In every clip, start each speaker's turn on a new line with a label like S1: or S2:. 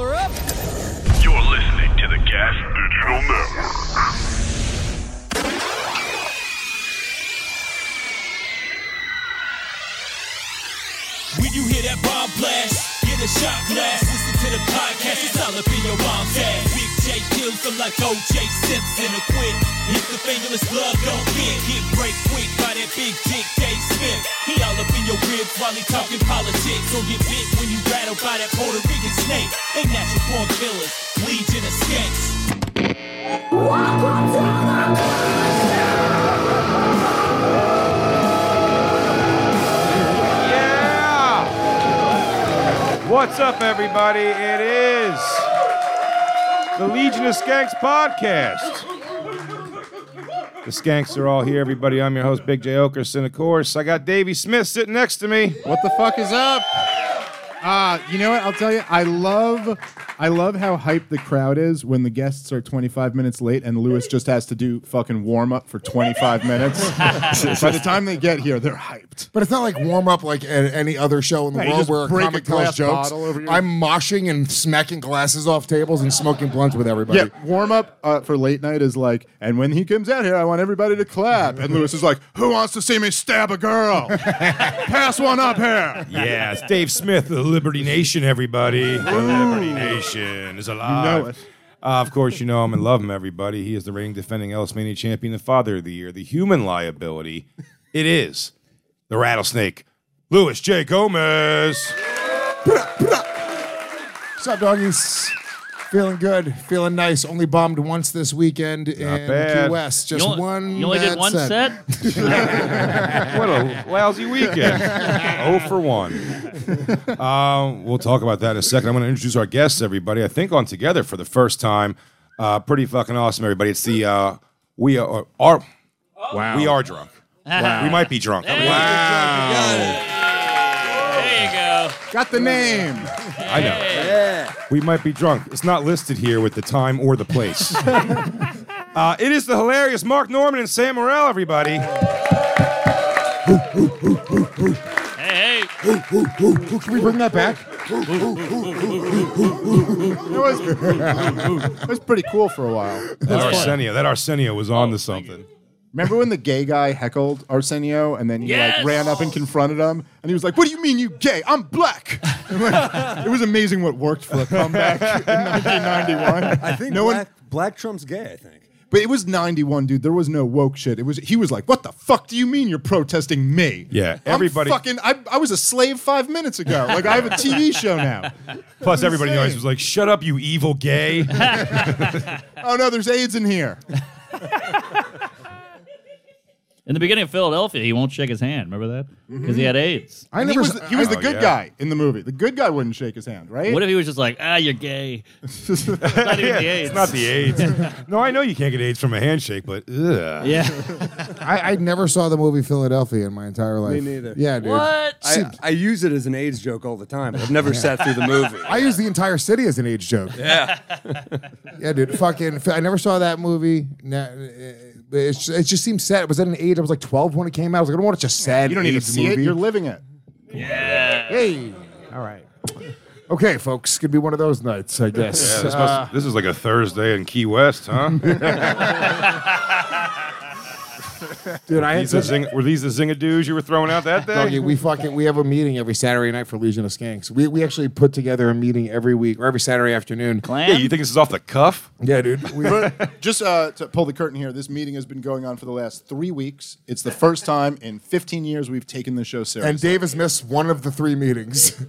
S1: her up.
S2: You're listening to the Gas Digital Network.
S1: When you hear that bomb blast, get a shot blast. Listen to the podcast, it's all up in your mom's ass. Big J kills them like OJ Simpson or quit. If the fingerless glove don't fit, get break quick by that big dick Dave Smith. He all up in your ribs while he talking politics. So get bit when you rattled by that Puerto Rican snake. They natural born killers, legion of skanks.
S3: Yeah! What's up, everybody? It is the Legion of Skanks podcast. The Skanks are all here, everybody. I'm your host, Big J. Okerson, of course. I got Davey Smith sitting next to me.
S4: What the fuck is up? Uh, you know what? I'll tell you. I love, I love how hyped the crowd is when the guests are 25 minutes late and Lewis just has to do fucking warm up for 25 minutes. By the time they get here, they're hyped.
S5: But it's not like warm up like at any other show in the
S4: Yeah, you
S5: world
S4: just
S5: where a
S4: break a
S5: comic tells
S4: glass
S5: jokes.
S4: bottle over your-
S5: I'm moshing and smacking glasses off tables and smoking blunts with everybody.
S4: Yeah, warm up uh, for late night is like, and when he comes out here, I want everybody to clap. And Lewis is like, who wants to see me stab a girl? Pass one up here.
S3: Yeah, it's Dave Smith of the Liberty Nation, everybody. The Liberty Nation is alive.
S4: You know it.
S3: Uh, of course, you know him and love him, everybody. He is the reigning defending Ellis Mania champion, the father of the year, the human liability. It is the rattlesnake, Louis J. Gomez.
S5: What's up, doggies? Feeling good, feeling nice. Only bombed once this weekend in
S3: bad.
S5: Key West. Just
S6: You only,
S5: one.
S6: you only did
S5: bad
S6: one set.
S3: What a lousy weekend. oh for 1. Um, we'll talk about that in a second. I'm going to introduce our guests, everybody. I think on Together for the first time. Uh, pretty fucking awesome, everybody. It's the uh, We Are. are
S4: Wow.
S3: We are drunk. We might be drunk. Wow.
S6: There you go.
S4: Got the name.
S3: I know. We might be drunk. It's not listed here with the time or the place. uh, it is the hilarious Mark Norman and Sam Morrell, everybody.
S6: Hey, hey.
S5: Can we bring that back?
S4: It was, it was pretty cool for a while.
S3: That Arsenio. That Arsenio was on to something.
S4: Remember when the gay guy heckled Arsenio and then he
S6: Yes!
S4: like ran up and confronted him and he was like, What do you mean you gay? I'm black. And, like, it was amazing what worked for a comeback in 1991.
S7: I think
S4: no one
S7: black, black Trump's gay. I think.
S4: but it was 91, dude. There was no woke shit. It was he was like, What the fuck do you mean you're protesting me?
S3: Yeah,
S4: I'm
S3: everybody-
S4: fucking I, I was a slave five minutes ago. Like I have a TV show now.
S3: Plus, everybody in the audience
S4: insane.
S3: was like, "Shut up, you evil gay."
S4: Oh no, there's AIDS in here.
S6: In the beginning of Philadelphia, he won't shake his hand. Remember that? Because
S5: Mm-hmm.
S6: he had AIDS.
S4: I he
S5: never
S4: was,
S5: s-
S4: he was the
S3: Oh,
S4: good
S3: yeah.
S4: guy in the movie. The good guy wouldn't shake his hand, right?
S6: What if he was just like, ah, you're gay? It's not even the AIDS.
S3: It's not the AIDS. no, I know you can't get AIDS from a handshake, but ugh.
S6: Yeah.
S5: I, I never saw the movie Philadelphia in my entire life.
S7: neither.
S5: Yeah, dude.
S6: What?
S7: I, I use it as an AIDS joke all the time. but I've never sat through the movie.
S5: I use the entire city as an age joke. Yeah. yeah, dude. Fucking. I never saw that movie. Nah, eh, it, it, it just seemed sad. Was that an age? I was like 12 when it came out. I was like, I don't want to just sad.
S4: you don't need to
S5: AIDS
S4: see
S5: movie.
S4: it, you're living it.
S5: Hey. All right. Okay, folks. Could be one of those nights, I
S3: Yeah,
S5: guess. Uh,
S3: this, must, this is like a Thursday in Key West, huh?
S5: Dude, I had
S3: These the
S5: such
S3: zing, were these the zingadoos you were throwing out that
S5: Doggy,
S3: day?
S5: we fucking we have a meeting every Saturday night for Legion of Skanks. We, we actually put together a meeting every week or every Saturday afternoon.
S6: Clan?
S3: Yeah, you think this is off the cuff?
S5: Yeah, dude. We,
S4: Just uh, to pull the curtain here, this meeting has been going on for the last three weeks. It's the first time in 15 years we've taken the show serious.
S5: and Davis missed one of the three meetings.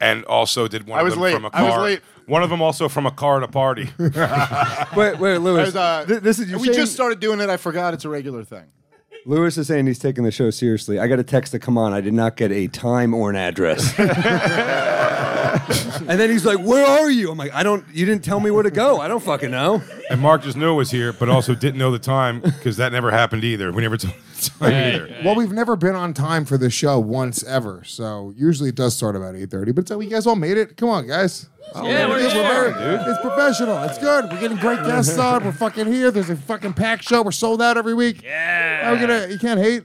S3: And also did one
S4: I
S3: of
S4: was
S3: them
S4: late.
S3: from a car.
S4: I was late.
S3: One of them also from a car at a party.
S7: wait, wait, Lewis.
S4: There's, uh,
S7: Th- this is you're
S4: we
S7: saying-
S4: just started doing it. I forgot it's a regular thing.
S7: Lewis is saying he's taking the show seriously. I got a text that come on. I did not get a time or an address.
S2: And then he's like, "Where are you?" I'm like, "I don't. You didn't tell me where to go. I don't fucking know."
S3: And Mark just knew it was here, but also didn't know the time because that never happened either. We never told the time either.
S5: Well, we've never been on time for the show once ever, so usually it does start about eight thirty. But so you guys all made it. Come on, guys. I don't
S1: Yeah,
S5: know.
S1: we're
S5: It's-
S1: here,
S5: very- It's professional. It's good. We're getting great guests on. We're fucking here. There's a fucking packed show. We're sold out every week. Yeah. We're gonna. You can't hate.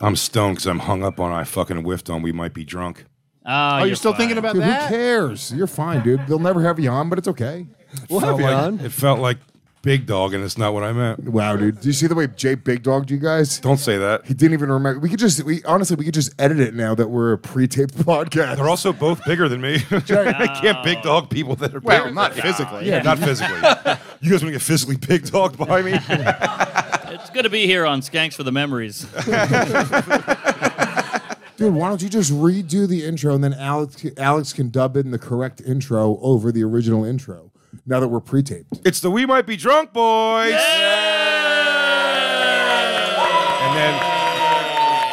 S3: I'm stoned because I'm hung up on I fucking whiffed on we might be drunk.
S1: Ah,
S8: Oh, you're still
S1: fine.
S8: thinking about
S5: Dude, who
S8: that?
S5: cares? You're fine, dude. They'll never have you on, but it's okay.
S2: We'll
S3: Felt
S2: have you
S3: like-
S2: on.
S3: It felt like big dog, and it's not what I meant.
S5: Wow, dude. Do you see the way Jay big dogged you guys?
S3: Don't say that.
S5: He didn't even remember. We could just. We honestly, we could just edit it now that we're a pre-taped podcast.
S3: They're also both bigger than me. I
S8: uh,
S3: can't big dog people that are bigger.
S8: Well,
S3: than
S8: not
S3: me.
S8: physically.
S3: Yeah, not physically. You guys want to get physically big dogged by me?
S1: It's good to be here on Skanks for the Memories.
S5: Dude, why don't you just redo the intro and then Alex Alex can dub in the correct intro over the original intro now that we're pre-taped.
S3: It's the We Might Be Drunk Boys. And then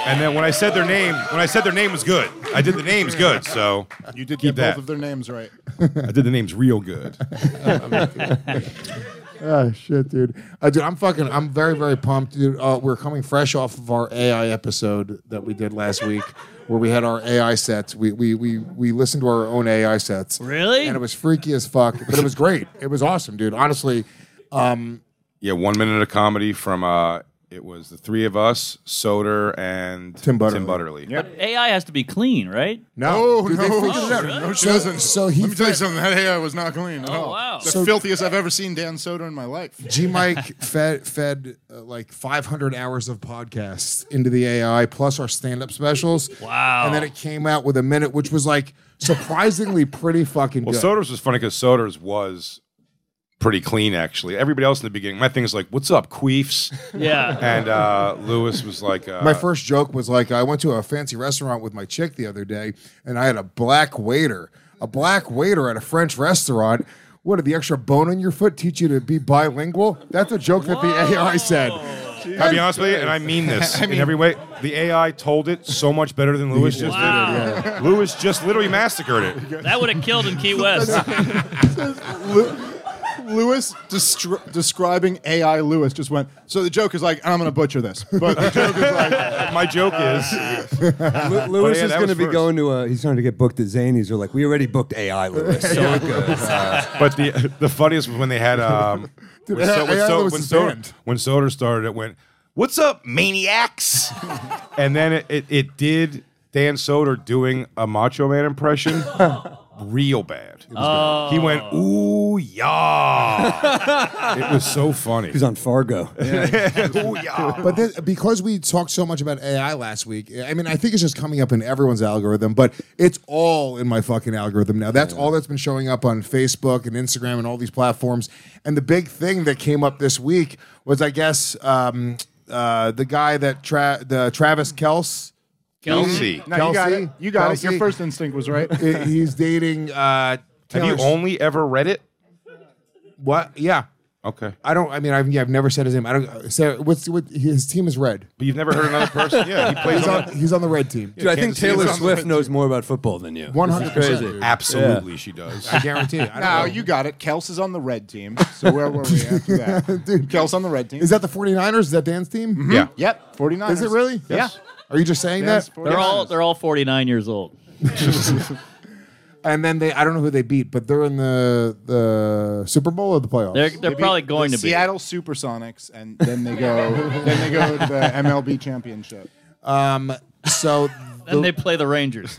S3: and then when I said their name, when I said their name was good. I did the names good, so
S8: You did get
S3: Keep that.
S8: both of their names right.
S3: I did the names real good.
S5: Oh shit, dude. Uh, dude, I'm fucking I'm very very pumped, dude. Uh, we're coming fresh off of our AI episode that we did last week where we had our AI sets. We we we we listened to our own AI sets.
S1: Really?
S5: And it was freaky as fuck, but it was great. It was awesome, dude. Honestly,
S3: Yeah, one minute of comedy from uh it was the three of us, Soder and
S5: Tim Butterly.
S1: AI has to be clean, right?
S5: no, Oh, dude, they figured it out.
S8: no, she
S5: So-
S8: doesn't.
S5: so he
S8: Let me tell you
S5: fit-
S8: something. That hair was not clean at
S4: Oh,
S3: Oh.
S8: all.
S1: Oh, wow.
S8: The
S5: So-
S8: filthiest I've ever seen Dan Soder in my life.
S5: G Mike fed fed uh, like 500 hours of podcasts into the AI plus our stand up specials.
S1: Wow.
S5: And then it came out with a minute, which was like surprisingly pretty fucking
S3: Well,
S5: good.
S3: Soder's was funny because Soder's was pretty clean actually. Everybody else in the beginning, my thing is like, "What's up, queefs?"
S1: Yeah.
S3: And uh, Lewis was like, uh,
S5: my first joke was like, I went to a fancy restaurant with my chick the other day, and I had a black waiter, a black waiter at a French restaurant. What did the extra bone in your foot teach you to be bilingual? That's a joke that the AI said.
S3: I'll be honest with you, and I mean this in every way. The AI told it so much better than Lewis just
S1: Wow.
S3: did. Lewis just literally massacred it.
S1: That would have killed in Key West.
S8: Lewis destri- describing AI Lewis just went, so the joke is like, and I'm going to butcher this. But the joke is like,
S3: My joke is,
S2: Lu- Lewis
S3: yeah,
S2: is
S3: that
S2: going to
S3: was
S2: be
S3: first.
S2: going to. Uh, he's trying to get booked at Zany's. They're like, "We already booked AI, Lewis." So we're good.
S3: but the the funniest was when they had um when,
S5: AI
S3: so, when, so,
S5: Lewis
S3: when,
S5: is
S3: Soder,
S5: banned.
S3: when Soder started, it went, "What's up, maniacs?" and then it, it it did Dan Soder doing a Macho Man impression, real bad. He went,
S5: Oh.
S3: "Ooh yeah!" it was so funny.
S2: he's on Fargo.
S3: Ooh yeah.
S5: But this, because we talked so much about AI last week, I mean, I think it's just coming up in everyone's algorithm, but it's all in my fucking algorithm now. That's all that's been showing up on Facebook and Instagram and all these platforms. And the big thing that came up this week was, I guess, um, uh, the guy that tra- the Travis Kels.
S3: Kelsey.
S8: no, you got
S5: Kelsey?
S8: it. You got it.
S5: Kelsey?
S8: Your first instinct was right.
S5: i- He's dating. Uh,
S3: Have you
S5: Taylor-
S3: only ever read it?
S5: what? Yeah,
S3: Okay.
S5: I don't. I mean, I've, yeah, I've never said his name. I don't. Sarah, what's what? His team is red.
S3: But you've never heard another person? Yeah, he plays
S5: He's
S3: on.
S5: on, he's on the red team.
S2: Dude, I think
S3: Kansas City's
S2: Taylor
S3: on the
S2: Swift knows more about football than you.
S5: One hundred
S2: crazy.
S5: percent.
S3: Absolutely, she does.
S5: I guarantee. it. I don't
S8: No,
S5: know.
S8: you got it. Kels is on the red team. So where were we after that? Dude, Kels on the red team.
S5: Is that the 49ers? Is that Dan's team?
S3: Yeah.
S8: Yep, 49.
S5: Is it really?
S8: Mm-hmm. Yes.
S5: Are you just saying
S8: Yes,
S5: that?
S8: 49ers.
S1: They're all they're all 49 years old.
S5: And then they I don't know who they beat, but they're in the the Super Bowl or the playoffs.
S1: They're they're
S8: Maybe
S1: probably going
S8: the
S1: to be.
S8: Seattle Supersonics, and then they go, then they go to the MLB championship.
S5: Um, so
S1: Then they play the Rangers.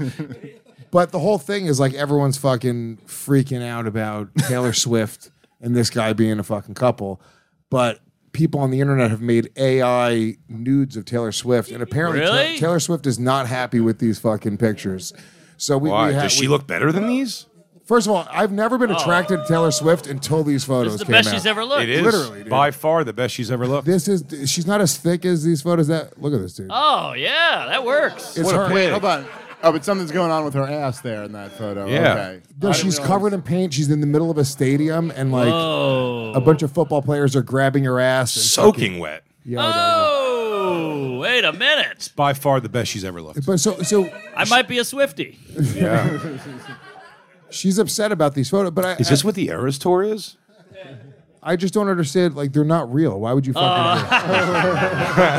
S5: but the whole thing is like everyone's fucking freaking out about Taylor Swift and this guy being a fucking couple. But people on the internet have made AI nudes of Taylor Swift and apparently Ta-
S1: Really?
S5: Taylor Swift is not happy with these fucking pictures. So we,
S3: Why?
S5: we ha-
S3: Does she
S5: we-
S3: look better than these?
S5: First of all, I've never been attracted to Taylor Swift until these photos
S1: It's Oh. the
S5: came
S1: best
S5: out.
S1: she's ever looked.
S3: It is
S5: Literally, dude.
S3: by far the best she's ever looked.
S5: This is she's not as thick as these photos. That look at this dude.
S1: Oh yeah, that works.
S5: it's
S3: what a
S5: her.
S3: pig.
S8: Hold on. Oh, but something's going on with her ass there in that photo.
S3: Yeah.
S8: Okay.
S5: No, she's covered in paint. She's in the middle of a stadium, and like
S1: Oh.
S5: a bunch of football players are grabbing her ass. And
S3: Soaking wet.
S5: yeah,
S1: Oh, wait a minute.
S4: Oh!
S3: By far the best she's ever looked.
S5: But so so
S1: I might be a Swifty.
S3: Yeah.
S5: She's upset about these photos, but I
S3: Is this what the Eras tour is?
S5: I, I just don't understand. Like they're not real. Why would you
S4: Uh,
S5: fucking? do it?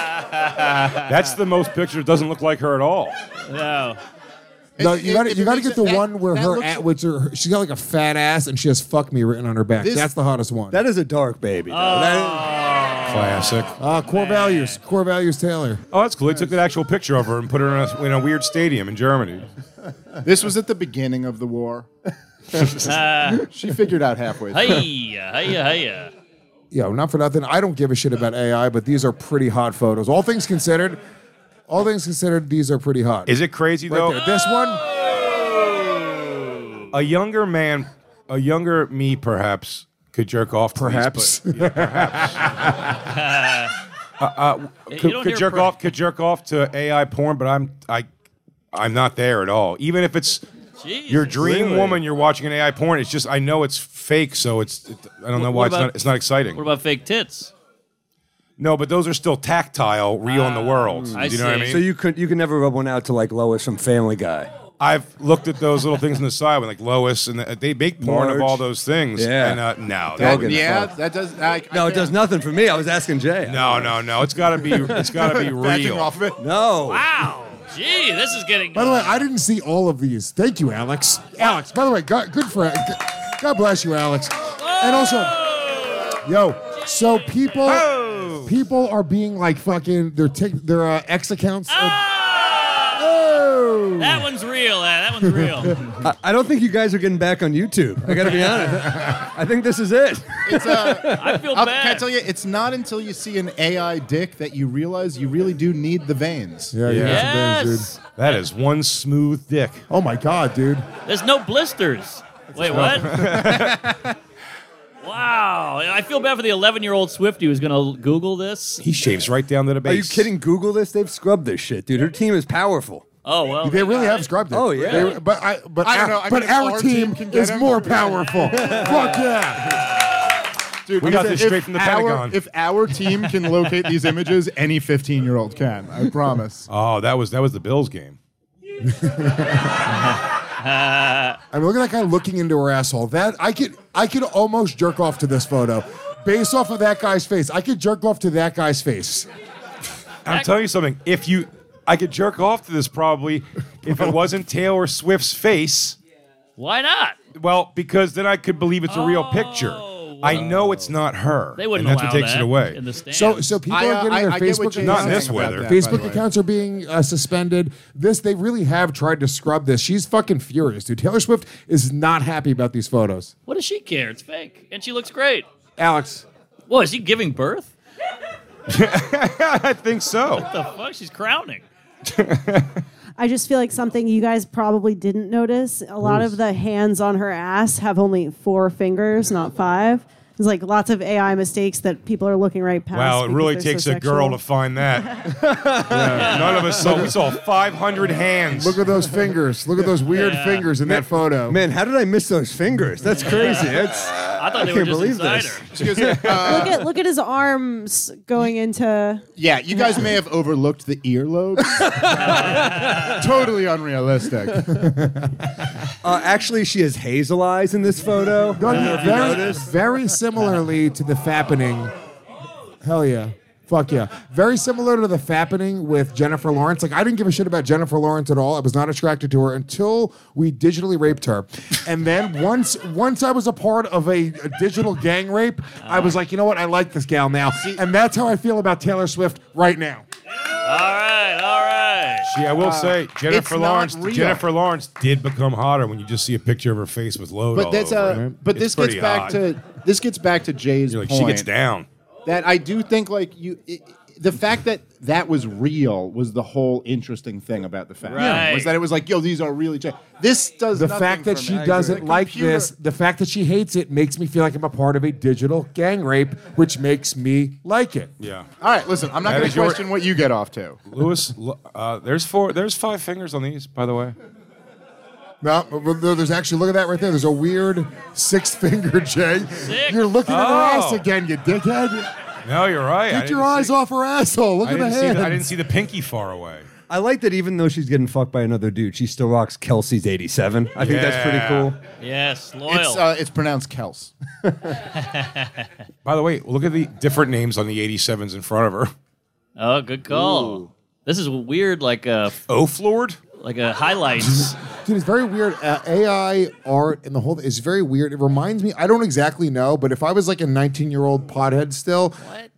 S3: That's the most picture. It doesn't look like her at all.
S1: No.
S5: No,
S4: If-
S5: you got to
S4: if
S5: you
S4: it
S5: got to
S4: makes
S5: get the
S4: it- that-
S5: one where
S4: that
S5: her
S4: looks-
S5: at which her, she's got like a fat ass and she has "fuck me" written on her back.
S4: This-
S5: That's the hottest one.
S7: That is a dark baby. Though.
S4: Oh,
S7: That
S9: Classic.
S5: uh, core values, core values, Taylor.
S3: Oh, that's cool. They took an actual picture of her and put her in a, in a weird stadium in Germany.
S4: This was at the beginning of the war. she figured out halfway. through.
S1: Hiya, hiya, hiya.
S5: Yeah, not for nothing. I don't give a shit about AI, but these are pretty hot photos. All things considered, all things considered, these are pretty hot.
S3: Is it crazy
S5: right
S3: though?
S5: there? This
S4: Oh!
S5: one,
S3: A younger man, a younger me, perhaps could jerk off. to these,
S5: perhaps.
S3: but-
S1: You
S3: could,
S1: don't
S3: could
S1: hear
S3: jerk
S1: per-
S3: off could jerk off to AI porn, but I'm I I'm not there at all. Even if it's your
S1: Jesus.
S3: dream
S7: Really?
S3: woman, you're watching an AI porn. It's just I know it's fake, so it's it, I don't know
S1: what
S3: why it's
S1: about-
S3: not it's not exciting.
S1: What about fake tits?
S3: no, but those are still tactile, real in the world. Do
S1: Ah, hmm. I
S3: you know what I
S1: see.
S3: mean?
S7: so you could you could never rub one out to like Lois from Family Guy.
S3: I've looked at those little things on the side, with like Lois, and the, they make porn of
S7: Large.
S3: all those things.
S7: Yeah.
S3: And uh, no,
S7: That-
S3: that-
S4: yeah, that does. I, I
S7: No, it
S4: can't-
S7: does nothing for me. I was asking Jay.
S3: no, no, no. It's gotta be it's gotta be
S4: Backing
S3: real.
S4: off of it.
S7: No.
S1: Wow. Gee, this is getting.
S5: By the way, I didn't see all of these. Thank you, Alex. Alex, by the way, God, good for God bless you, Alex.
S1: Oh.
S5: And also, yo, so people
S4: Oh.
S5: people are being like fucking their tick their uh, X accounts.
S4: Ah.
S5: Are, oh,
S1: That one's real. uh, That one's real.
S7: I, I don't think you guys are getting back on YouTube. I got to be honest. I think this is it.
S4: It's, uh,
S1: I feel
S4: I'll-
S1: bad.
S4: can I tell you? It's not until you see an AI dick that you realize you really do need the veins.
S5: yeah, yeah.
S1: Yes.
S3: That is one smooth dick.
S5: Oh my god, dude.
S1: There's no blisters. Wait, what? wow. I feel bad for the 11 year old Swifty who's going to Google this.
S3: He shaves right down to the base.
S7: Are you kidding? Google this. They've scrubbed this shit, dude. Her team is powerful.
S1: Oh, well.
S5: They really
S1: got
S5: have
S1: it.
S5: scrubbed it.
S7: Oh, yeah.
S5: They- but I but
S4: I don't
S5: our,
S4: know. I
S5: but
S4: mean, if
S5: our
S4: our
S5: team,
S4: team can get
S5: is
S4: him-
S5: more powerful. Fuck yeah.
S4: Dude,
S3: We
S4: if
S3: got
S4: it-
S3: this
S4: if
S3: straight from the
S4: our-
S3: Pentagon.
S4: If our team can locate these images, any 15 year old can. I promise.
S3: Oh, that was that was the Bills game.
S5: I mean, look at that guy looking into her asshole. That I could I could almost jerk off to this photo. Based off of that guy's face, I could jerk off to that guy's face.
S3: I'm telling you something. If you, I could jerk off to this probably if it wasn't Taylor Swift's face.
S1: Why not?
S3: Well, because then I could believe it's a real picture. I know it's not her.
S1: Oh, They wouldn't
S3: and that's
S1: allow
S3: what takes
S1: that
S3: it away.
S1: in the stands.
S5: So so people
S4: I,
S5: are
S4: uh,
S5: getting
S4: I-
S5: their
S4: I get what
S5: Facebook
S4: Jason's
S3: Not in
S4: saying
S3: this
S4: about
S3: weather.
S4: that, by the
S5: Facebook
S4: way.
S5: accounts are being uh, suspended. This they really have tried to scrub this. She's fucking furious, dude. Taylor Swift is not happy about these photos.
S1: What does she care? It's fake. And she looks great.
S5: Alex,
S1: What, is she giving birth?
S3: I think so.
S1: What the fuck? She's crowning.
S10: I just feel like something you guys probably didn't notice. A lot of the hands on her ass have only four fingers, not five. There's like lots of AI mistakes that people are looking right past.
S3: Wow, it
S10: because
S3: really
S10: they're
S3: takes
S10: so
S3: a girl
S10: sexual.
S3: to find that. None of us saw. We saw 500 hands.
S5: look at those fingers. Look at those weird fingers in that photo.
S7: Man, how did I miss those fingers? That's crazy. That's
S1: I thought they were
S7: can't
S1: just
S7: believe
S1: inside
S7: this.
S1: her.
S10: look at look at his arms going into.
S4: Yeah, you guys may have overlooked the earlobes. totally unrealistic.
S7: uh, actually she has hazel eyes in this photo.
S5: Done
S7: I don't know if you
S5: very,
S7: noticed.
S5: very similarly to the fappening. Hell yeah. Fuck yeah. Very similar to the fappening with Jennifer Lawrence. Like, I didn't give a shit about Jennifer Lawrence at all. I was not attracted to her until we digitally raped her. And then once once I was a part of a, a digital gang rape, I was like, you know what? I like this gal now. And that's how I feel about Taylor Swift right now.
S1: All right, all right.
S3: Gee, I will say Jennifer
S4: it's not
S3: Lawrence.
S4: real.
S3: Jennifer Lawrence did become hotter when you just see a picture of her face with load.
S4: But
S3: all
S4: that's
S3: over
S4: uh,
S3: it.
S4: but
S3: It's
S4: this gets
S3: pretty
S4: back
S3: hot.
S4: to this gets back to Jay's
S3: You're like
S4: point
S3: she gets down.
S4: that I do think like you. It, the fact that that was real was the whole interesting thing about the fact
S1: Right.
S4: was that it was like, yo, these are really. Jay. This does
S5: The
S4: nothing
S5: fact that
S4: for
S5: she
S4: me.
S5: doesn't
S4: The
S5: like
S4: computer-
S5: this, the fact that she hates it, makes me feel like I'm a part of a digital gang rape, which makes me like it.
S3: Yeah.
S4: All right, listen, I'm not
S3: That
S4: going
S3: is
S4: to
S3: your-
S4: question what you get off to.
S3: Lewis, l- uh, there's four. There's five fingers on these, by the way.
S5: No, but- but there- there's actually look at that right there. Thethe's a weird six finger Jay. you You're looking at her
S3: Oh.
S5: ass again, you dickhead.
S3: No, you're right. I
S5: Get
S3: didn't
S5: your eyes
S3: see-
S5: off her asshole. Look
S3: I
S5: at the
S3: didn't, see
S5: hands.
S3: the, I didn't see the pinky far away.
S2: I like that even though she's getting fucked by another dude, she still rocks Kelsey's 87. I think that's pretty
S3: Yeah.
S2: cool.
S1: Yes, loyal.
S8: It's, uh, it's pronounced Kels.
S3: By the way, look at the different names on the 87s in front of her.
S1: oh, good call. This is weird, like a
S3: Oflord?
S1: like a highlights.
S5: Dude, it's very weird. Uh, AI art and the whole is very weird. It reminds me. I don't exactly know, but if I was like a 19 year old pothead still,
S1: what?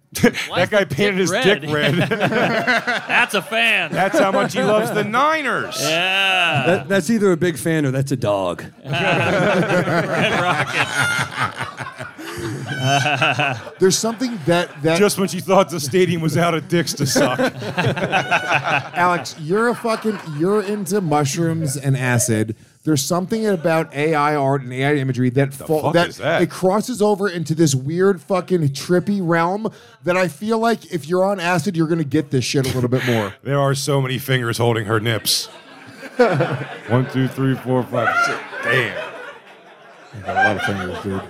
S3: That guy painted his dick red.
S1: That's a fan.
S3: That's how much he loves the Niners.
S1: yeah.
S2: That, that's either a big fan or that's a dog.
S5: there's something that that
S3: Just when she thought the stadium was out of dicks to suck.
S5: Alex, you're a fucking you're into mushrooms and acid. There's something about AI art and AI imagery that fa-
S3: fuck
S5: that,
S3: is that?
S5: it crosses over into this weird fucking trippy realm that I feel like if you're on acid, you're gonna get this shit a little bit more.
S3: There are so many fingers holding her nips. One, two, three, four, five, six. Damn.
S5: a lot of fingers, dude.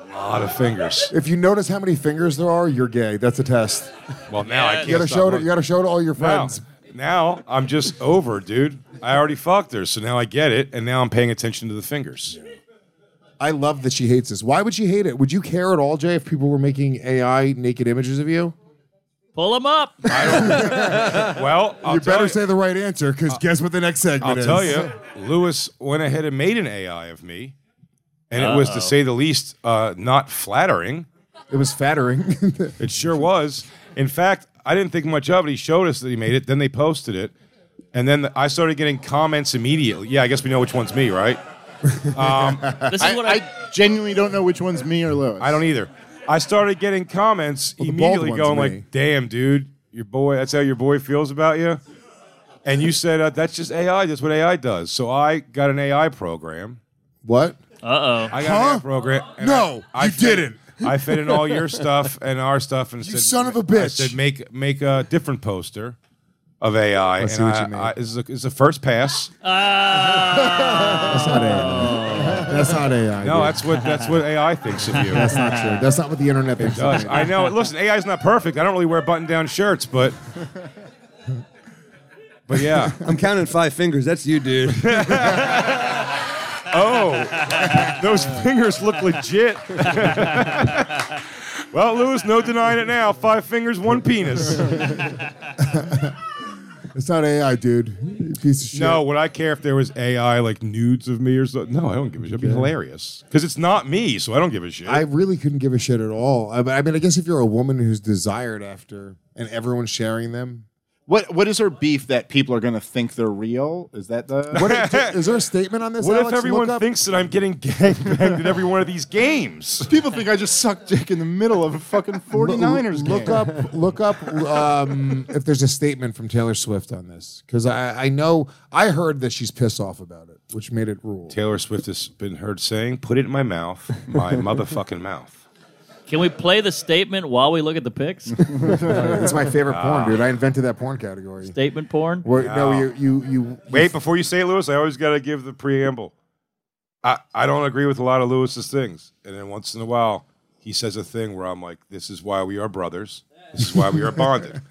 S3: A lot of fingers.
S5: If you notice how many fingers there are, you're gay. That's a test.
S3: Well, now I
S1: Yeah,
S3: can't.
S5: You gotta
S3: stop
S5: show it.
S3: looking.
S5: You gotta show it to all your
S3: now,
S5: friends.
S3: now I'm just over, dude. I already fucked her, so now I get it, and now I'm paying attention to the fingers.
S5: I love that she hates this. Why would she hate it? Would you care at all, Jay, if people were making AI naked images of you?
S1: Pull them up.
S3: Well, I'll
S5: you
S3: tell
S5: better
S3: you,
S5: say the right answer, because guess what the next segment
S3: I'll
S5: is.
S3: tell you, Lewis went ahead and made an AI of me, and it was, to say the least, uh, not flattering.
S5: It was fattering.
S3: It sure was. In fact, I didn't think much of it. He showed us that he made it. Then they posted it, and then I started getting comments immediately. Yeah, I guess we know which one's me, right?
S1: This is
S8: I,
S1: what I,
S8: I genuinely don't know which one's me or Lewis.
S3: I don't either. I started getting comments
S5: Well, the bald
S3: immediately
S5: one's
S3: going
S5: me.
S3: like, "Damn, dude, your boy. That's how your boy feels about you." And you said uh, that's just AI. That's what AI does. So I got an AI program.
S5: what?
S3: I got an AI program. and
S5: No,
S3: I, I
S5: you
S3: fit-
S5: didn't.
S3: I fit in all your stuff and our stuff, and said,
S5: son of a
S3: I
S5: bitch.
S3: said make make a different poster of AI. and
S5: Let's see what
S3: I-
S5: you made.
S3: I- this is a, this is a first pass.
S5: That's not AI. That's not AI.
S3: No,
S5: dude.
S3: that's what that's what AI thinks of you.
S5: that's not true. That's not what the internet thinks.
S3: does.
S5: of me.
S3: I know. Listen, AI is not perfect. I don't really wear button-down shirts, but but yeah.
S2: I'm counting five fingers. That's you, dude.
S3: Oh, those fingers look legit. well, Lewis, no denying it now. Five fingers, one penis.
S5: It's not AI, dude. You Piece of shit.
S3: No, would I care if there was AI like nudes of me or something? No, I don't give a shit. It'd be hilarious because it's not me, so I don't give a shit.
S5: I really couldn't give a shit at all. I, I mean, I guess if you're a woman who's desired after and everyone's sharing them,
S8: What What is her beef that people are going to think they're real? Is that the
S5: what is there a statement on this?
S3: what
S5: Alex?
S3: if everyone
S5: Look up-
S3: thinks that I'm getting gangbanged at every one of these games?
S8: people think? I just suck dick in the middle of a fucking
S5: Lo-
S8: 49ers game.
S5: Look up, look up um, if there's a statement from Taylor Swift on this, because I, I know I heard that she's pissed off about it, which made it rule.
S3: Taylor Swift has been heard saying, "Put it in my mouth, my motherfucking mouth."
S1: can we play the statement while we look at the pics?
S5: It's my favorite
S3: Ah.
S5: porn, dude. I invented that porn category.
S1: statement porn.
S5: Where, no. you you you
S3: Wait, before you say it, Lewis, I always got to give the preamble. I, I don't agree with a lot of Lewis's things. And then once in a while, he says a thing where I'm like, this is why we are brothers. This is why we are bonded.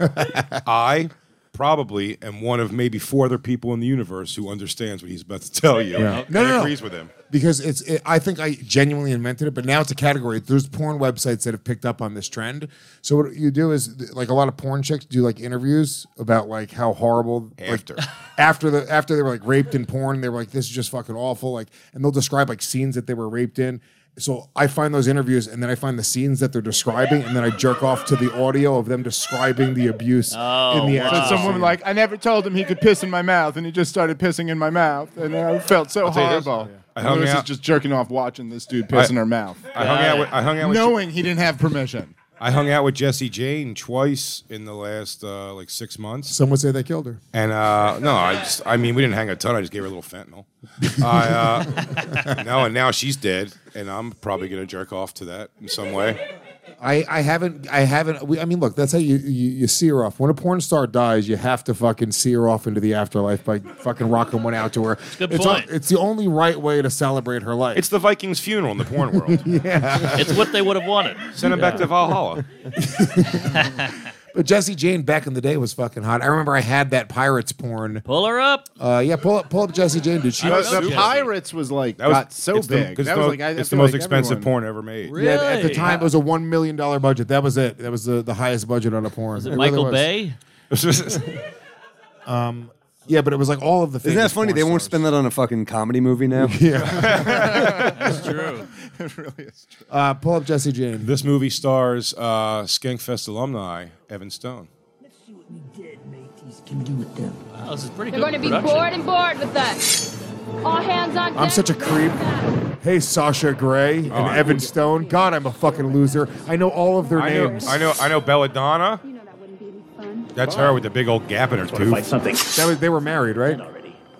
S3: I probably am one of maybe four other people in the universe who understands what he's about to tell you and
S5: No, no, no.
S3: agrees with him.
S5: because it's it, I think I genuinely invented it, but now it's a category. There's porn websites that have picked up on this trend. So what you do is like a lot of porn chicks do like interviews about like how horrible like,
S3: After.
S5: after the after they were like raped in porn, they were like this is just fucking awful like and they'll describe like scenes that they were raped in. So I find those interviews and then I find the scenes that they're describing and then I jerk off to the audio of them describing the abuse in the actual
S8: But some woman
S5: scene.
S8: like I never told him he could piss in my mouth, and he just started pissing in my mouth, and I felt so
S3: tell you this.
S8: horrible.
S3: I hung
S8: Lewis
S3: out-
S8: is just jerking off watching this dude piss
S3: I-
S8: in her mouth,
S3: I hung out with, I hung out with,
S8: knowing he didn't have permission.
S3: I hung out with Jesse Jane twice in the last uh, like six months.
S5: some would say they killed her.
S3: And uh, no, I just, I mean, we didn't hang a ton. I just gave her a little fentanyl. I, uh, no, and now she's dead, and I'm probably gonna jerk off to that in some way.
S5: I, I haven't I haven't we, I mean look that's how you, you you see her off when a porn star dies you have to fucking see her off into the afterlife by fucking rocking one out to her it's
S1: good
S5: it's,
S1: point.
S5: o- it's the only right way to celebrate her life
S3: It's the Vikings' funeral in the porn world.
S1: It's what they would have wanted.
S3: Send him back to Valhalla.
S5: But Jesse Jane back in the day was fucking hot. I remember I had that pirates porn.
S1: Pull her up.
S5: Uh, yeah, pull up, pull up Jesse Jane, dude. She
S1: I
S5: was
S1: don't
S8: the
S1: know.
S8: pirates was like got so
S3: it's the-
S8: big.
S3: 'cause
S8: That
S3: it's
S8: was
S3: the-
S8: like, I- I
S3: it's the
S8: feel
S3: most
S8: like
S3: expensive
S8: everyone-
S3: porn ever made.
S1: Really?
S5: yeah, at the time it was a one million dollar budget. That was it. That was the, the highest budget on a porn.
S1: Is it
S5: It really
S1: Michael
S5: was.
S1: Bay?
S3: Isn't
S5: Yeah, but it was like all of the.
S2: Isn't that funny? They won't spend that on a fucking comedy movie now. Yeah.
S1: True.
S5: Uh, pull up Jesse Jane.
S3: This movie stars uh, Skankfest alumni Evan Stone.
S1: Wow, Oh, this is pretty
S11: They're
S1: good
S11: going to be
S1: production.
S11: bored and bored with us. All hands on deck.
S5: I'm such a creep. Hey, Sasha Gray
S8: Oh,
S5: and
S3: I-
S5: Evan Stone. God, I'm a fucking loser. I know all of their
S3: I know,
S5: names.
S3: I know, I know Belladonna.
S11: You know that wouldn't be any fun.
S3: That's her with the big old gap in her tooth.
S12: something.
S5: That was, they were married, right?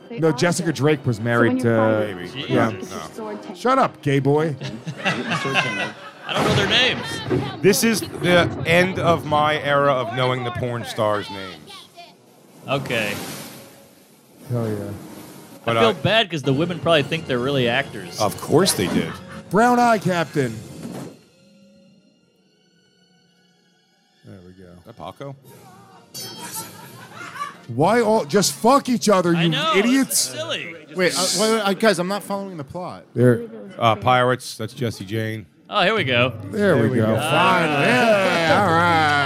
S11: They
S5: No,
S11: are
S5: Jessica
S11: dead.
S5: Drake was
S11: So when
S5: married
S11: you're fine,
S5: to.
S3: Maybe.
S5: Yeah.
S11: it's your sword tank.
S5: Shut up, gay boy.
S1: I don't know their names.
S3: This is the end of my era of knowing the porn stars' names.
S1: Okay.
S5: Hell yeah.
S3: But
S1: I feel
S3: uh,
S1: bad because the women probably think they're really actors.
S3: of course they did.
S5: Brown Eye Captain. There we go.
S3: Is that Paco?
S5: Why all just fuck each other,
S1: I
S5: you
S1: know. this is
S5: idiots?
S1: Silly.
S8: Wait, uh, wait, wait, guys, I'm not following the plot.
S5: There,
S3: Uh, Pirates. That's Jesse Jane.
S1: Oh, here we go.
S5: there, we, go. Finally. Yeah, all right.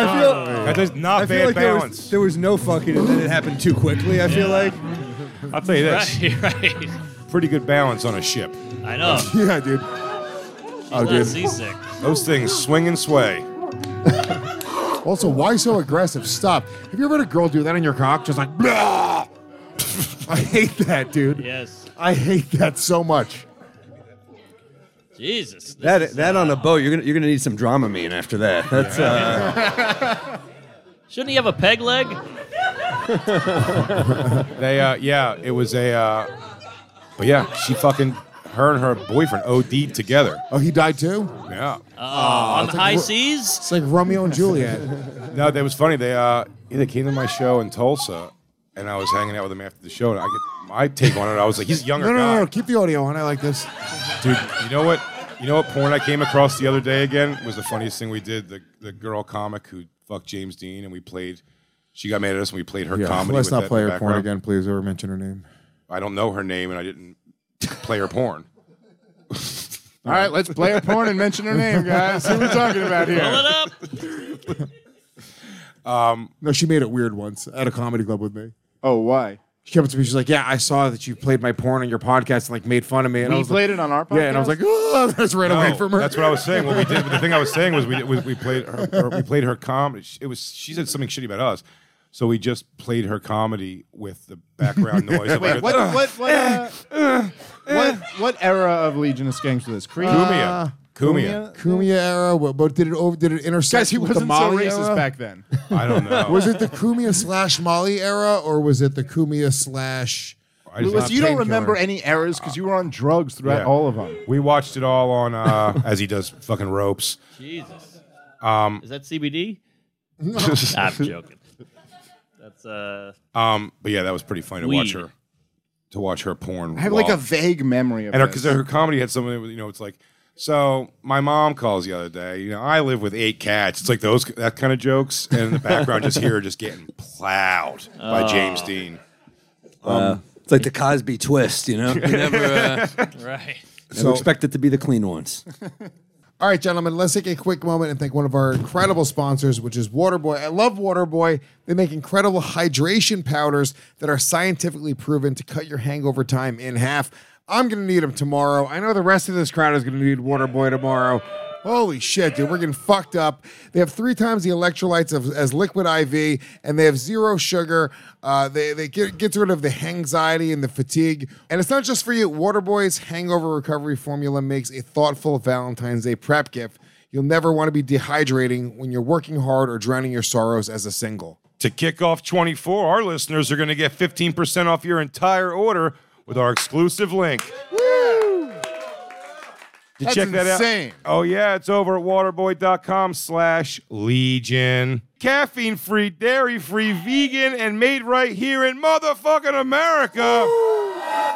S8: Ah.
S2: I feel.
S3: That is not
S2: I feel
S3: uh, bad
S2: like there was,
S3: balance.
S2: there was no fucking, and then it happened too quickly. I feel like
S3: I'll tell you this.
S1: Right, right.
S3: Pretty good balance on a ship.
S1: I know. She's
S5: Yeah, dude. Oh,
S1: not
S5: dude.
S1: seasick.
S3: Those things swing and sway.
S5: Also, why so aggressive? Stop. Have you ever had a girl do that in your cock? Just like, "Blah!" I hate that, dude.
S1: Yes.
S5: I hate that so much.
S1: Jesus. This
S2: that
S1: is-
S2: that on a boat, you're gonna you're gonna need some Dramamine after that. That's uh,
S1: Shouldn't he have a peg leg?
S3: They, uh, yeah, it was a, uh, but yeah, she fucking, her and her boyfriend OD'd together.
S5: Oh, he died too?
S3: Yeah.
S1: on the high seas?
S5: It's like Romeo and Juliet.
S3: No, that was funny. They, uh, yeah, they came to my show in Tulsa, and I was hanging out with them after the show, and I get my take on it. I was like, he's a younger
S5: No, no,
S3: guy.
S5: no, no. Keep the audio on. I like this.
S3: Dude, you know what? You know what porn I came across the other day again was the funniest thing we did. The the girl comic who fucked James Dean and we played. She got mad at us and we played her comedy.
S5: let's
S3: with
S5: not
S3: that
S5: play
S3: in the
S5: her porn
S3: background.
S5: again, please, or mention her name.
S3: I don't know her name and I didn't play her porn.
S8: All right, let's play a porn and mention her name, guys. Who are we talking about
S1: Pull it
S8: here?
S1: up.
S5: No, she made it weird once at a comedy club with me.
S8: Oh, why?
S5: She came up to me. She's like, "Yeah, I saw that you played my porn on your podcast and like made fun of me." And I
S8: We
S5: was
S8: played
S5: like,
S8: it on our podcast.
S5: Yeah, and I was like, "Oh, that's right away
S3: No,
S5: from her."
S3: That's what I was saying. What we did, the thing I was saying was we did- was we played her, her- we played her comedy. It was she said something shitty about us, so we just played her comedy with the background noise. of like,
S8: What, what, what, uh, what, what era of Legion of Skanks was this? Creed?
S3: Kumia, Kumia.
S5: uh, Kumia era, what- but did it over? Did it intersect?
S8: Guys, he
S5: with
S8: wasn't
S5: the Molly
S8: so racist
S5: era?
S8: back then.
S3: I don't know.
S5: Was it the Kumia slash Molly era, or was it the Kumia slash?
S3: I just-
S8: Lewis, you don't
S5: painkiller.
S8: remember any eras because you were on drugs throughout
S3: Yeah.
S8: all of them.
S3: We watched it all on uh, as he does fucking ropes.
S1: Jesus. Um, is that CBD? I'm joking. That's uh.
S3: Um, but yeah, that was pretty funny to watch
S1: Weed.
S3: her to watch her porn.
S8: I have like a
S3: vlog.
S8: vague memory of
S3: and
S8: this.
S3: because her, comedy had something. that was, You know, it's like so. My mom calls the other day. You know, I live with eight cats. It's like those that kind of jokes, and in the background, just hear her just getting plowed by James Dean.
S2: Um, uh, it's like the Cosby twist, you know. You never, uh,
S1: Right.
S2: never expect it to be the clean ones.
S5: All right, gentlemen, let's take a quick moment and thank one of our incredible sponsors, which is Waterboy. I love Waterboy. They make incredible hydration powders that are scientifically proven to cut your hangover time in half. I'm going to need them tomorrow. I know the rest of this crowd is going to need Waterboy tomorrow. Holy shit, dude, we're getting fucked up. They have three times the electrolytes of, as liquid IV, and they have zero sugar. Uh, they they get, gets rid of the anxiety and the fatigue. And it's not just for you. Waterboy's hangover recovery formula makes a thoughtful Valentine's Day prep gift. You'll never want to be dehydrating when you're working hard or drowning your sorrows as a single.
S3: To kick off 24, our listeners are going to get 15% off your entire order with our exclusive link. Woo! To
S8: That's
S3: check that
S8: insane.
S3: out. Oh yeah, it's over at waterboy.com slash legion. Caffeine free, dairy free, vegan, and made right here in motherfucking America.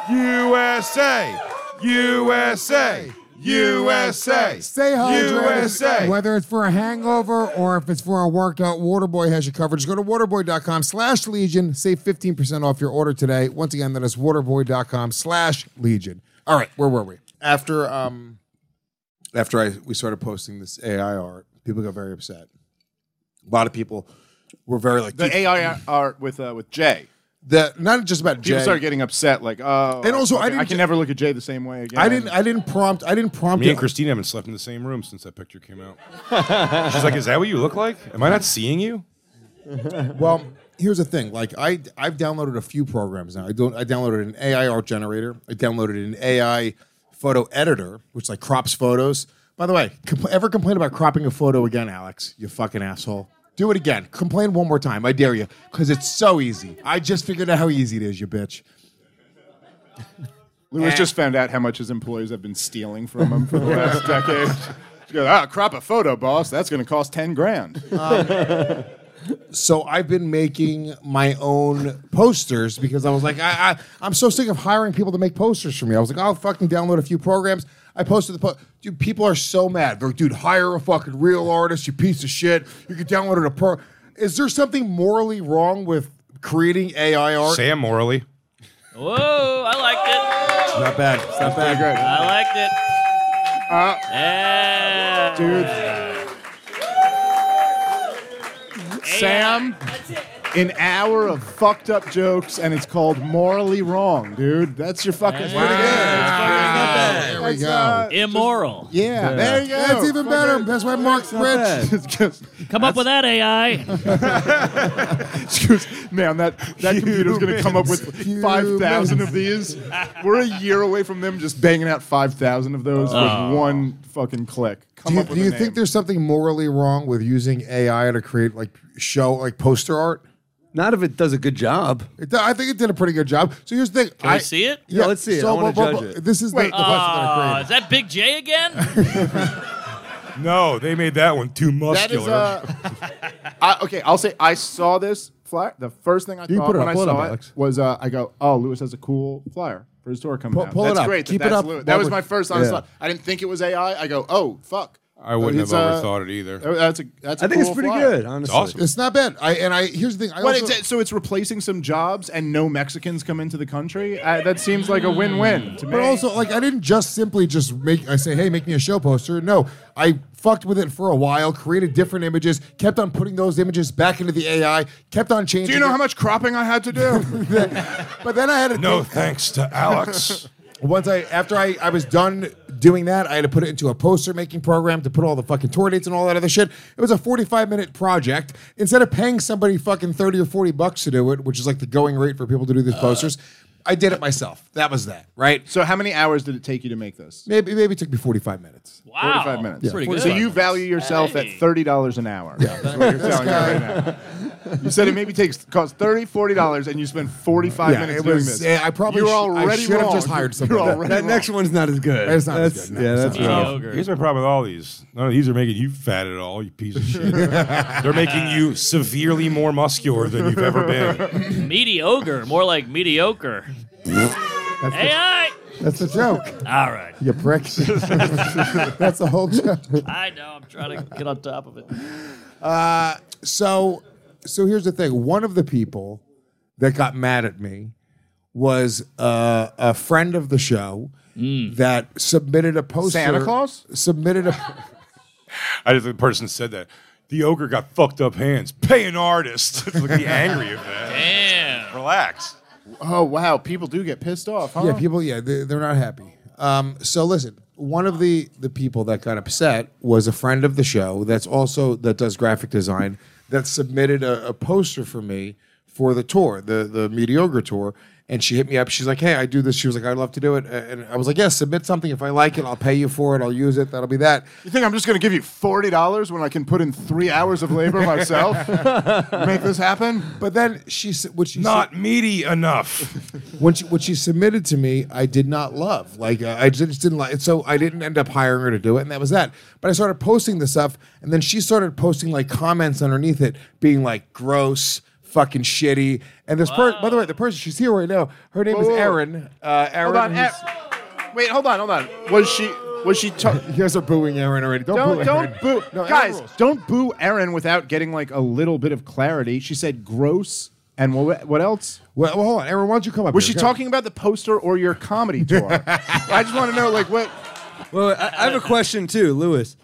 S3: USA. USA. USA.
S5: Stay hydrated.
S3: USA.
S5: Whether it's for a hangover or if it's for a workout, Waterboy has you covered. Just go to waterboy.com slash legion. Save 15% off your order today. Once again, that is waterboy.com slash legion. All right, where were we? After um after I we started posting this AI art, people got very upset. A lot of people were very like
S4: The AI art with uh, with Jay.
S5: that not just about
S4: People
S5: Jay.
S4: started getting upset, like, oh,
S5: And also, I
S4: okay,
S5: didn't
S4: can
S5: ju-
S4: never look at Jay the same way again.
S5: I didn't I didn't prompt I didn't prompt
S3: Me
S5: it.
S3: and Christine haven't slept in the same room since that picture came out. She's like, "Is that what you look like? Am I not seeing you?"
S5: Well, here's the thing. Like I I've downloaded a few programs now. I don't I downloaded an AI art generator. I downloaded an AI photo editor, which like crops photos. By the way, compl- ever complain about cropping a photo again, Alex? You fucking asshole. Do it again. Complain one more time. I dare you, because it's so easy. I just figured out how easy it is, you bitch.
S4: Lewis just found out how much his employees have been stealing from him for the last decade. She goes, ah, crop a photo, boss. That's going to cost 10 grand.
S5: So I've been making my own posters because I was like, I, I I'm so sick of hiring people to make posters for me. I was like, I'll fucking download a few programs. I posted the post. Dude, people are so mad. They're like, dude, hire a fucking real artist, you piece of shit. You can download it a pro. Is there something morally wrong with creating AI art?
S3: Sam Morley.
S1: Whoa, I liked it.
S5: It's not bad. It's not bad.
S1: I liked it. yeah.
S4: Dude. Sam, an hour of fucked up jokes, and it's called Morally Wrong, dude. That's your fucking. Wow.
S5: There we go.
S1: Immoral.
S4: Yeah, there you go.
S5: That's even better. That's why Mark's rich.
S4: It's just-
S1: Come up with that AI.
S4: Excuse man, that, that computer's going to come up with 5,000 of these. We're a year away from them just banging out 5,000 of those
S3: Oh.
S4: with one fucking click. Come
S5: Do you,
S4: up with
S5: do
S4: a
S5: you
S4: name.
S5: think there's something morally wrong with using AI to create like show like poster art?
S7: Not if it does a good job.
S5: It, do- I think it did a pretty good job. So here's the thing.
S1: Can I see it?
S7: Yeah, let's see it. I wanna
S5: but-
S7: judge
S5: but-
S7: it.
S5: This is
S4: Wait.
S5: the, the question that I
S1: Uh,
S5: created.
S1: is that Big J again?
S3: No, they made that one too
S4: That
S3: muscular.
S4: is uh, I, okay. I'll say I saw this flyer. The first thing I
S5: can
S4: thought
S5: put it
S4: when
S5: up,
S4: I
S5: pull it
S4: saw
S5: up,
S4: it
S5: Alex.
S4: was uh, I go, oh, Lewis has a cool flyer for his tour coming
S5: Pull-
S4: out.
S5: pull it
S4: that's
S5: up.
S4: great. that
S5: Keep it
S4: that's
S5: up
S4: Lewis.
S5: while
S4: That was
S5: we're-
S4: my first honest
S5: yeah.
S4: thought. I didn't think it was AI. I go, oh fuck.
S3: I wouldn't
S4: It's,
S3: have
S4: uh,
S3: overthought it either.
S4: uh, That's a that's. a
S7: I think it's
S4: cool
S7: pretty
S4: flyer.
S7: good, honestly.
S3: awesome.
S5: It's not bad. I and I here's the thing. I
S4: What
S5: also,
S4: is it- so it's replacing some jobs and no Mexicans come into the country. Uh, that seems like a win-win to me.
S5: But also, like, I didn't just simply just make. I say, hey, make me a show poster. No, I fucked with it for a while, created different images, kept on putting those images back into the AI, kept on changing.
S4: do you know
S5: it.
S4: how much cropping I had to do?
S5: But then I had to
S3: no, thanks to Alex.
S5: Once I, after I, I was done doing that, I had to put it into a poster making program to put all the fucking tour dates and all that other shit. It was a 45 minute project. Instead of paying somebody fucking 30 or 40 bucks to do it, which is like the going rate for people to do these posters, I did it myself. That was that, right?
S4: so how many hours did it take you to make this?
S5: Maybe, maybe it took me 45 minutes.
S1: Wow.
S4: 45 minutes.
S1: Pretty good.
S4: So you value yourself
S1: Hey.
S4: at $30 an hour. Yeah. That's what you're telling me right now. You said it maybe takes costs $30, $40, and you spend 45
S5: Yeah,
S4: minutes
S5: it
S4: doing
S5: was-
S4: this.
S5: yeah, I probably
S4: You're
S5: sh- I
S4: already
S5: should have
S4: wrong.
S5: just hired somebody.
S4: You're
S5: That-
S4: already
S7: That
S4: wrong.
S7: next one's not as good.
S5: It's not as
S7: That's-
S5: good, no,
S7: yeah,
S5: it's
S7: that's
S5: not as
S7: rough.
S1: Mediocre.
S3: Here's my problem with all these. None of these are making you fat at all, you piece of shit. They're making you severely more muscular than you've ever been.
S1: Mediocre. More like mediocre. AI.
S5: That's the joke,
S1: All right.
S5: you prick. That's the whole joke.
S1: I know. I'm trying to get on top of it.
S5: So, so here's the thing. One of the people that got mad at me was uh, a friend of the show that submitted a poster.
S4: Mm. Santa Claus?
S5: submitted a.
S3: I just the person said that. The ogre got fucked up hands. Pay an artist. Look at the angry of that.
S1: Damn.
S3: Relax.
S4: Oh, wow. People do get pissed off, huh?
S5: Yeah, people. Yeah, they, they're not happy. Um, so listen, one of the the people that got upset was a friend of the show that's also that does graphic design that submitted a, a poster for me for the tour, the the mediocre tour. And she hit me up. She's like, "Hey, I do this." She was like, "I'd love to do it." And I was like, "Yeah, submit something. If I like it, I'll pay you for it. I'll use it. That'll be that."
S4: You think I'm just going to give you $40 when I can put in three hours of labor myself? make this happen?
S5: But then she said, "What she said-
S3: Not meaty enough.
S5: when she, what she submitted to me, I did not love. Like uh, I just didn't like. So I didn't end up hiring her to do it, and that was that. But I started posting this stuff, and then she started posting like comments underneath it, being like gross. Fucking shitty, and this person. By the way, the person she's here right now. Her name
S4: Whoa,
S5: is
S4: whoa.
S5: Erin. Uh, Erin.
S4: Hold on. E-
S5: who's-
S4: eh, Wait, hold on, hold on. Was she
S3: Was she? T-
S5: you guys are booing Aaron already. Don't,
S3: don't
S5: boo
S3: don't
S5: Aaron.
S3: boo,
S5: No, Aaron
S3: guys.
S5: rules.
S4: Don't boo Erin without getting like a little bit of clarity. She said gross and what, what else?
S5: Well, hold on, Erin. Why don't you come up?
S4: Was
S5: here?
S4: she
S5: Go.
S4: talking about the poster or your comedy tour? I just want to know like what.
S13: Well, I, I have a question too, Lewis.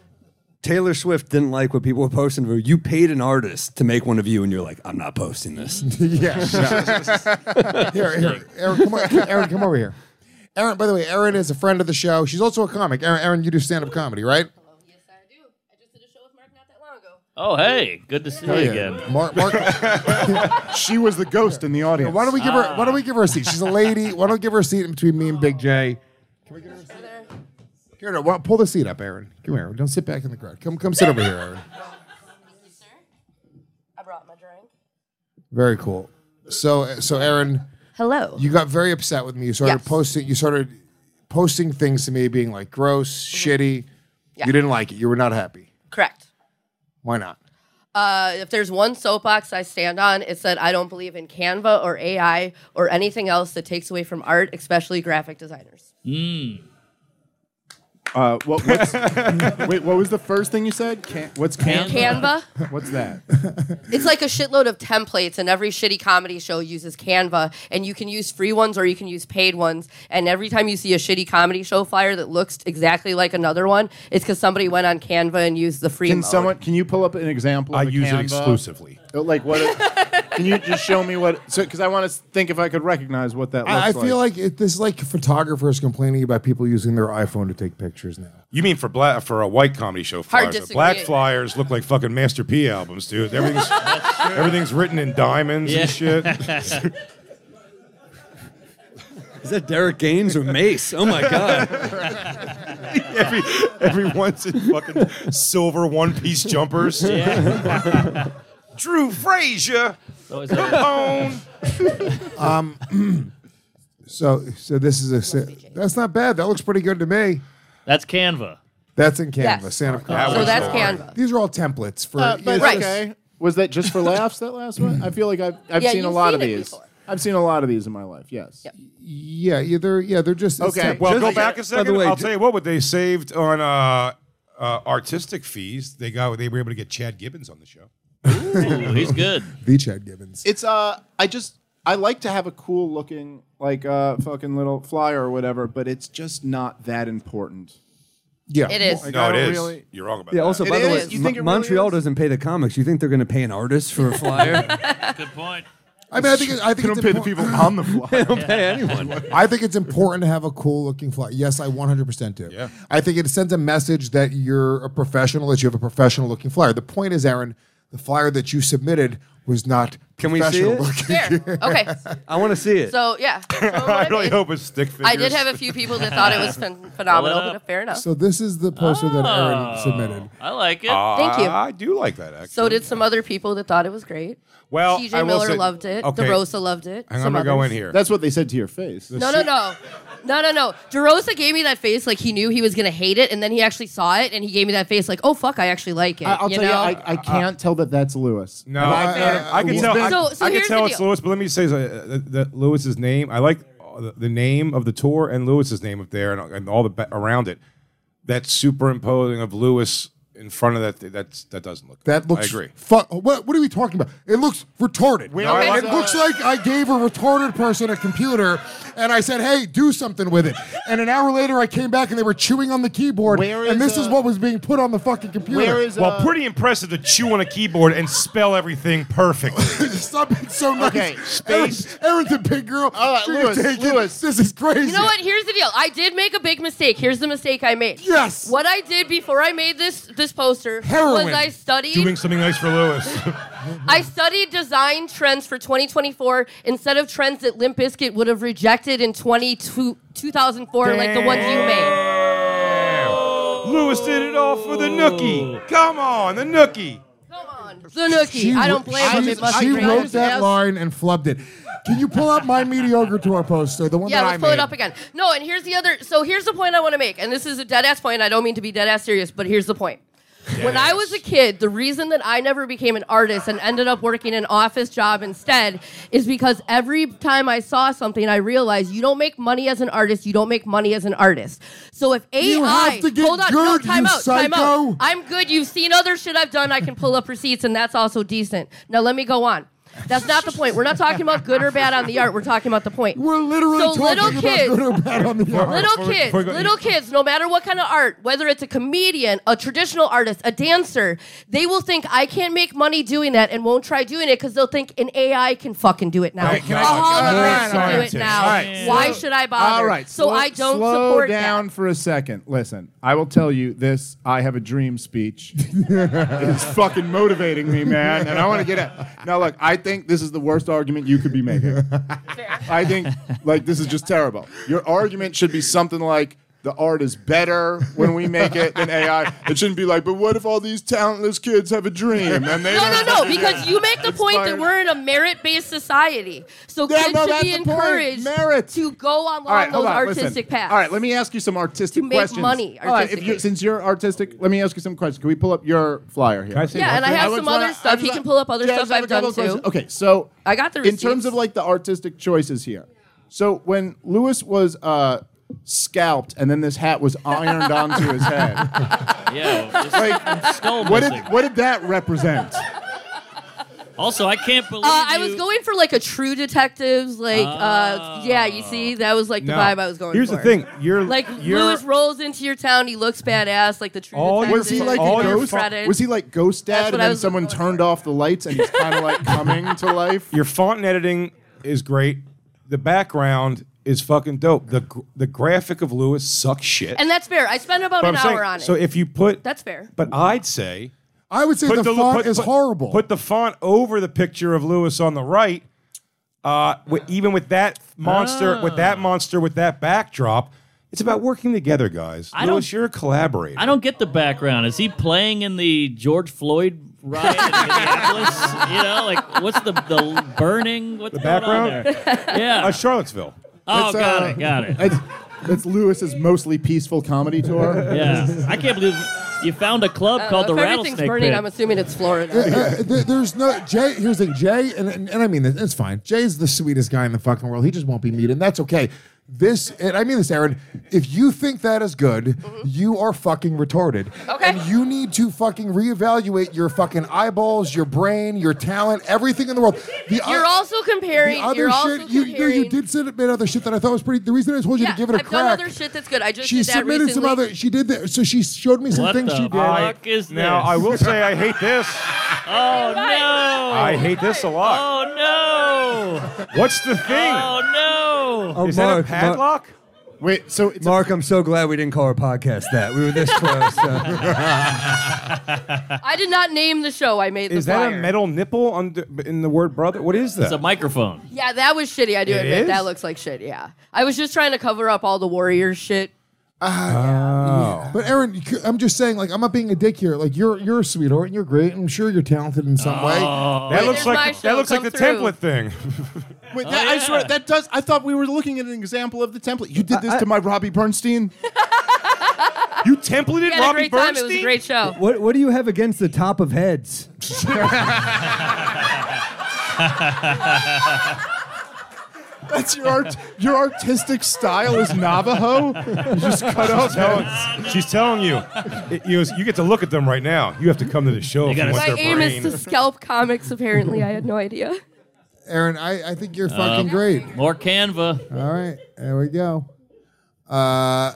S13: Taylor Swift didn't like what people were posting of her. You paid an artist to make one of you, and you're like, I'm not posting this.
S5: yeah. here, here, Aaron, come on, Aaron, come over here. Aaron, by the way, Aaron is a friend of the show. She's also a comic. Aaron, Aaron you do stand up comedy, right?
S1: Oh, hey, good to see
S5: Hell
S1: you
S5: yeah.
S1: again.
S5: Mark, Mark,
S4: she was the ghost in the audience.
S5: why don't we give her? Why don't we give her a seat? She's a lady. Why don't we give her a seat in between me and Big J? Here, no, why- pull the seat up, Aaron. Come here. Don't sit back in the crowd. Come, come sit over here, Aaron. Very cool. So, so Aaron,
S7: Hello.
S5: you got very upset with me. You started
S7: Yes.
S5: posting. You started posting things to me, being like gross, shitty.
S7: Mm-hmm. Yeah.
S5: You didn't like it. You were not happy.
S7: Correct.
S5: Why not?
S7: Uh, if there's one soapbox I stand on, it's that I don't believe in Canva or AI or anything else that takes away from art, especially graphic designers.
S4: Mm. Uh, what, what's, wait, what was the first thing you said? Can, what's Canva?
S7: Canva?
S4: What's that?
S7: It's like a shitload of templates, and every shitty comedy show uses Canva, and you can use free ones or you can use paid ones. And every time you see a shitty comedy show flyer that looks exactly like another one, it's because somebody went on Canva and used the free.
S4: Can
S7: mode.
S4: someone? Can you pull up an example?
S3: I
S4: of a
S3: use it
S4: Canva?
S3: exclusively.
S4: Uh, Like what? can you just show me what? So, because I want to think if I could recognize what that. Looks
S5: I, I feel like it, this is like photographers complaining about people using their iPhone to take pictures now.
S3: You mean for black for a white comedy show
S7: Hard
S3: flyers? The black
S7: disagree.
S3: flyers look like fucking Master P albums, dude. Everything's everything's written in diamonds and shit.
S13: Is that Derek Gaines or Mace? Oh my god!
S3: Every, everyone's in fucking silver one piece jumpers.
S14: Yeah.
S3: Drew Frazier.
S14: is that-
S3: Capone.
S5: Um, so so this is a si- that's not bad. That looks pretty good to me.
S1: That's Canva.
S5: That's in Canva,
S1: Yes.
S5: stand-up
S1: That
S5: comedy.
S1: was So that's hard.
S5: These are all templates for.
S4: Uh, but
S5: Yes.
S4: okay. Was that just for laughs? That last one? I feel like I've I've
S5: Yeah,
S4: seen a
S5: you've
S4: lot
S5: seen
S4: of
S5: it
S4: these. I've seen a lot of these in my life. Yes.
S5: Yeah, yeah, they're yeah, they're just it's
S3: Okay.
S5: temp-
S3: Well,
S5: just-
S3: go back
S5: by
S3: a second.
S5: the way,
S3: I'll
S5: ju-
S3: tell you what. What they saved on uh, uh, artistic fees, they got they were able to get Chad Gibbons on the show.
S1: Ooh, he's good.
S5: The Chad Gibbons.
S4: It's uh, I just I like to have a cool looking like uh fucking little flyer or whatever, but it's just not that important.
S5: Yeah,
S4: It
S13: is.
S3: No,
S4: I
S3: it
S4: don't
S3: is.
S4: really-
S3: You're wrong about
S13: Yeah.
S3: that.
S13: Also, by the way, Mo- Montreal doesn't pay the comics. You think they're going to pay an artist for a flyer?
S1: Good point.
S5: I mean, I think it- I think
S4: They
S5: it's
S4: don't pay the
S5: impor-
S4: people on the fly.
S13: They don't pay anyone.
S5: I think it's important to have a cool looking flyer. Yes, I 100% do. Yeah. I think it sends a message that you're a professional, that you have a professional looking flyer. The point is, Aaron, the flyer that you submitted was not
S13: Can we see
S5: professional
S13: it?
S5: looking.
S7: Okay.
S13: I want to see it.
S7: So, yeah.
S3: I really hope it's stick figures.
S7: I did have a few people that thought it was phen- phenomenal, but fair enough.
S5: So this is the poster that Aaron
S3: Oh.
S5: submitted.
S7: I like it.
S3: Ah,
S7: Thank you.
S3: I do like that. Actually.
S7: So did some other people that thought it was great.
S3: Well,
S7: TJ
S3: I will
S7: Miller
S3: say-
S7: loved it.
S3: okay.
S7: DeRosa loved it.
S3: Hang on,
S7: some
S3: I'm gonna go
S7: others.
S3: in here.
S4: That's what they said to your face.
S7: No, no, no. No, no, no. DeRosa gave me that face like he knew he was going to hate it, and then he actually saw it, and he gave me that face like, oh, fuck, I actually like it.
S4: I, will
S7: you
S4: tell
S7: know?
S4: you, I, I can't tell that that's Lewis.
S3: No, I, uh, I, I can tell. I,
S7: So- so
S3: I can
S7: here's
S3: tell
S7: the
S3: it's
S7: deal.
S3: Lewis, but let me say so, uh, that, that Lewis's name. I like uh, the, the name of the tour and Lewis's name up there, and, and all the ba- around it. That superimposing of Lewis in front of that that's that doesn't look.
S5: That
S3: good. I
S5: looks.
S3: agree.
S5: Fu- what, what are we talking about? It looks retarded.
S3: No, I like
S5: it
S3: that.
S5: looks
S4: uh,
S5: like I gave a retarded person a computer and I said, hey, do something with it. And an hour later, I came back and they were chewing on the keyboard. and this is what was being put on the fucking computer.
S4: uh,
S3: well, pretty impressive to chew on a keyboard and spell everything perfectly.
S5: Stop being so nice.
S3: Okay, space.
S5: Aaron, Aaron's a big girl. All right,
S4: Lewis,
S5: Lewis. This is crazy.
S7: You know what? Here's the deal. I did make a big mistake. Here's the mistake I made.
S5: Yes.
S7: What I did before I made this this poster was I studied
S3: doing something nice for Lewis.
S7: I studied design trends for 2024 instead of trends that Limp Bizkit would have rejected in 22 2004, like the ones you made.
S3: Lewis did it all for the nookie. Come on, the nookie.
S7: The Nookie. I don't
S5: wr-
S7: blame him.
S5: she-
S7: It must
S5: She
S7: be
S5: wrote
S7: racist.
S5: that
S7: Yes.
S5: line and flubbed it. Can you pull up my mediocre tour poster, the one
S7: Yeah,
S5: that
S7: let's
S5: I
S7: pull
S5: made?
S7: it up again. No, and here's the other. So here's the point I want to make, and this is a dead ass point. I don't mean to be dead ass serious, but here's the point. When I was a kid, the reason that I never became an artist and ended up working an office job instead is because every time I saw something, I realized you don't make money as an artist. You don't make money as an artist. So if AI,
S15: You have to get
S7: hold on, no,
S15: good,
S7: time
S15: you
S7: out, time out.
S15: psycho.
S7: I'm good. You've seen other shit I've done. I can pull up receipts, and that's also decent. Now let me go on. That's not the point. We're not talking about good or bad on the art. We're talking about the point. We're
S5: literally
S7: so
S5: talking
S7: little
S5: about
S7: kids,
S5: good or bad on the art.
S7: Little kids, little kids, no matter what kind of art, whether it's a comedian, a traditional artist, a dancer, they will think I can't make money doing that and won't try doing it because they'll think an AI can fucking do it now.
S15: Right, can I-
S7: a
S15: All
S7: hologram
S15: right,
S7: can do it
S15: scientist.
S7: now.
S15: All right,
S7: Why
S15: slow-
S7: should I bother?
S4: All right.
S7: so
S4: slow-
S7: I don't
S4: slow
S7: support
S4: down for a second. Listen, I will tell you this I have a dream speech is fucking motivating me, man. And I want to get out. Now, look, I think this is the worst argument you could be making. I think, like, this is just terrible. Your argument should be something like, the art is better when we make it than AI. It shouldn't be like, but what if all these talentless kids have a dream and they
S7: No,
S4: don't
S7: no, no,
S4: fucking
S7: because
S4: get
S7: you make the point that
S4: inspired?
S7: we're in a merit based society. So
S4: Yeah,
S7: kids
S4: no,
S7: should be
S4: that's the point.
S7: encouraged to go
S4: hold
S7: along those
S4: on, listen.
S7: artistic paths.
S4: All right, let me ask you some artistic
S7: To make
S4: questions.
S7: money
S4: All right, if
S7: artistically.
S4: you, since you're artistic, let me ask you some questions. Can we pull up your flyer here?
S7: yeah, and I have some
S4: just
S7: other
S4: wanna- I
S7: stuff.
S4: just
S7: He
S4: wanna-
S7: can pull up other
S4: yeah, I
S7: stuff
S4: just have
S7: I've
S4: a couple
S7: done
S4: of questions.
S7: too.
S4: Okay, so
S7: I got the
S4: in
S7: receipts.
S4: terms of like the artistic choices here. So when Lewis was uh, scalped, and then this hat was ironed onto his head.
S1: Yeah, well, this skull
S4: What did
S1: missing.
S4: what did that represent?
S1: Also, I can't believe.
S7: Uh, I was going for like a true detectives, like uh, yeah, you see, that was like the
S3: No.
S7: vibe I was going
S3: Here's
S7: for.
S3: the thing. You're
S7: like
S3: you're,
S7: Lewis rolls into your town, he looks badass, like the true
S3: All
S7: detective.
S3: your
S4: Was he like
S3: All
S4: a
S3: your
S4: ghost?
S7: fretted.
S4: Was he like ghost dad,
S7: what
S4: and
S7: I
S4: then
S7: was
S4: someone turned off the lights, and he's kind of like coming to life?
S3: Your font and editing is great. The background is fucking dope. The gr- the graphic of Lewis sucks shit.
S7: and that's fair. I spent about
S3: But
S7: an
S3: I'm saying-
S7: hour on it.
S3: So if you put
S7: that's fair.
S3: but I'd say
S5: I would say the font is horrible.
S3: Put the font over the picture of Lewis on the right. Uh, wi- even with that monster, with that monster, with that backdrop, it's about working together, guys.
S1: I
S3: Lewis,
S1: don't-
S3: you're a collaborator.
S1: I don't get the background. Is he playing in the George Floyd riot in Minneapolis? you know, like what's the the burning? What's
S3: the
S1: going
S3: background,
S1: On there? Yeah.
S3: uh, Charlottesville.
S1: Oh,
S4: It's,
S1: got
S4: uh,
S1: it, got it.
S4: It's, it's Lewis's mostly peaceful comedy tour.
S1: Yeah, I can't believe you found a club
S7: I don't
S1: called
S7: know,
S1: the
S7: if everything's
S1: Rattlesnake
S7: Uh, burning,
S1: Pit.
S7: I'm assuming it's Florida.
S5: Uh, there- there's no Jay. Here's the thing, Jay, and, and, and I mean this. It's fine. Jay's the sweetest guy in the fucking world. He just won't be mean, and that's okay. This, and I mean this, Aaron. If you think that is good,
S7: Mm-hmm.
S5: you are fucking retarded. Okay. And you need to fucking reevaluate your fucking eyeballs, your brain, your talent, everything in the world. The
S7: you're also comparing.
S5: the other
S7: you're also
S5: shit, you, no, you did submit other shit that I thought was pretty. The reason I told you
S7: yeah,
S5: to give it a
S7: I've
S5: crack.
S7: done other shit that's good. I just
S5: she
S7: did that
S5: submitted
S7: recently.
S5: some other. She did that. So she showed me some
S1: What
S5: things
S1: the
S5: she did.
S1: fuck is
S3: Now
S1: this?
S3: I will say I hate this.
S1: Oh no!
S3: I hate this a lot.
S1: Oh no!
S3: What's the thing?
S1: Oh no!
S16: Oh,
S3: Is that a
S16: Mark, Mark-
S3: padlock?
S4: Wait, so it's
S16: Mark, I'm so glad we didn't call our podcast that. We were this close.
S7: I did not name the show. I made the
S3: Is that a
S7: flyer.
S3: metal nipple under, in the word brother? What is that?
S1: It's a microphone.
S7: Yeah, that was shitty. I do
S3: It
S7: admit
S3: is?
S7: that looks like shit. Yeah, I was just trying to cover up all the Warriors shit.
S3: Oh.
S5: But Aaron, you cou- I'm just saying, like, I'm not being a dick here. Like, you're you're a sweetheart and you're great. and I'm sure you're talented in some way.
S3: That
S7: Wait,
S3: looks
S7: there's my
S3: like
S7: show.
S3: that looks like
S7: Come
S3: the
S7: through.
S3: template thing.
S4: Wait, that, I swear that does. I thought we were looking at an example of the template. You did this to my Robbie Bernstein.
S3: you templated
S7: We had a
S3: Robbie
S7: great time. It was a
S3: Bernstein?
S7: great show.
S16: what What do you have against the top of heads?
S4: That's your art. Your artistic style is Navajo. You just cut off
S3: She's telling,
S4: heads.
S3: she's telling you, it- you, you get to look at them right now. You have to come to the show. If you
S1: gotta-
S3: want
S7: My
S3: their
S7: aim
S3: brain.
S7: is to scalp comics. Apparently, I had no idea.
S5: Aaron, I, I think you're fucking great.
S1: More Canva.
S5: All right, there we go. Uh,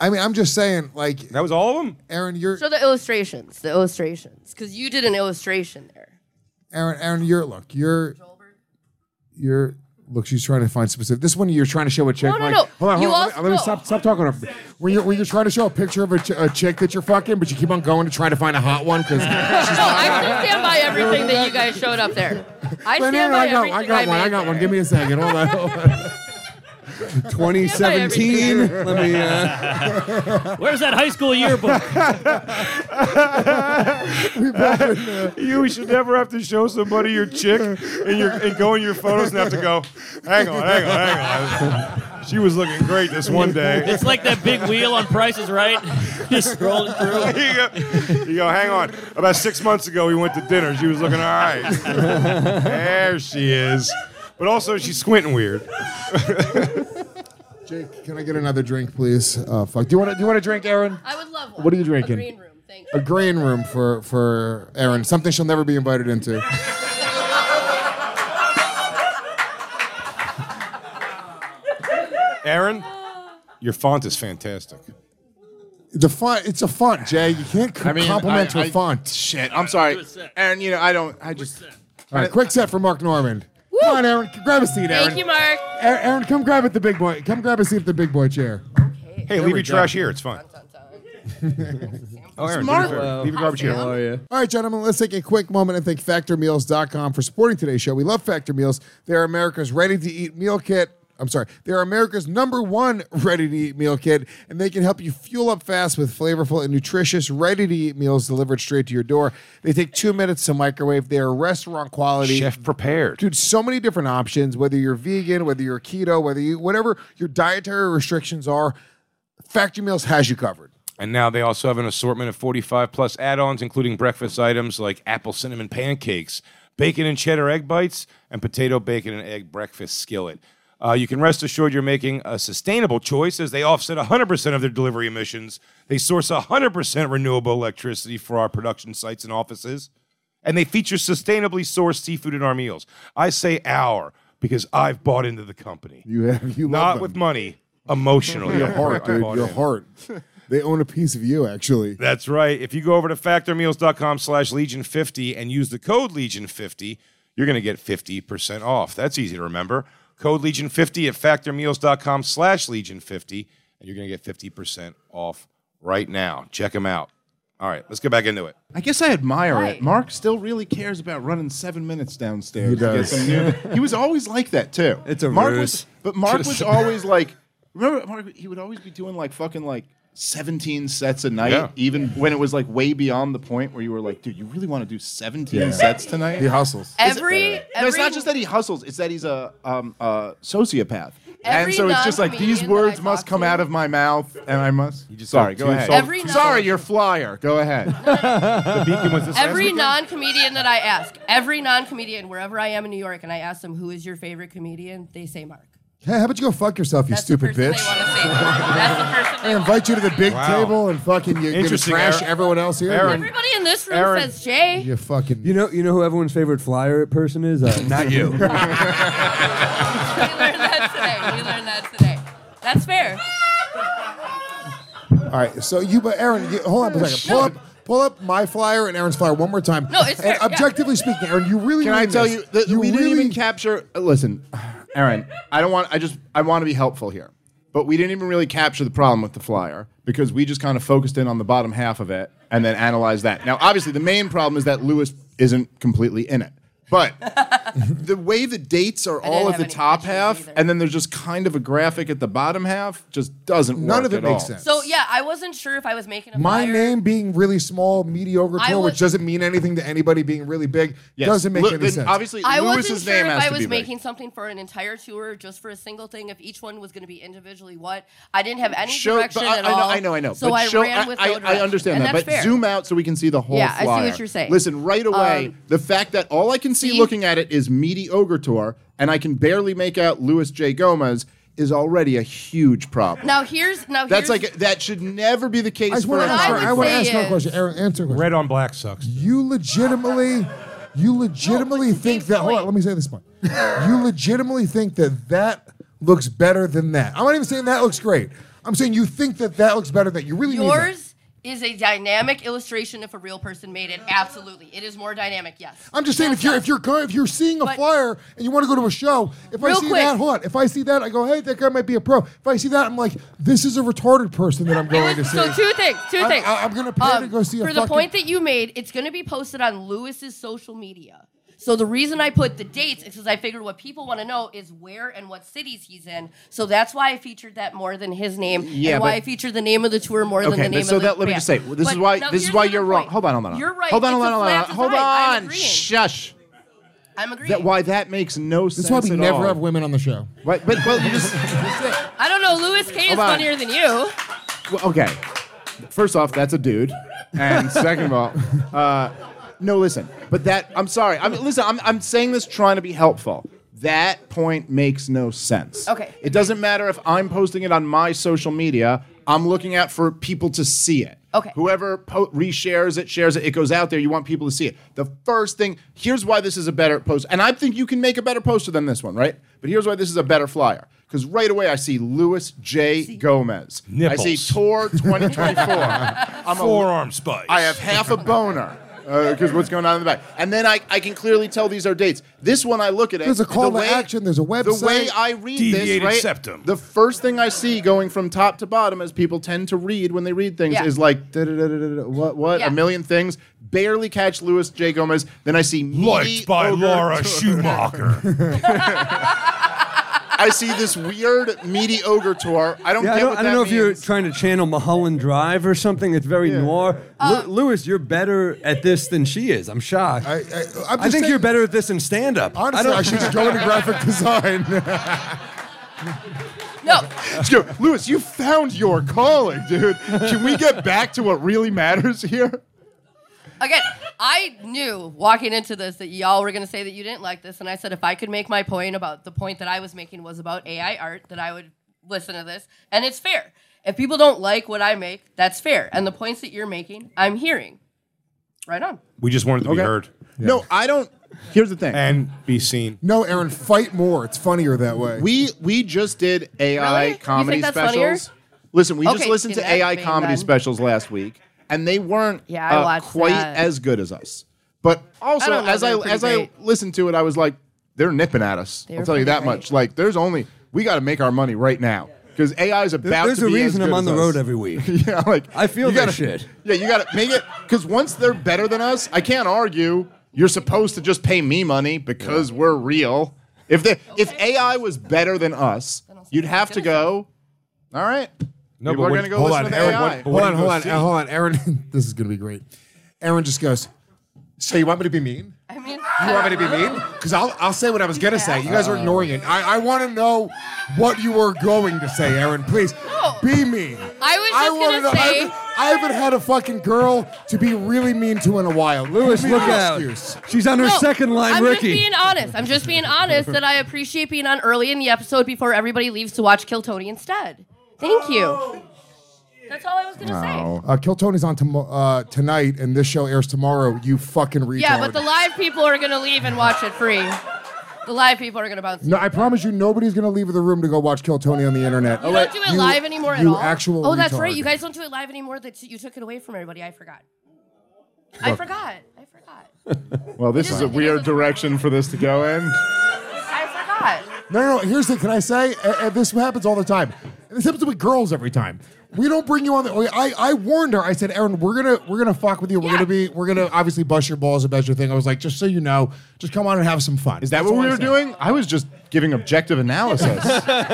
S5: I mean, I'm just saying, like,
S3: that was all of them.
S5: Aaron, you're
S7: So the illustrations, the illustrations, because you did an illustration there.
S5: Aaron, Aaron, you're look, you're you're look. She's trying to find specific. This one, you're trying to show a chick.
S7: No, no,
S5: like,
S7: no.
S5: Hold on,
S7: You
S5: hold on.
S7: also-
S5: let me
S7: no.
S5: stop. Stop talking. over- When you're when you're trying to show a picture of a, ch- a chick that you're fucking, but you keep on going to try to find a hot one because.
S7: No, I still stand by everything that you guys showed up there. I
S5: No, no,
S7: stand
S5: no,
S7: by
S5: I got,
S7: everything
S5: I got one.
S7: made
S5: I got
S7: there.
S5: one. Give me a second. Hold on. Hold on.
S16: 2017. Let me. Uh,
S1: Where's that high school yearbook?
S3: You should never have to show somebody your chick and your and go in your photos and have to go. Hang on, hang on, hang on. She was looking great this one day.
S1: It's like that big wheel on Price is Right. Just scrolling through.
S3: you, go, you go, hang on. About six months ago, we went to dinner. She was looking all right. there she is. But also, she's squinting weird.
S5: Jake, can I get another drink, please? Uh, fuck. Do you want to? Do you want to drink, Aaron?
S7: I would love one.
S5: What are you drinking?
S7: A green room. Thank
S5: A green room for for Aaron. Something she'll never be invited into.
S3: Aaron, your font is fantastic.
S5: The font. It's a font, Jay. You can't c-
S3: I mean,
S5: compliment
S3: I-
S5: a
S3: I-
S5: font.
S4: Shit, I'm sorry. Aaron, you know, I don't, I just.
S5: All right, quick set for Mark Norman. Come on, Aaron. Grab a seat, Aaron.
S7: Thank you, Mark.
S5: A- Aaron, come grab at the big boy. Come grab a seat at the big boy chair.
S3: Hey,
S5: There
S3: leave
S5: we
S3: your
S5: go.
S3: trash here. It's fine. oh, Aaron, leave your-
S5: Hello.
S3: leave your garbage here.
S5: All right, gentlemen, let's take a quick moment and thank FactorMeals.com for supporting today's show. We love Factor Meals. They are America's ready to eat meal kit. I'm sorry, they are America's number one ready to eat meal kit, and they can help you fuel up fast with flavorful and nutritious ready to eat meals delivered straight to your door. They take two minutes to microwave. They are restaurant quality.
S3: Chef prepared.
S5: Dude, so many different options, whether you're vegan, whether you're keto, whether you, whatever your dietary restrictions are, Factor Meals has you covered.
S3: And now they also have an assortment of 45 plus add ons, including breakfast items like apple cinnamon pancakes, bacon and cheddar egg bites, and potato, bacon, and egg breakfast skillet. Uh, you can rest assured you're making a sustainable choice as they offset 100% of their delivery emissions. They source 100% renewable electricity for our production sites and offices. And they feature sustainably sourced seafood in our meals. I say our because I've bought into the company.
S5: You have you
S3: Not with money, emotionally.
S5: Your
S3: I
S5: heart,
S3: bought
S5: dude. Your
S3: in.
S5: heart. They own a piece of you, actually.
S3: That's right. If you go over to factormeals.com slash legion50 and use the code legion50, you're going to get 50% off. That's easy to remember. Code legion50 at factormeals.com slash legion50, and you're going to get 50% off right now. Check them out. All right, let's get back into it.
S4: I guess I admire
S3: Right.
S4: it. Mark still really cares about running seven minutes downstairs.
S3: He
S4: to get
S3: does.
S4: some new- he was always like that too. It's a Mark
S17: ruse.
S4: Was, but Mark was always like, remember, Mark? He would always be doing like fucking like seventeen sets a night,
S5: Yeah.
S4: even when it was like way beyond the point where you were like, dude, you really want to do seventeen
S5: Yeah.
S4: sets tonight?
S5: He hustles.
S7: Every-
S4: no, it's
S7: every-
S4: not just that he hustles; it's that he's a um, uh, sociopath. and
S7: Every
S4: so it's just like these words must come out of my mouth, and I must. You just sorry, go ahead.
S7: Every
S4: sorry, you're flyer. Go ahead. the
S3: beacon was
S7: Every non comedian that I ask, every non comedian, wherever I am in New York, and I ask them, who is your favorite comedian? They say Mark.
S5: Hey, how about you go fuck yourself, you stupid bitch? I invite you to the big
S7: Wow.
S5: table and fucking you gonna
S17: Interesting,
S5: trash
S17: Aaron.
S5: everyone else here.
S7: Everybody in this room
S17: Aaron.
S7: says Jay.
S5: You fucking.
S17: You know, you know who everyone's favorite flyer person is. Uh, not you.
S7: We learned that today. We learned that today. That's fair.
S5: All right, so you, but Aaron, you, hold on a second. Pull up, pull up my flyer and Aaron's flyer one more time.
S4: No, it's
S5: and
S4: fair, yeah.
S5: objectively speaking, Aaron, you really
S4: Can I
S5: mean
S4: tell
S5: this.
S4: you that we didn't
S5: really-
S4: even capture? uh, Listen, Aaron, I don't want. I just I want to be helpful here, but we didn't even really capture the problem with the flyer because we just kind of focused in on the bottom half of it and then analyzed that. Now, obviously, the main problem is that Lewis isn't completely in it, but the way the dates are all at the top half and then there's just kind of a graphic at the bottom half just doesn't
S5: None
S4: work
S5: of it
S4: at
S5: makes
S4: all.
S5: sense.
S7: So, yeah, I wasn't sure if I was making a
S5: my
S7: flyer.
S5: name being really small, mediocre,
S7: I
S5: tour,
S7: was-
S5: which doesn't mean anything to anybody being really big, doesn't make
S4: Lu-
S5: any
S4: then
S5: sense.
S4: obviously,
S7: I
S4: Lewis's
S7: wasn't sure
S4: name
S7: if
S4: has
S7: I
S4: to
S7: was
S4: be big.
S7: making something for an entire tour, just for a single thing, if each one was going to be individually what. I didn't have any
S4: Show-
S7: direction
S4: but I,
S7: at
S4: I know,
S7: all.
S4: I know, I know.
S7: So
S4: but
S7: I
S4: show-
S7: ran with
S4: I,
S7: no
S4: I
S7: direction,
S4: understand
S7: and
S4: that,
S7: that's
S4: but
S7: fair.
S4: zoom out so we can see the whole
S7: Yeah, I see what
S4: flyer.
S7: you're saying.
S4: Listen, right away,
S7: Um,
S4: the fact that all I can see, looking at it is mediocre tour, and I can barely make out Louis J. Gomez is already a huge problem.
S7: Now here's now
S4: That's
S7: here's,
S4: like that should never be the case.
S5: I just
S4: for
S5: want to
S4: a
S5: ask, her,
S4: tour.
S5: I want to ask her a question. Aaron, answer a question.
S3: Red on black sucks.
S5: You legitimately, you legitimately think that. Hold on, let me say this point. you legitimately think that that looks better than that. I'm not even saying that looks great. I'm saying you think that that looks better than that. You really mean that.
S7: yours is a dynamic illustration if a real person made it. Absolutely, it is more dynamic. Yes.
S5: I'm just saying if you're if you're go- if you're seeing a flyer and you want to go to a show, if I
S7: Real
S5: see
S7: quick.
S5: that, hold on. If I see that, I go, hey, that guy might be a pro. If I see that, I'm like, this is a retarded person that I'm going to see.
S7: So two things. 2
S5: I'm-
S7: things. Um,
S5: I, am gonna pay to go see a
S7: for the
S5: fucking
S7: point that you made. It's going to be posted on Lewis's social media. So the reason I put the dates is because I figured what people want to know is where and what cities he's in. So that's why I featured that more than his name,
S4: Yeah,
S7: and why
S4: but-
S7: I featured the name of the tour more than
S4: Okay,
S7: the
S4: then
S7: name
S4: so
S7: of the
S4: that let me
S7: band.
S4: just say well, this is
S7: But
S4: why
S7: no,
S4: this is
S7: here's
S4: why
S7: another
S4: you're wrong.
S7: point.
S4: Hold on, hold on.
S7: You're right.
S4: Hold on,
S7: It's
S4: hold
S7: a
S4: on, hold on.
S7: flat
S4: Hold
S7: design. I'm
S4: on.
S7: agreeing.
S4: Shush.
S7: I'm agreeing.
S4: That, why that makes no sense.
S5: That's why we
S4: at
S5: never
S4: all.
S5: have women on the show.
S4: Right, but well, you just
S7: I don't know. Louis K is
S4: Hold on.
S7: funnier than you.
S4: well, okay. First off, that's a dude, and second of all, uh, no, listen. But that I'm sorry. I mean, listen. I'm I'm saying this trying to be helpful. That point makes no sense.
S7: Okay.
S4: It doesn't matter if I'm posting it on my social media. I'm looking out for people to see it. Okay. Whoever po- reshares it, shares it, it goes out there. You want people to see it. The first thing, here's why this is a better post, and I think you can make a better poster than this one, right? But here's why this is a better flyer. Because right away I see Louis J. Gomez. I see
S18: Nipples.
S4: Tour 2024. I'm
S18: Forearm spikes.
S4: I have half a boner. Because what's going on in the back? And then I, I can clearly tell these are dates. This one I look at it.
S5: There's a
S4: the
S5: call to
S4: way-
S5: action, there's a
S4: The way
S5: website.
S4: I read this,
S5: Deviated
S4: right?
S5: septum.
S4: The first thing I see going from top to bottom, as people tend to read when they read things,
S7: Yeah.
S4: is like da, da, da, da, da, da, what what
S7: Yeah.
S4: a million things. Barely catch Lewis J Gomez. Then I see meaty
S18: Liked by
S4: ogre-
S18: Laura Schumacher.
S4: I see this weird meaty ogre tour. I don't
S2: Yeah,
S4: get
S2: I don't,
S4: what
S2: I don't
S4: that
S2: know
S4: means.
S2: if you're trying to channel Mulholland Drive or something. It's very noir.
S7: Uh,
S2: Lu- Lewis, you're better at this than she is. I'm shocked. I,
S5: I'm
S2: think
S5: just saying-
S2: you're better at this than stand up.
S5: Honestly, I, should just go into graphic design.
S7: No.
S4: Excuse me, Lewis, you found your calling, dude. Can we get back to what really matters here?
S7: Again, I knew walking into this that y'all were going to say that you didn't like this. And I said, if I could make my point about the point that I was making was about AI art, that I would listen to this. And it's fair. If people don't like what I make, that's fair. And the points that you're making, I'm hearing. Right on.
S18: we just wanted to be heard.
S4: No, I don't. Here's the thing.
S18: And be seen.
S5: no, Aaron, fight more. It's funnier that way.
S4: We we just did AI
S5: Really? You
S4: comedy
S5: think that's
S4: specials.
S5: funnier?
S4: Listen, we just
S7: Okay,
S4: listened
S7: in
S4: to
S7: that
S4: AI
S7: vein,
S4: comedy
S7: then.
S4: specials last week, and they weren't
S7: Yeah, I
S4: uh,
S7: watched
S4: quite
S7: that.
S4: as good as us. But also,
S7: don't know,
S4: as
S7: they
S4: I
S7: were pretty
S4: as
S7: great.
S4: I listened to it, I was like, they're nipping at us.
S7: They
S4: I'll
S7: were
S4: tell you
S7: pretty
S4: that
S7: great.
S4: much. Like, there's only we got to make our money right now because AI is about.
S2: There's
S4: to
S2: a
S4: be as
S2: reason I'm
S4: good
S2: on
S4: as
S2: the
S4: us.
S2: road every week.
S4: yeah, like
S2: I feel
S4: you
S2: that
S4: gotta,
S2: shit.
S4: Yeah, you gotta make it because once they're better than us, I can't argue. You're supposed to just pay me money because we're real. If they, if AI was better than us, you'd have to go. All right.
S5: No,
S4: people
S5: but
S4: are
S5: when-
S4: gonna go
S5: hold
S4: listen
S5: on,
S4: to
S5: Aaron,
S4: AI.
S5: what- but what Hold do you on, go hold on, see? hold on, Aaron. this is going to be great. Aaron just goes, So you want me to be mean?
S7: I mean,
S5: You want me to be mean? Because I'll, I'll say what I was going to say. You guys are ignoring it. I, I want to know what you were going to say, Aaron. Please be mean.
S7: I was just
S5: wanna
S7: going to
S5: I
S7: say.
S5: haven't, I haven't had a fucking girl to be really mean to in a while.
S2: Lewis,
S5: Give me
S2: look
S5: an
S2: out.
S5: excuse.
S2: She's on her
S7: No,
S2: second line,
S7: I'm
S2: Ricky.
S7: just being honest. I'm just being honest that I appreciate being on early in the episode before everybody leaves to watch Kill Tony instead. Thank you. That's all I was gonna say.
S5: Uh, Kill Tony's on tom- uh, tonight, and this show airs tomorrow. You fucking retard.
S7: Yeah, but the live people are gonna leave and watch it free. The live people are gonna bounce.
S5: No, I promise you, nobody's gonna leave the room to go watch Kill Tony on the internet.
S7: You don't do it live anymore at
S5: you
S7: all.
S5: Actual
S7: oh, that's
S5: retard.
S7: right. You guys don't do it live anymore. That you took it away from everybody. I forgot. I
S4: Look.
S7: forgot. I forgot.
S4: Well, this is a weird direction for this to go in.
S7: I forgot.
S5: No, no, no. Here's the. Can I say? Uh, uh, this happens all the time. This happens with girls every time. We don't bring you on the. I, I warned her. I said, Erin, we're gonna we're gonna fuck with you. We're gonna be we're gonna obviously bust your balls about your thing. I was like, just so you know, just come on and have some fun.
S4: Is that
S5: That's
S4: what
S5: all
S4: we
S5: I
S4: were
S5: said.
S4: doing? I was just giving objective analysis.
S7: No,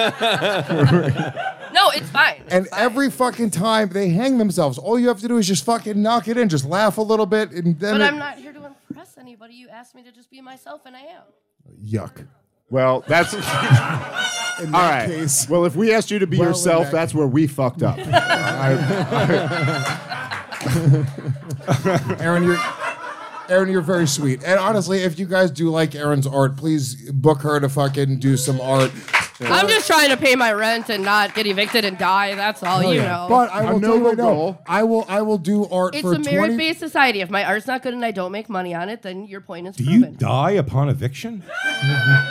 S7: it's fine.
S5: And every fucking time they hang themselves, all you have to do is just fucking knock it in, just laugh a little bit, and then
S7: But
S5: it-
S7: I'm not here to impress anybody. You asked me to just be myself, and I am.
S5: yuck.
S4: Well, that's
S5: In that
S4: all right.
S5: case-
S4: Well, if we asked you to be
S5: Well, in
S4: yourself,
S5: that-
S4: that's where we fucked up.
S5: Aaron, you're Aaron, you're very sweet. And honestly, if you guys do like Aaron's art, please book her to fucking do some art.
S7: I'm just trying to pay my rent and not get evicted and die. That's all,
S5: Hell
S7: Oh, you
S5: yeah.
S7: know.
S5: But I will
S4: A
S5: tell you right
S4: noble
S5: now, I will I will do art
S7: it's
S5: for
S7: a
S5: 20
S7: merit-based society. If my art's not good and I don't make money on it, then your point is
S18: Do you
S7: proven.
S18: die upon eviction?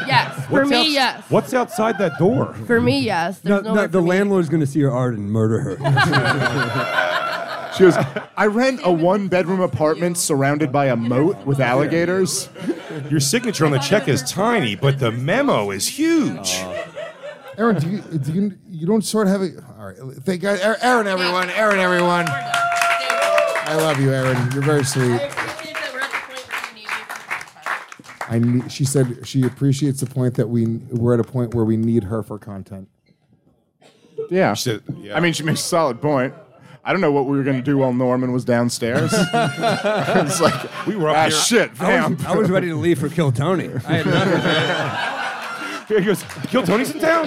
S7: yes, for
S18: What's
S7: me,
S18: outs-
S7: yes.
S18: What's outside that door?
S7: For me, yes.
S2: No,
S7: There's no,
S2: no, the landlord's going to see your art and murder her.
S4: She goes, I rent a one bedroom apartment surrounded by a moat with alligators.
S18: Your signature on the check is tiny, but the memo is huge.
S3: Uh,
S5: Aaron, do you do you, you don't sort of have a all right. Thank God. Aaron- Aaron everyone. Aaron everyone. I love you, Aaron. You're very sweet. I need, she said she appreciates the point that we we're at a point where we need her for content.
S4: Yeah. I mean, she makes a solid point. I don't know what we were going to do while Norman was downstairs. it's like we were up ah, shit,
S1: I
S4: vamp.
S1: was, I was ready to leave for Kill Tony. I had
S4: Here he goes, Kill Tony's in town?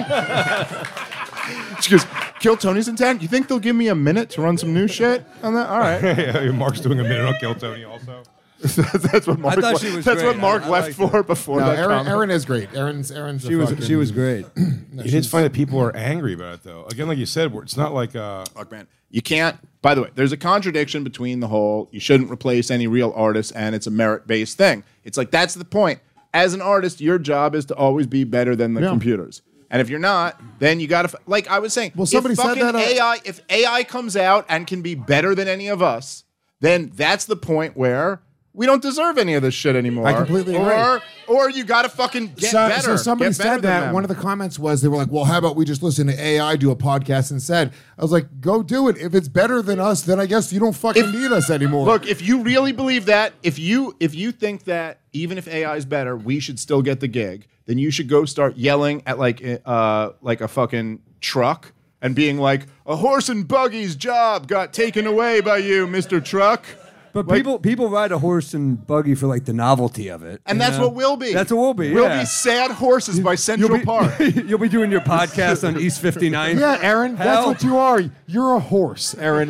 S4: she goes, Kill Tony's in town? You think they'll give me a minute to run some new shit on that? All right.
S3: Yeah, Mark's doing a minute on Kill Tony also.
S4: that's what Mark,
S5: thought
S4: wa-
S5: she was
S4: that's
S5: great.
S4: what Mark
S5: I- I
S4: left for before
S5: No,
S4: that
S5: Erin,
S4: comment.
S5: Erin is great. Erin's Erin's.
S3: She
S5: a
S3: was-
S5: fucking,
S3: she was great.
S5: No,
S3: it
S5: she's-
S3: is funny that people are angry about it though. Again, like you said, we're- it's not like uh,
S4: Look, man, you can't. By the way, there's a contradiction between the whole you shouldn't replace any real artist and it's a merit based thing. It's like that's the point. As an artist, your job is to always be better than the computers. And if you're not, then you got to like I was saying. Well,
S5: somebody
S4: if
S5: said
S4: fucking
S5: that, uh,
S4: AI. If AI comes out and can be better than any of us, then that's the point where we don't deserve any of this shit anymore.
S5: I completely
S4: or,
S5: agree.
S4: Or you got to fucking get
S5: so,
S4: better.
S5: so somebody
S4: Get better
S5: said
S4: than
S5: that
S4: them.
S5: one of the comments was they were like, "Well, how about we just listen to AI do a podcast instead?" I was like, "Go do it. If it's better than us, then I guess you don't fucking need us anymore."
S4: Look, if you really believe that, if you if you think that even if AI is better, we should still get the gig, then you should go start yelling at like uh like a fucking truck and being like, "A horse and buggy's job got taken away by you, Mister Truck."
S1: But people people ride a horse and buggy for like the novelty of it,
S4: And
S1: you
S4: that's
S1: know?
S4: what we'll be.
S1: That's what we'll be.
S4: We'll
S1: yeah.
S4: be sad horses by Central Park.
S1: You'll be doing your podcast on East 59.
S5: yeah, Aaron, that's
S1: Hell.
S5: what you are. You're a horse, Aaron.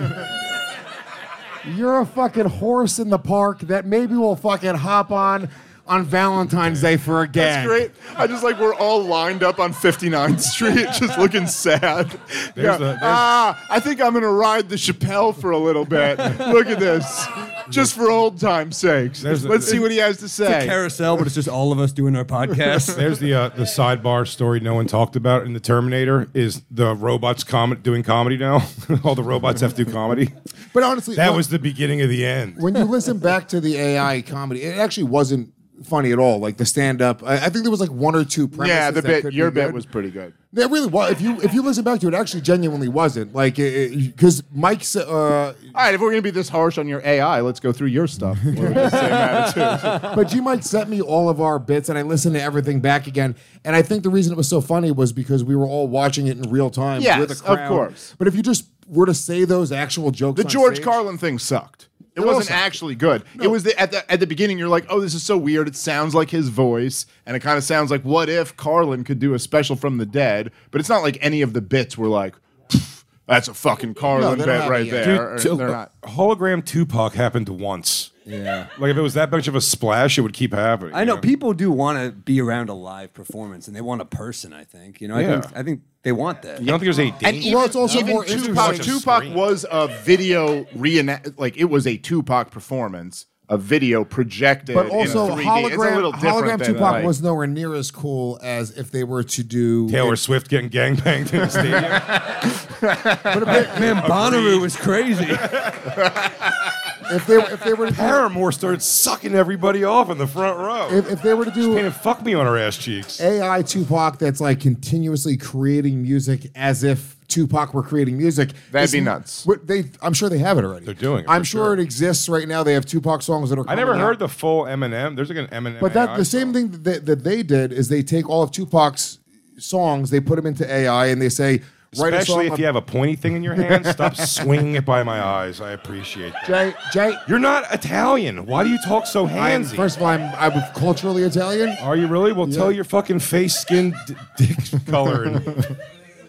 S5: You're a fucking horse in the park that maybe we'll fucking hop on on Valentine's Day for a
S4: That's
S5: gag.
S4: great. I just like we're all lined up on 59th Street, just looking sad. Yeah.
S3: the- there's-
S4: ah, I think I'm gonna ride the Chappelle for a little bit. Look at this, just for old time's sakes.
S3: There's
S4: Let's
S3: the-
S4: see what he has to
S1: It's a
S4: say.
S1: carousel, but it's just all of us doing our podcast.
S3: There's the uh, the sidebar story no one talked about in the Terminator is the robots com- doing comedy now. All the robots have to do comedy.
S5: But honestly,
S3: that
S5: look-
S3: was the beginning of the end.
S5: when you listen back to the AI comedy, it actually wasn't funny at all. Like the stand up, I, I think there was like one or two premises.
S4: yeah, the
S5: that
S4: bit,
S5: could
S4: your
S5: be
S4: bit
S5: good.
S4: was pretty good.
S5: It really was. If you if you listen back to it, it actually genuinely wasn't. Like, because Mike's. Uh,
S4: All right, if we're gonna be this harsh on your AI, let's go through your stuff.
S5: but G Mike sent me all of our bits, and I listened to everything back again. And I think the reason it was so funny was because we were all watching it in real time
S4: Yes,
S5: with a
S4: of
S5: crowd.
S4: course.
S5: But if you just were to say those actual jokes,
S4: The
S5: on
S4: George
S5: stage-
S4: Carlin thing sucked. It,
S5: It all
S4: wasn't
S5: sucked.
S4: actually good. It was the, at the at the beginning. You're like, oh, this is so weird. It sounds like his voice, and it kind of sounds like what if Carlin could do a special from the dead? But it's not like any of the bits were like, "Pff, that's a fucking Carlin
S5: they're
S4: bit
S5: not
S4: right
S5: yet.
S4: there. or
S3: Dude,
S4: uh, they're not.
S3: Hologram Tupac happened once.
S5: Yeah.
S3: Like if it was that much of a splash, it would keep happening.
S1: I know people do want to be around a live performance, and they want a person. I think you know. I
S3: Yeah.
S1: think I think they want that.
S3: You don't think there's any
S4: And
S3: danger?
S4: even,
S5: Well, it's also
S4: even
S5: more
S4: Tupac,
S5: interesting.
S4: Tupac was a video reenact, like it was a Tupac performance, a video projected.
S5: But also,
S4: in 3D. it's a little
S5: hologram,
S4: different
S5: hologram
S4: than,
S5: Tupac
S4: like-
S5: was nowhere near as cool as if they were to do
S3: Taylor Swift getting gangbanged in the stadium.
S1: Man, Bonnaroo was crazy.
S5: if they if they were to do,
S3: Paramore started sucking everybody off in the front row.
S5: if, if they were to do
S3: Man, fuck me on her ass cheeks.
S5: AI Tupac that's like continuously creating music as if Tupac were creating music.
S4: That'd
S5: It's-
S4: be nuts.
S5: what They, I'm sure they have it already.
S3: They're doing it,
S5: I'm
S3: for
S5: sure,
S3: sure.
S5: it exists right now. They have Tupac songs that are.
S3: I never
S5: coming
S3: heard
S5: out.
S3: the full Eminem. There's like an Eminem.
S5: But that
S3: AI
S5: the same thing that they, that they did is they take all of Tupac's songs, they put them into AI, and they say. Write a song
S3: Especially if
S5: ab-
S3: you have a pointy thing in your hand, stop swinging it by my eyes. I appreciate that.
S5: Jay, Jay,
S3: You're not Italian. Why do you talk so
S5: I'm,
S3: handsy?
S5: first of all, I'm, I'm culturally Italian.
S3: Are you really? Well, tell your fucking face, skin, d- dick color. And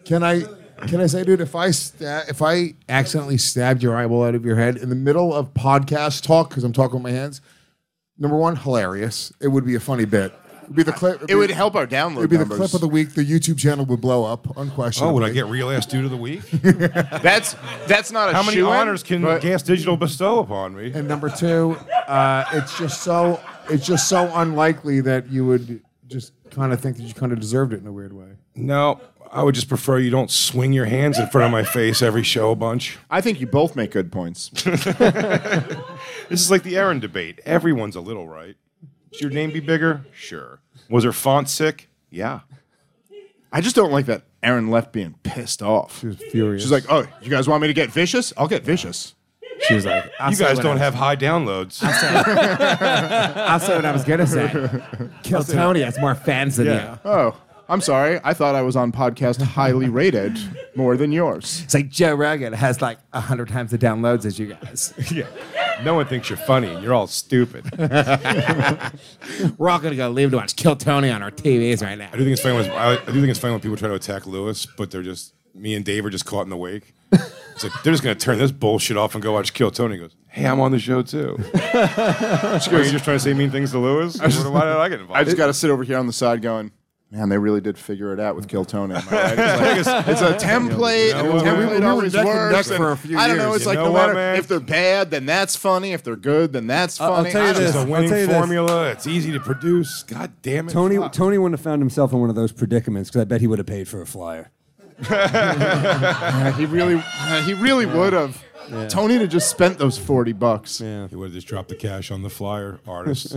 S5: Can I can I say, dude, if I sta- if I accidentally stabbed your eyeball out of your head in the middle of podcast talk because I'm talking with my hands, number one, hilarious. It would be a funny bit. It'd be the clip. it'd
S4: It would
S5: be-
S4: help our download
S5: It'd be the
S4: numbers.
S5: clip of the week. The YouTube channel would blow up,
S3: oh,
S5: unquestionably.
S3: would I get real ass dude of the week?
S4: That's that's not a
S3: How many
S4: shoo-in,
S3: honors can
S4: but-
S3: Gas Digital bestow upon me?
S5: And number two, uh, it's just so it's just so unlikely that you would just kind of think that you kind of deserved it in a weird way.
S3: No, I would just prefer you don't swing your hands in front of my face every show a bunch.
S4: I think you both make good points.
S3: This is like the Aaron debate. Everyone's a little right. Should your name be bigger? Sure. Was her font sick? Yeah.
S4: I just don't like that Aaron left being pissed off. She was
S5: furious.
S4: She's like, "Oh, you guys want me to get vicious? I'll get vicious."
S5: She was like,
S3: you guys don't have high downloads.
S5: I said what I was gonna say. Kill Tony has more fans than
S3: Yeah.
S4: Oh, I'm sorry. I thought I was on podcast highly rated more than yours.
S19: It's like Joe Rogan has like hundred times the downloads as you guys.
S3: yeah. No one thinks you're funny. You're all stupid.
S19: We're all gonna go live to watch Kill Tony on our TVs right now.
S3: I do think it's funny when I, I do think it's funny when people try to attack Lewis, but they're just me and Dave are just caught in the wake. It's like they're just gonna turn this bullshit off and go watch Kill Tony. He goes, hey, I'm on the show too. Screw, you're just trying to say mean things to Lewis. I wonder why did I get involved?
S4: I just got to sit over here on the side going, man, they really did figure it out with Kill Tony. am I right?" It's, like, it's a template.
S3: You know
S4: and
S3: what,
S4: the
S3: man?
S4: template
S3: We were
S4: always
S3: neck and
S4: works.
S3: neck
S4: and
S3: for a few
S4: I don't know.
S3: years.
S4: It's
S3: You
S4: like
S3: know
S4: no
S3: what,
S4: matter
S3: man?
S4: if they're bad, then that's funny. If they're good, then that's
S7: I'll-
S4: funny.
S7: I'll tell you
S4: I don't
S7: this.
S4: know.
S3: It's a winning
S7: tell you this.
S3: formula. It's easy to produce. God damn it.
S7: Tony
S3: Fuck.
S7: Tony wouldn't have found himself in one of those predicaments because I bet he would have paid for a flyer.
S4: he really, uh, he really would have.
S3: Yeah.
S4: Tony to just spent those forty bucks.
S3: Yeah. He would have just dropped the cash on the flyer artist.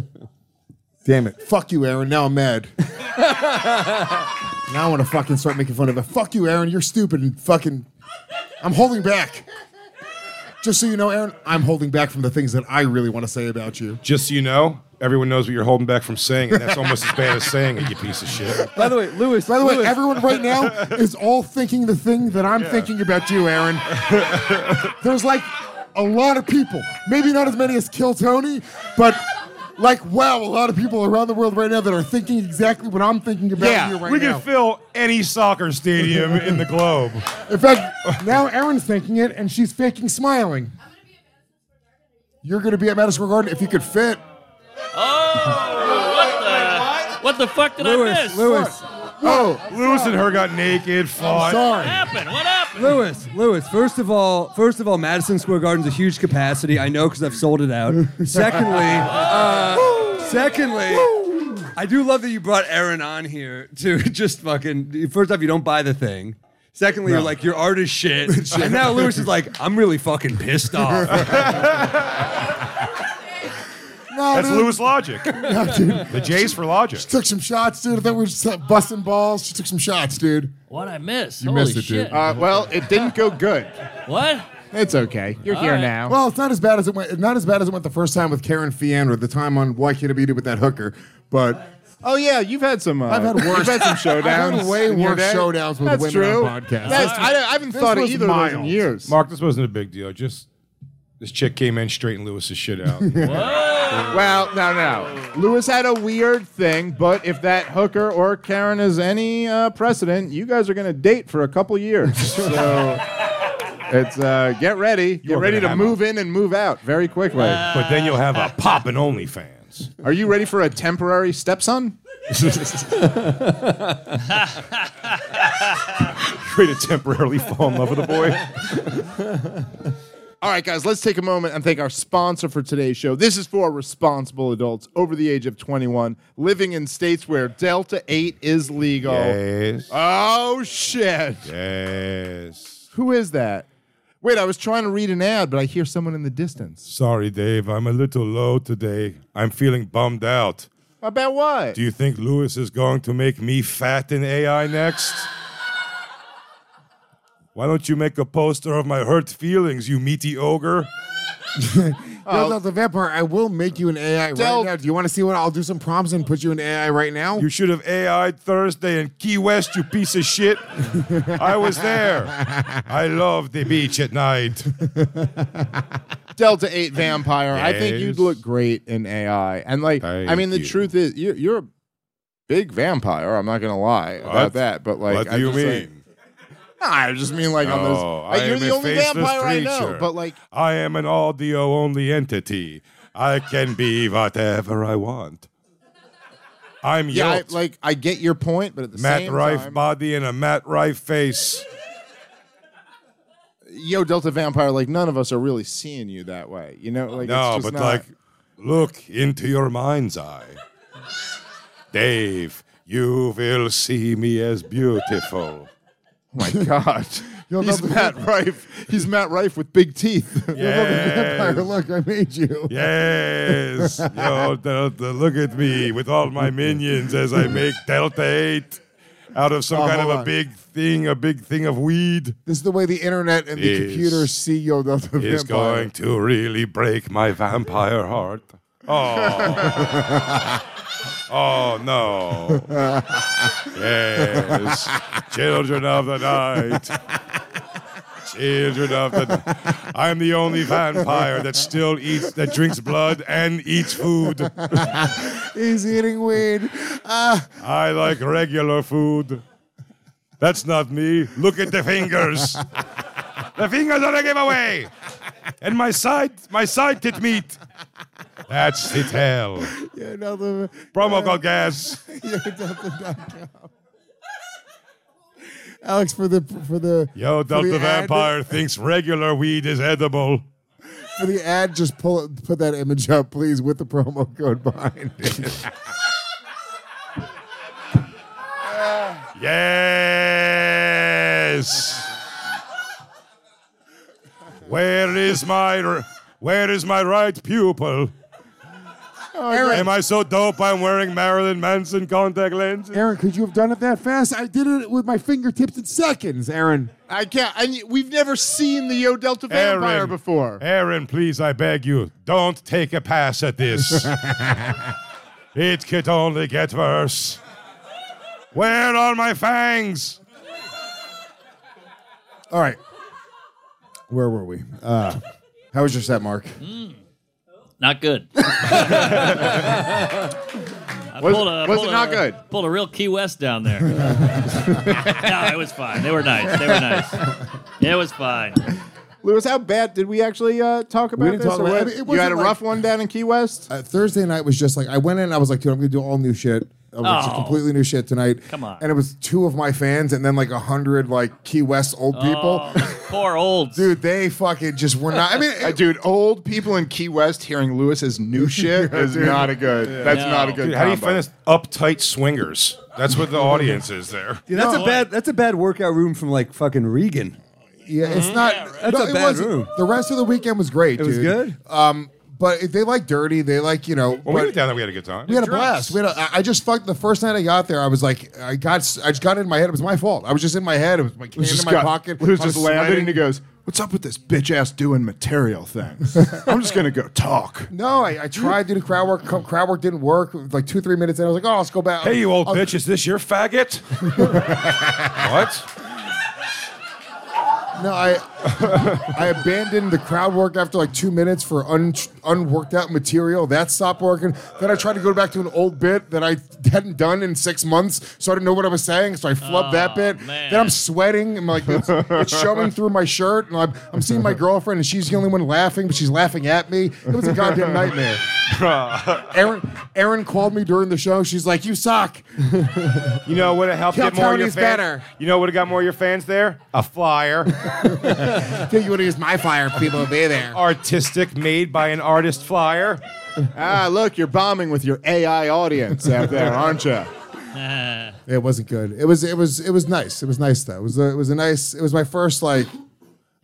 S5: Damn it. Fuck you, Aaron. Now I'm mad. now I want to fucking start making fun of it. Fuck you, Aaron. You're stupid and fucking. I'm holding back. Just so you know, Aaron, I'm holding back from the things that I really want to say about you.
S3: just so you know, everyone knows what you're holding back from saying, and that's almost as bad as saying it, you piece of shit.
S7: By the way, Lewis.
S5: By the way,
S3: Lewis.
S5: everyone right now is all thinking the thing that I'm
S3: Yeah.
S5: thinking about you, Aaron. There's like a lot of people, maybe not as many as Kill Tony, but like wow, a lot of people around the world right now that are thinking exactly what I'm thinking about you right
S3: we
S5: now.
S3: can fill any soccer stadium in the globe.
S5: In fact, now Erin's thinking it, and she's faking smiling. You're going to be at Madison Square Garden if you could fit.
S1: What the fuck did
S7: Lewis,
S1: I miss?
S7: Lewis.
S5: Oh,
S3: Lewis and her got naked. Fought.
S1: What happened? What happened?
S7: Lewis, Lewis. First of all, first of all, Madison Square Garden's a huge capacity. I know because I've sold it out. Secondly, uh, secondly, I do love that you brought Aaron on here to just fucking. First off, you don't buy the thing. Secondly, you're like your art is shit, and now Lewis is like, I'm really fucking pissed off.
S5: No,
S3: That's
S5: dude.
S3: Lewis logic.
S5: No, dude.
S3: The J's for logic.
S5: She took some shots, dude. I thought we were just uh, busting balls. She took some shots, dude.
S1: What I miss?
S5: You
S1: Holy
S5: missed it,
S1: shit.
S5: dude. Uh,
S4: well, it didn't go good.
S1: What?
S4: It's okay. You're
S1: All here right. now.
S5: Well, it's not as bad as it went. Not as bad as it went the first time with Karen Fian or the time on YKWd with that hooker. But
S4: Oh yeah, you've had some. Uh,
S5: I've had
S4: you've
S5: worse-
S4: had some
S5: I've
S4: showdowns.
S5: had way
S4: in your
S5: worse
S4: day.
S5: showdowns with
S4: That's
S5: women
S4: true.
S5: on podcasts.
S4: That's,
S5: This-
S4: I, I haven't
S5: this
S4: thought of
S5: was
S4: either of those in
S5: mild.
S4: years.
S3: Mark, this wasn't a big deal. Just this chick came in, straightened Lewis's shit out.
S4: Well, no, no. Lewis had a weird thing, but if that hooker or Karen is any uh, precedent, you guys are going to date for a couple years. So it's uh, get ready. Get
S3: are
S4: ready
S3: gonna
S4: to
S3: have
S4: move in and move out very quickly.
S3: but then you'll have a poppin' OnlyFans.
S4: are you ready for a temporary stepson?
S3: Ready to temporarily fall in love with a boy.
S4: All right, guys, let's take a moment and thank our sponsor for today's show. This is for responsible adults over the age of 21 living in states where Delta 8 is legal.
S3: Yes.
S5: Uh.
S4: Oh, shit.
S3: Yes.
S4: Who is that? Wait, I was trying to read an ad, but I hear someone in the distance.
S3: Sorry, Dave. I'm a little low today. I'm feeling bummed out.
S4: About what?
S3: Do you think Lewis is going to make me fat in AI next? Why don't you make a poster of my hurt feelings, you meaty ogre?
S5: Yo, Delta Vampire, I will make you an AI
S4: Uh, Del-
S5: right now. Do you want to see what I'll do? Some prompts and put you in AI right now.
S3: You should have AI'd Thursday in Key West, you piece of shit. I was there. I love the beach at night.
S4: Delta 8 vampire. I think
S3: Yes.
S4: you'd look great in AI. And, like, I
S3: Thank
S4: mean, the
S3: you.
S4: truth is, you're, you're a big vampire. I'm not going to lie about
S3: What?
S4: that, but, like,
S3: what
S4: I
S3: do you
S4: just, like-
S3: mean?
S4: Nah, I just mean, like, on those.
S3: No,
S4: like,
S3: I
S4: you're
S3: am
S4: the
S3: a
S4: only
S3: faceless
S4: vampire I know,
S3: creature.
S4: but, like,
S3: I am an audio only entity. I can be whatever I want. I'm
S4: Yeah, I,
S3: Yelp.
S4: like I get your point, but at the
S3: Matt
S4: same
S3: Rife
S4: time,
S3: body and a Matt Rife face.
S4: yo Delta Vampire, like none of us are really seeing you that way. You know, like
S3: no,
S4: it's just
S3: but
S4: not-
S3: like, look into your mind's eye. Dave, you will see me as beautiful.
S4: oh my god,
S5: Yo,
S4: he's
S5: Delta-
S4: Matt Rife. He's Matt Rife with big teeth.
S5: Yo, Delta
S3: Yes.
S5: Vampire, look, I made you.
S3: Yes, yo, Delta, look at me with all my minions as I make Delta 8 out of some
S5: Oh,
S3: kind of
S5: hold
S3: a
S5: on.
S3: big thing, a big thing of weed.
S5: This is the way the internet and the E
S3: Is-
S5: computers see Yo Delta Vampire.
S3: It's going to really break my vampire heart. Oh. Oh no. yes. Children of the night. Children of the I'm the only vampire that still eats that drinks blood and eats food.
S5: He's eating weed. Ah.
S3: I like regular food. That's not me. Look at the fingers. the fingers are a giveaway. And my side, my side tit meat. That's it hell.
S5: You're not the-
S3: Promo code gas.
S5: You're Delta.com. Alex for the for the
S3: Yo,
S5: for
S3: Delta
S5: the ad-
S3: Vampire thinks regular weed is edible.
S5: for the ad, just pull it, put that image up, please, with the promo code behind it.
S3: Yes. Where is my r- where is my right pupil?
S5: Aaron.
S3: Am I so dope I'm wearing Marilyn Manson contact lenses?
S5: Aaron, could you have done it that fast? I did it with my fingertips in seconds, Aaron.
S4: I can't. I, we've never seen the Yo Delta Vampire
S3: Aaron,
S4: before.
S3: Aaron, please, I beg you, don't take a pass at this. it could only get worse. Where are my fangs?
S5: All right. Where were we? Uh, how was your set, Mark?
S1: Not good. I
S4: Was-
S1: pulled a- I
S4: was
S1: pulled
S4: it not
S1: a-
S4: good?
S1: Pulled a real Key West down there. no, it was fine. They were nice. They were nice. It was fine.
S4: Lewis, how bad did we actually uh, talk about
S5: didn't
S4: this?
S5: talk
S4: or
S5: about-
S4: what?
S5: I mean, it
S4: you
S5: wasn't
S4: had a
S5: like-
S4: rough one down in Key West.
S5: Uh, Thursday night was just like I went in. I was like, dude, I'm gonna do all new shit. I was like, just
S4: Oh.
S5: completely new shit tonight.
S1: Come on.
S5: And it was two of my fans, and then like a hundred like Key West old people.
S1: Poor olds.
S5: Dude, they fucking just were not. I mean,
S4: Uh, dude, old people in Key West hearing Lewis's new shit is
S3: Dude.
S4: not a good. That's
S3: No.
S4: not a good.
S3: Dude, how do you
S4: combo.
S3: find this uptight swingers? That's what the audience is there.
S20: Dude, that's a bad. That's a bad workout room from like fucking Regan.
S5: Yeah, it's not.
S20: That's
S5: no,
S20: a
S5: it
S20: bad
S5: wasn't.
S20: room.
S5: The rest of the weekend was great.
S20: It was
S5: dude.
S20: good?
S5: Um, but if they like dirty. They like you know.
S3: When we
S5: but-
S3: went down there, we had a good time.
S5: we had a blast. We had a, I- I just fucked the first night I got there. I was like, I got, s- I just got in my head. It was my fault. I was just in my head. It was my
S4: It was
S5: hand
S4: just
S5: in my
S4: got-
S5: pocket.
S4: Lewis
S5: I was
S4: just landed and
S5: sweating.
S4: he goes, "What's up with this bitch ass doing material things? I'm just gonna go talk."
S5: No, I, I tried to do crowd work. Co- Crowd work didn't work. It was Like two, three minutes in, I was like, oh, let's go back.
S3: Hey, you old
S5: I'll-
S3: bitch, is this your faggot? what?
S5: No, I, I abandoned the crowd work after like two minutes for un, unworked out material. That stopped working. Then I tried to go back to an old bit that I hadn't done in six months, so I didn't know what I was saying. So I flubbed that bit. Then I'm sweating. I'm like, it's, it's showing through my shirt, and I'm, I'm seeing my girlfriend, and she's the only one laughing, but she's laughing at me. It was a goddamn nightmare. Aaron, Aaron called me during the show. She's like, "You suck."
S3: You know what helped
S5: Kill
S3: get more of your fans?
S5: Tony's better.
S3: You know what got more of your fans there? A flyer.
S5: Think you would use my flyer? People would be there.
S3: Artistic, made by an artist flyer.
S4: ah, look, you're bombing with your AI audience out there, aren't you?
S5: It wasn't good. It was it was it was nice. It was nice though. It was a, it was a nice. It was my first like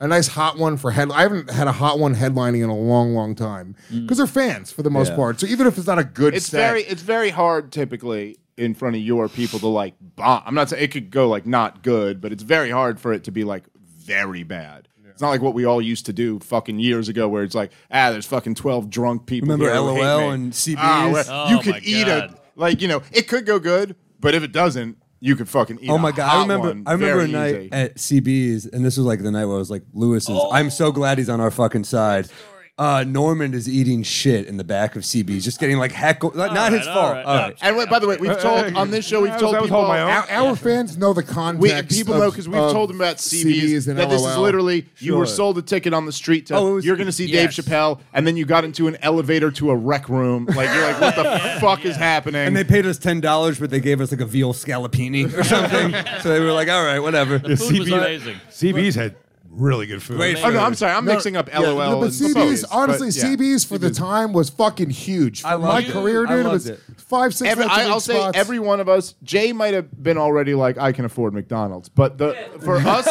S5: a nice hot one for head. I haven't had a hot one headlining in a long long time because they're fans for the most
S4: Mm. Yeah.
S5: part. So even if it's not a good
S4: It's
S5: set,
S4: very, it's very hard typically in front of your people to like bomb. I'm not saying it could go like not good, but it's very hard for it to be like very bad. It's not like what we all used to do fucking years ago, where it's like, ah, there's fucking twelve drunk people.
S20: Remember
S4: here who hate
S20: LOL
S4: me.
S20: and CBs?
S4: well,
S20: Oh
S4: you
S20: my
S4: could eat
S20: God.
S4: a like, you know, it could go good, but if it doesn't, you could fucking eat.
S20: Oh
S4: a
S20: my god!
S4: hot
S20: I remember.
S4: one
S20: I remember a
S4: very
S20: night
S4: easy.
S20: at CB's, and this was like the night where I was like, "Lewis is. I'm so glad he's on our fucking side." Uh, Norman is eating shit in the back of CB's, just getting like heckled. Not, not his
S4: right,
S20: fault.
S4: all right. No, And wait, by the way,
S20: Uh,
S4: we've told on this show, we've told people
S5: our, our fans know the
S4: We,
S5: context.
S4: people
S5: of,
S4: know because we've
S5: of
S4: told them about CBs,
S5: and
S4: that this is
S5: LOL.
S4: literally you were
S5: Sure.
S4: sold a ticket on the street to
S5: Oh, it was-
S4: you're going to see
S5: yes.
S4: Dave Chappelle, and then you got into an elevator to a rec room. Like you're like, what the fuck is happening?
S20: And they paid us ten dollars, but they gave us like a veal scallopini or something. so they were like, "All right, whatever."
S3: The food was amazing. CB's had really good food.
S20: Great
S4: Oh, no, I'm sorry, I'm
S5: No,
S4: mixing up
S5: yeah,
S4: LOL.
S5: no, but
S4: and
S5: CBs,
S4: Sobeys, but
S5: honestly,
S4: yeah.
S5: CBs for the time was fucking huge. For
S4: I
S5: my
S4: loved it.
S5: career,
S4: I
S5: dude,
S4: loved
S5: was
S4: it.
S5: five, six.
S4: Every,
S5: minutes
S4: I,
S5: of
S4: I'll
S5: each
S4: say
S5: spots.
S4: every one of us. Jay might have been already like, I can afford McDonald's, but the for us,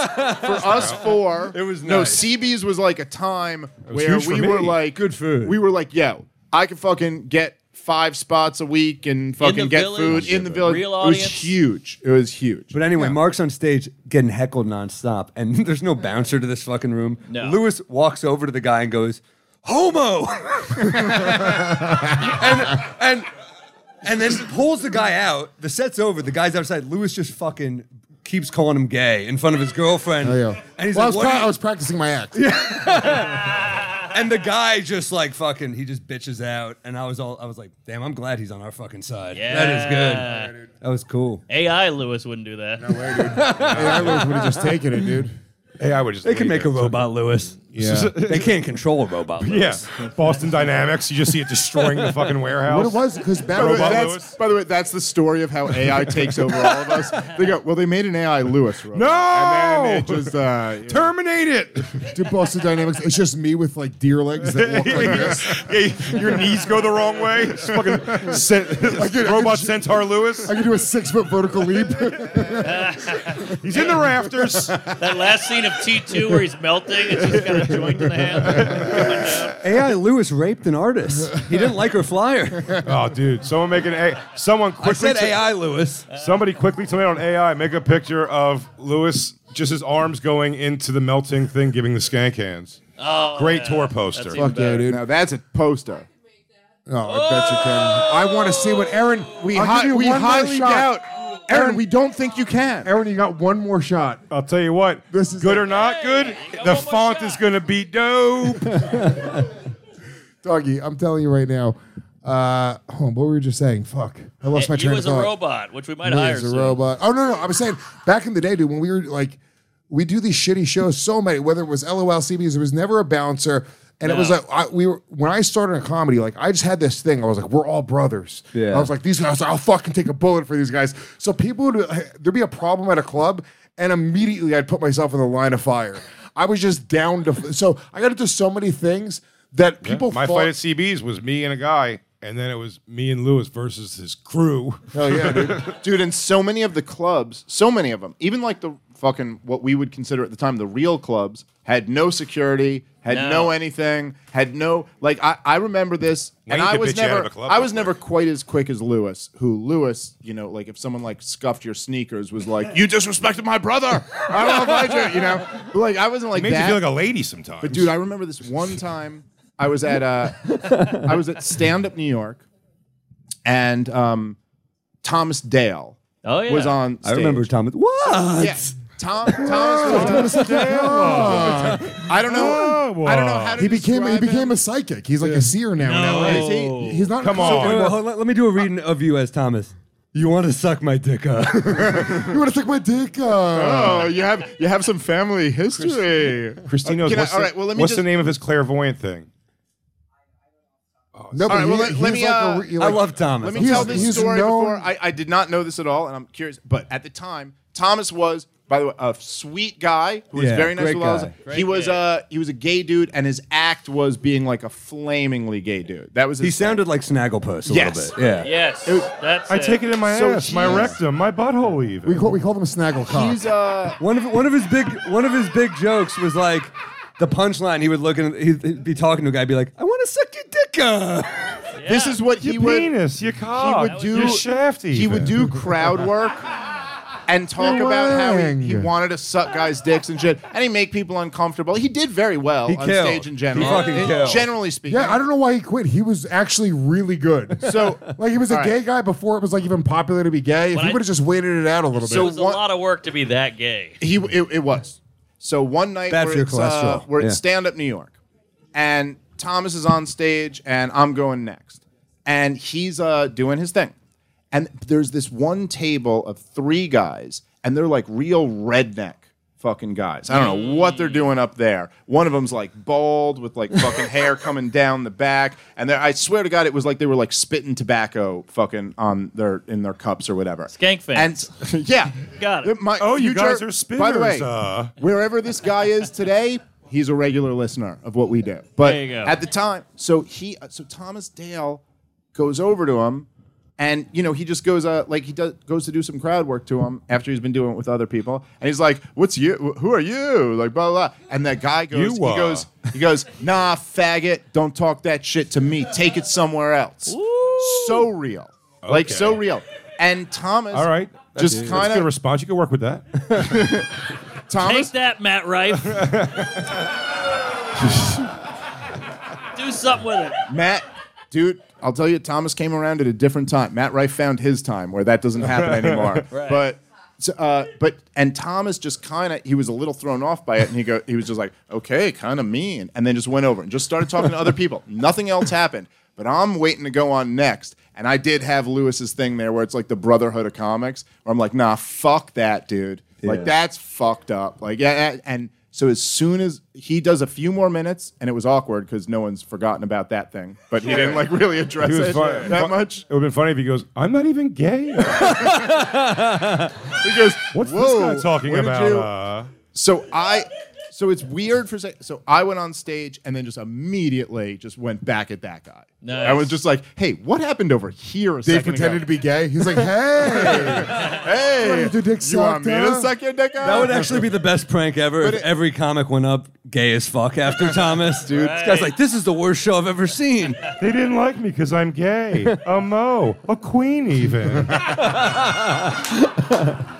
S4: for us four, it was no.
S3: nice.
S4: CB's was like a time
S3: It was
S4: where
S3: huge for
S4: we
S3: me.
S4: were like,
S20: good food.
S4: We were like, yo, I can fucking get five spots a week and fucking get food in the village. It was huge. It was huge.
S20: But anyway, Mark's on stage getting heckled nonstop, and there's no bouncer to this fucking room. Lewis walks over to the guy and goes, "Homo," and and
S7: and then pulls the guy out. The set's over. The guy's outside. Lewis just fucking keeps calling him gay in front of his girlfriend.
S5: Oh, yeah.
S7: And he's
S5: Well, I was
S7: like, what
S5: pra-
S7: are you-
S5: I was practicing my act.
S7: and the guy just like fucking, he just bitches out. And I was all, I was like, damn, I'm glad he's on our fucking side.
S1: Yeah.
S7: That is good. That was cool.
S1: AI Lewis wouldn't do that. No way, dude.
S7: AI Lewis would've just taken it,
S5: dude.
S3: AI would just.
S7: They can make a robot Lewis.
S3: Yeah.
S7: they can't control a robot Lewis.
S3: Yeah, Boston Dynamics. You just see it destroying the fucking warehouse.
S4: by, the way,
S3: Robot
S4: that's-
S3: Lewis.
S4: by the way, that's the story of how AI takes over all of us. They go, well, they made an AI Lewis robot.
S5: No!
S4: and then it just uh, you know.
S3: Terminate it.
S5: Do Boston Dynamics. It's just me with like deer legs that walk like this.
S3: Yeah, your knees go the wrong way. It's fucking cent- robot centaur Lewis.
S5: I can do a six foot vertical leap. Oh,
S3: He's in the rafters.
S1: that last scene of T2 where he's melting and she's got a joint in the hand.
S7: AI Lewis raped an artist. He didn't like her flyer.
S3: Oh, dude! Someone make an A. Someone quickly.
S7: said
S3: t-
S7: AI Lewis.
S3: Somebody quickly tell me on AI. Make a picture of Lewis, just his arms going into the melting thing, giving the skank hands.
S1: Oh,
S3: great
S1: yeah.
S3: tour poster.
S1: That's even Fuck yeah, better. dude.
S4: Now that's a poster.
S5: No, I bet you can. I want to see what Aaron. We
S4: I'll
S5: hi-
S4: give you
S5: we
S4: one more
S5: highly
S4: shot.
S5: doubt. Aaron, we
S4: don't think you can.
S5: Aaron, you got one more shot.
S3: I'll tell you what.
S5: This is
S3: good or not good, the font is gonna be dope.
S5: Doggy, I'm telling you right now. Uh, hold on, what were we just saying? Fuck, I lost my
S1: He
S5: train
S1: was
S5: of
S1: a
S5: thought.
S1: robot, which we might
S5: Me
S1: hire
S5: as a
S1: soon.
S5: robot. Oh no, no, I was saying back in the day, dude, when we were like, we do these shitty shows so many. Whether it was LOLCBs, there was never a bouncer, and it was
S3: No.
S5: like I, we were when I started in comedy. Like I just had this thing. I was like, we're all brothers.
S3: Yeah.
S5: I was like, these guys. I'll fucking take a bullet for these guys. So people would there'd be a problem at a club, and immediately I'd put myself in the line of fire. I was just down to. So I got into so many things that people
S3: My
S5: thought-
S3: fight at CB's was me and a guy, and then it was me and Lewis versus his crew.
S4: Oh yeah, dude. dude. And so many of the clubs, so many of them, even like the fucking what we would consider at the time the real clubs, had no security, had no,
S3: No.
S4: anything, had no like. I, I remember this,
S3: Now
S4: and
S3: you
S4: I
S3: could
S4: was
S3: bitch you out
S4: never
S3: of a club
S4: I
S3: real
S4: was never quite as quick as Lewis. Who Lewis, you know, like if someone like scuffed your sneakers was like, you disrespected my brother. I don't invite you. You know, But, like I wasn't like
S3: It made
S4: that.
S3: you feel like a lady sometimes.
S4: But dude, I remember this one time I was at uh, I was at Stand Up New York, and um, Thomas Dale
S7: Oh, yeah.
S4: was on.
S7: I remember Thomas- What?
S4: Yeah. Tom, Thomas was I don't know. I don't know how to.
S5: he became he became a psychic. He's like a seer now. now right?
S7: No.
S5: He's not.
S7: So, wait, wait, hold on, let me do a reading
S4: Uh,
S7: of you as Thomas. You want to suck my dick up?
S5: you want to take my dick? Uh,
S4: Oh, you have you have some family history.
S3: Christina,
S4: Can I-
S3: what's,
S4: all
S3: the,
S4: right, well, let me
S3: what's the
S4: just-
S3: name of his clairvoyant thing?
S5: No,
S4: All right, well, let, let me.
S5: he's like a
S4: uh,
S5: re- like-
S4: Let me
S5: He's-
S4: tell this
S5: he's
S4: story
S5: known-
S4: before. I, I did not know this at all, and I'm curious. But at the time, Thomas was, by the way, a sweet guy who was
S7: Yeah,
S4: very nice.
S7: great
S4: to us.
S7: guy.
S4: He was uh, he was a gay dude, and his act was being like a flamingly gay dude. That was his
S7: He sounded like Snagglepuss a
S4: Yes.
S7: little bit. Yeah.
S1: Yes. that's
S3: I take it in my
S4: So
S3: ass, my
S4: he's-
S3: rectum, my butthole, even.
S5: We call, we call them snaggle cock.
S4: He's uh,
S7: One of one of his big one of his big jokes was like the punchline. He would look and he'd he'd be talking to a guy, be like, "I want to suck your dick up."
S4: This is what he
S3: your
S4: would.
S3: penis, your
S4: he
S3: cock,
S4: would do
S3: Oh, your shaft.
S4: He would do crowd work and talk about how he, he
S5: Wang.
S4: wanted to suck guys' dicks and shit, and he make people uncomfortable. He did very well
S7: He
S4: on
S7: killed.
S4: stage in
S7: He
S4: general.
S7: fucking
S4: in-
S7: killed.
S4: Generally speaking,
S5: yeah, I don't know why he quit. He was actually really good.
S4: So,
S5: like, he was a
S4: all right.
S5: gay guy before it was like even popular to be gay. If
S1: But
S5: he
S1: I-
S5: would have just waited it out a little
S1: So it
S5: bit.
S1: was a lot of work to be that gay.
S4: He it, it was. So one night
S7: Bad
S4: we're,
S7: for your
S4: at, uh,
S7: cholesterol.
S4: we're
S7: Yeah.
S4: at Stand Up New York, and Thomas is on stage, and I'm going next, and he's uh, doing his thing, and there's this one table of three guys, and they're like real redneck fucking guys. I don't know what they're doing up there. One of them's like bald with like fucking hair coming down the back, and they're- I swear to God, it was like they were like spitting tobacco fucking on their in their cups or whatever.
S1: Skank
S4: And
S1: fans.
S4: yeah,
S1: Got it.
S4: my
S3: Oh, you
S4: future-
S3: guys are
S4: By the way,
S3: spinners, uh.
S4: wherever this guy is today, he's a regular listener of what we do. But
S1: There you go.
S4: at the time, so he, uh, so Thomas Dale goes over to him, and you know he just goes, uh, like he does, goes to do some crowd work to him after he's been doing it with other people, and he's like, "What's you? Who are you?" Like blah blah, blah. and that guy goes,
S3: You, uh,
S4: he goes, he goes, "Nah, faggot, don't talk that shit to me. Take it somewhere else." So real, like
S3: Okay.
S4: so real. And Thomas,
S3: All right. That's,
S4: just
S3: that's a
S4: kind
S3: good
S4: of
S3: response. You could work with that.
S4: Thomas.
S1: Take that, Matt Rife. Do something with it.
S4: Matt, dude, I'll tell you, Thomas came around at a different time. Matt Rife found his time where that doesn't happen anymore.
S3: Right.
S4: But so, uh, but and Thomas just kind of he was a little thrown off by it, and he go he was just like, okay, kind of mean, and then just went over and just started talking to other people. Nothing else happened. But I'm waiting to go on next, and I did have Lewis's thing there where it's like the brotherhood of comics, where I'm like, nah, fuck that, dude.
S3: Yeah.
S4: Like that's fucked up. Like yeah, yeah, and so as soon as he does a few more minutes, and it was awkward because no one's forgotten about that thing, but he didn't like really address
S3: He was
S4: it
S3: fun-
S4: that
S3: fun-
S4: much.
S3: It would have been funny if he goes, I'm not even gay.
S4: he goes,
S3: What's this
S4: "Whoa,
S3: guy talking
S4: where did
S3: about,
S4: you-"
S3: uh?"
S4: So I, so it's weird for a sec- so I went on stage and then just immediately just went back at that guy.
S5: Nice.
S4: I was just like, "Hey, what happened over here?" A
S5: Dave
S4: second
S5: pretended
S4: ago?
S5: to be gay. He's like, hey,
S4: hey,
S5: you want your dick
S4: you want
S5: sucked,
S4: me to
S5: huh?
S4: suck your dick out?
S2: That would actually be the best prank ever. If
S4: But it-
S2: every comic went up gay as fuck after Thomas, dude. This guy's like, this is the worst show I've ever seen.
S3: They didn't like me because I'm gay. A mo. A queen, even.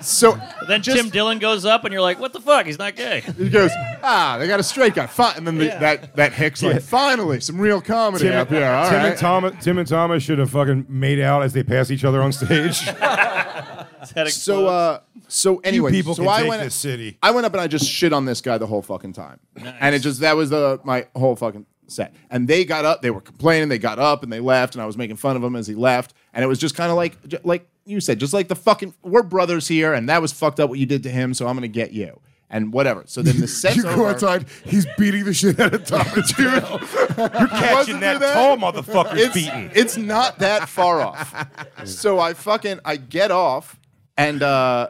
S4: so
S1: Then Tim Dillon goes up, and you're like, "What the fuck? He's not gay."
S4: He goes, ah, they got a straight guy. Fi-. And then the, that that Hicks like,
S3: Yeah.
S4: finally some real comedy
S3: Tim,
S4: up here. All
S3: Tim
S4: right."
S3: and Thomas, Tim and Thomas should have fucking made out as they pass each other on stage.
S4: so uh, so anyway,
S3: people
S4: so
S3: can
S4: I
S3: take
S4: went
S3: this city.
S4: I went up and I just shit on this guy the whole fucking time, and it just that was the my whole fucking set. And they got up, they were complaining, they got up and they left, and I was making fun of him as he left, and it was just kind of like j- like you said, just like the fucking we're brothers here, and that was fucked up what you did to him, so I'm gonna get you. And whatever. So then the set's
S5: You go
S4: over.
S5: outside. He's beating the shit out of Thomas, dude.
S3: You're
S4: catching
S3: that tall motherfucker's
S4: it's,
S3: beating.
S4: It's not that far off. so I fucking I get off and uh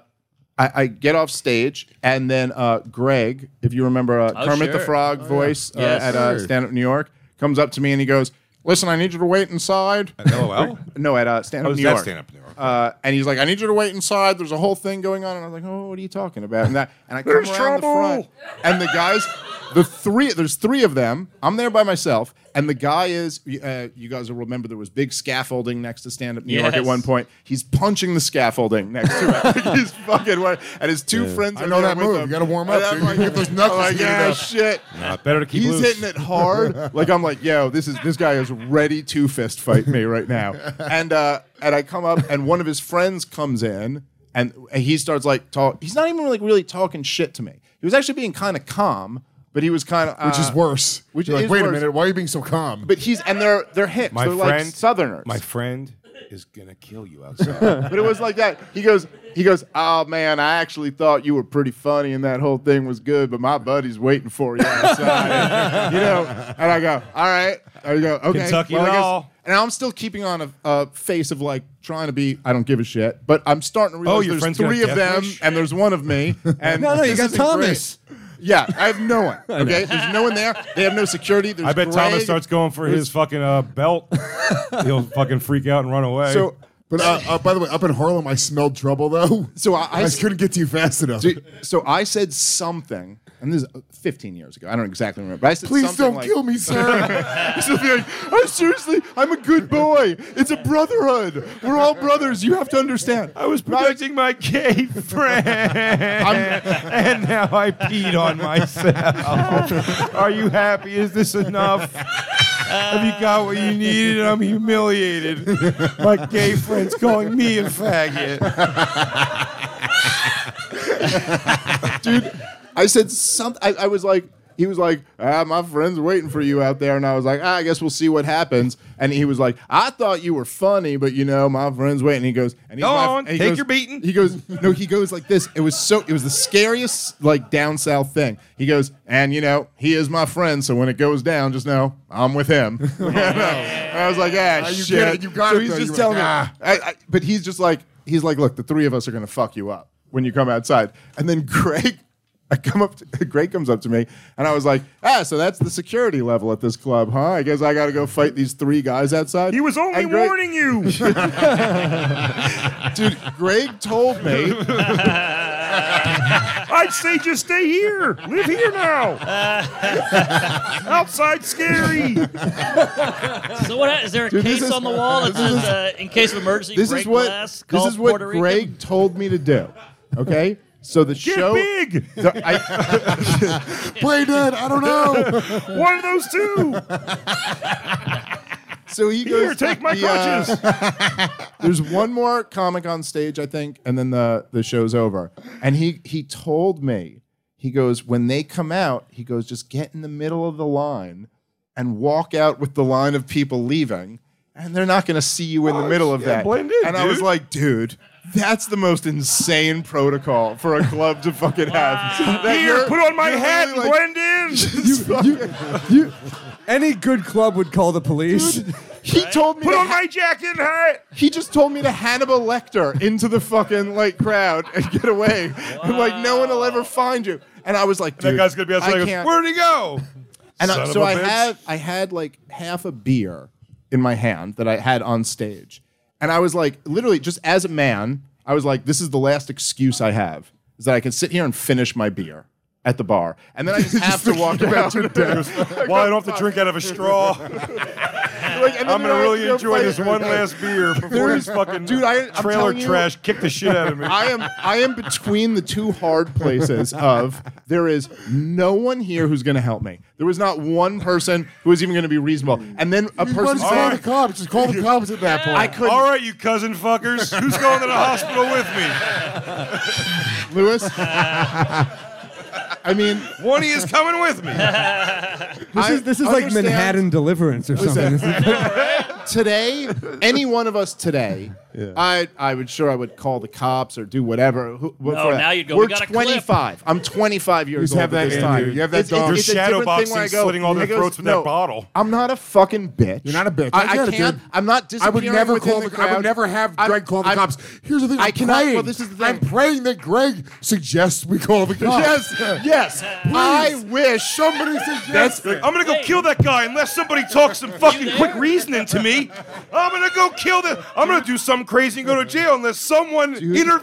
S4: I, I get off stage and then uh Greg, if you remember uh,
S3: Oh,
S4: Kermit the
S3: sure.
S4: Frog
S3: Oh, yeah.
S4: voice uh,
S3: Yes.
S4: at uh,
S3: Sure.
S4: Stand Up New York, comes up to me and he goes, "Listen, I need you to wait inside." At
S3: LOL?
S4: no, at uh, Stand
S3: Oh,
S4: Up
S3: is
S4: New
S3: that
S4: York.
S3: Stand Up New York?
S4: Uh, and he's like, "I need you to wait inside. There's a whole thing going on." And I was like, "Oh, what are you talking about?" And that and I come
S3: There's
S4: around
S3: trouble.
S4: the front and the guys, the three, there's three of them. I'm there by myself, and the guy is, uh, you guys will remember there was big scaffolding next to Stand Up New York at
S3: Yes.
S4: one point. He's punching the scaffolding next to it. he's fucking, wa- and his two
S3: Yeah.
S4: friends.
S3: I
S4: are
S3: know
S4: there
S3: that
S4: with
S3: move.
S4: him.
S3: You gotta warm
S4: And
S3: up,
S4: I'm
S3: dude.
S4: like-
S3: You get those knuckles
S4: I'm like,
S3: heated
S4: yeah,
S3: up."
S4: shit.
S3: Nah, better to keep
S4: He's
S3: loose.
S4: hitting it hard. like I'm like, yo, this is this guy is ready to fist fight me right now. And uh, and I come up, and one of his friends comes in, and he starts like talk. He's not even like really talking shit to me. He was actually being kind of calm, but he was kind of
S5: Which is worse.
S4: Uh, Which
S5: You're
S4: is
S5: like, wait a
S4: worse.
S5: minute, why are you being so calm?
S4: But he's and they're they're hip.
S3: My
S4: they're
S3: friend,
S4: like Southerners.
S3: My friend is gonna kill you outside.
S4: but it was like that. He goes, he goes, oh man, I actually thought you were pretty funny and that whole thing was good, but my buddy's waiting for you outside. you know, and I go, all right. I go, okay.
S3: Kentucky
S4: I guess-
S3: Law.
S4: And I'm still keeping on a, a face of like trying to be, I don't give a shit, but I'm starting to
S3: Oh,
S4: realize
S3: your
S4: there's
S3: friend's got a
S4: three of
S3: death
S4: them
S3: wish?
S4: and there's one of me. And
S3: No, no, you
S4: this
S3: got
S4: isn't great.
S3: Thomas.
S4: Yeah, I have no one. Okay, there's no one there. They have no security. There's
S3: I bet
S4: Greg.
S3: Thomas starts going for
S4: There's-
S3: his fucking uh, belt. He'll fucking freak out and run away.
S5: So, but uh, uh, by the way, up in Harlem, I smelled trouble though.
S4: So I- I-
S5: couldn't get to you fast enough.
S4: So, so I said something, and this is 15 years ago. I don't exactly remember. But I said
S5: Please
S4: something
S5: don't
S4: like-
S5: kill me, sir.
S4: Something like, oh, seriously, I'm a good boy. It's a brotherhood. We're all brothers. You have to understand. I was protecting
S3: my gay friend, and now I peed on myself. Are you happy? Is this enough? Have you got what you needed? I'm humiliated. My gay friend's calling me a faggot.
S4: dude. I said something. I, I was like, he was like, ah, my friend's waiting for you out there, and I was like, ah, I guess we'll see what happens. And he was like, I thought you were funny, but you know, my friend's waiting. He goes, and he's
S3: Go
S4: my-
S3: on,
S4: and he
S3: take
S4: goes-
S3: your beating.
S4: He goes, no, he goes like this. It was so, it was the scariest like down south thing. He goes, and you know, he is my friend, so when it goes down, just know I'm with him. And I was like, ah,
S5: Ah, you
S4: shit.
S5: get it, you got
S4: so
S5: it,
S4: He's
S5: though.
S4: just
S5: You were
S4: telling
S5: like,
S4: me,
S5: ah.
S4: I, I, but he's just like, he's like, look, the three of us are gonna fuck you up when you come outside. And then Greg, I come up, to, Greg comes up to me, and I was like, ah, so that's the security level at this club, huh? I guess I gotta go fight these three guys outside. He was
S3: only warning you.
S4: dude. Greg told me.
S3: I'd say just stay here. Live here now. Outside scary.
S1: So what? ha- Is there a
S4: uh, Dude, this
S1: case
S4: is-
S1: on the wall that
S4: this
S1: says,
S4: is-
S1: uh, "In case of emergency,
S4: This
S1: break
S4: is what
S1: glass"?
S4: this
S1: call
S4: is what
S1: Puerto Rican?
S4: Greg told me to do. Okay, so the
S3: Get
S4: show
S3: big.
S4: the- I-
S5: Play dead. I don't know.
S3: One of those two.
S4: So he goes.
S3: Here, take my
S4: the, uh, there's one more comic on stage, I think, and then the the show's over. And he he told me he goes when they come out, he goes just get in the middle of the line and walk out with the line of people leaving, and they're not going to see you in the middle of
S3: Oh, yeah,
S4: that.
S3: blend in,
S4: and I was
S3: dude.
S4: like, dude. That's the most insane protocol for a club to fucking have. That
S3: Here,
S4: you're-
S3: put on my
S4: you're
S3: hat
S4: really,
S3: and
S4: like,
S3: blend in.
S2: Any good club would call the police.
S4: He told me
S3: Put
S4: to
S3: on
S4: ha-
S3: my jacket and hat.
S4: He just told me to Hannibal Lecter into the fucking like crowd and get away. I'm like, no one will ever find you. And I was like,
S3: And that
S4: dude,
S3: guy's gonna be outside.
S4: I
S3: and goes,
S4: can't-
S3: Where'd he go?
S4: And I,
S3: Son of
S4: so
S3: a
S4: I
S3: bitch.
S4: had I had like half a beer in my hand that I had on stage, and I was like, literally, just as a man, I was like, this is the last excuse I have is that I can sit here and finish my beer at the bar, and then I just have to walk out.
S3: Well, I don't have to drink out of a straw.
S4: Like, and then
S3: I'm
S4: I
S3: gonna
S4: have
S3: really
S4: to go
S3: enjoy
S4: fight
S3: this
S4: every
S3: one
S4: day.
S3: last beer before
S4: There's-
S3: this fucking
S4: dude, I, I'm
S3: trailer
S4: telling you,
S3: trash kicked the shit out of me.
S4: I am I am between the two hard places of there is no one here who's going to help me. There was not one person who was even going to be reasonable. And then a person
S3: just call the
S4: cops. Just call the cops at that point. I couldn't.
S3: All right, you cousin fuckers. Who's going to the hospital with me?
S4: Lewis. I mean,
S3: One of you is coming with me.
S2: This is this is like
S4: understand-
S2: Manhattan Deliverance or something. This is-
S4: today, any one of us today, I I would sure I would call the cops or do whatever. Who, what
S1: No,
S4: for that?
S1: now you'd go,
S4: We're
S1: "We got a clip."
S4: 25. I'm 25 years
S3: You
S4: old.
S3: have that
S4: at this
S3: in,
S4: time.
S3: dude. You have that
S4: It's- it's-
S3: dog.
S4: it's
S3: You're
S4: a different
S3: shadow
S4: thing when I
S3: boxing,
S4: go,
S3: slitting all their
S4: I goes,
S3: throats with that
S4: "No,
S3: bottle."
S4: I'm not a fucking bitch. You're
S5: not a bitch. I
S4: I,
S5: get it,
S4: can't.
S5: dude.
S4: I'm not
S5: I would
S4: disappearing.
S5: never
S4: within
S5: call
S4: the
S5: the, I
S4: crowd.
S5: would never have
S4: I'm-
S5: Greg call the
S4: I'm-
S5: cops. Here's the thing.
S4: I
S5: I'm
S4: cannot-
S5: praying.
S4: well, this is the
S5: I'm
S4: thing.
S5: praying that Greg suggests we call the cops.
S4: Yes, yes. I wish
S5: somebody suggests.
S3: Like, I'm gonna go kill that guy unless somebody talks some fucking quick reasoning to me. I'm gonna go kill that. I'm gonna do something crazy and go to jail unless someone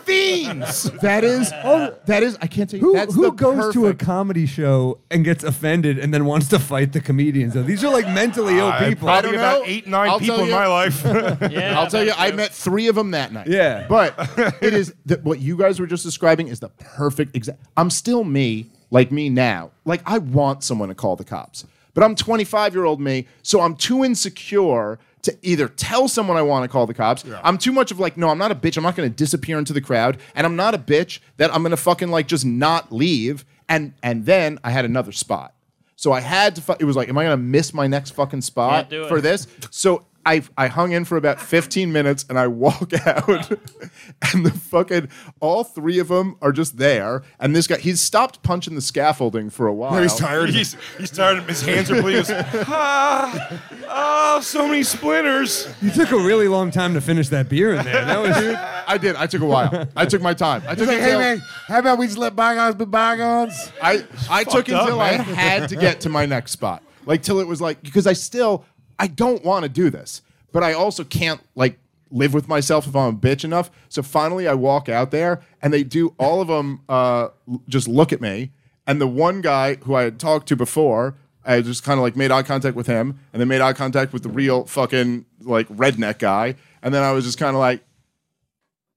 S3: intervenes.
S4: That is. That is. I can't tell you.
S2: Oh, Who,
S4: that's
S2: who
S4: the
S2: goes to a
S4: perfect-
S2: comedy show and gets offended and then wants to fight the comedians? Though these are like mentally ill
S3: I've
S2: people.
S3: probably about eight, nine
S4: I'll
S3: people
S4: tell
S3: in
S4: you-
S3: my life.
S4: I'll tell you, I met three of them that night.
S2: Yeah.
S4: But it is that what you guys were just describing is the perfect exact. I'm still me, like me now. Like I want someone to call the cops, but I'm 25 year old me, so I'm too insecure to either tell someone I want to call the cops. I'm too much of like, no, I'm not a bitch. I'm not going to disappear into the crowd, and I'm not a bitch that I'm going to fucking like just not leave. And and then I had another spot. So I had to. Fu- it was like, am I gonna miss my next fucking spot
S1: Can't do it.
S4: for this? So I I hung in for about 15 minutes, and I walk out, and the fucking all three of them are just there, and this guy he's stopped punching the scaffolding for a while.
S5: he's tired.
S3: He's, he's tired. His hands are bleeding. He goes, ah, oh, so many splinters.
S2: You took a really long time to finish that beer in there. That was.
S4: Dude, I did. I took a while. I took my time. I
S5: He's
S4: took
S5: like, hey
S4: until-
S5: man, how about we just let bygones be bygones?
S4: I I took
S3: fucked up,
S4: until I
S3: man.
S4: had to get to my next spot, like till it was like because I still I don't want to do this, but I also can't like live with myself if I'm a bitch enough. So finally, I walk out there, and they do all of them uh, l- just look at me, and the one guy who I had talked to before. I just kind of like made eye contact with him, and then made eye contact with the real fucking like redneck guy, and then I was just kind of like,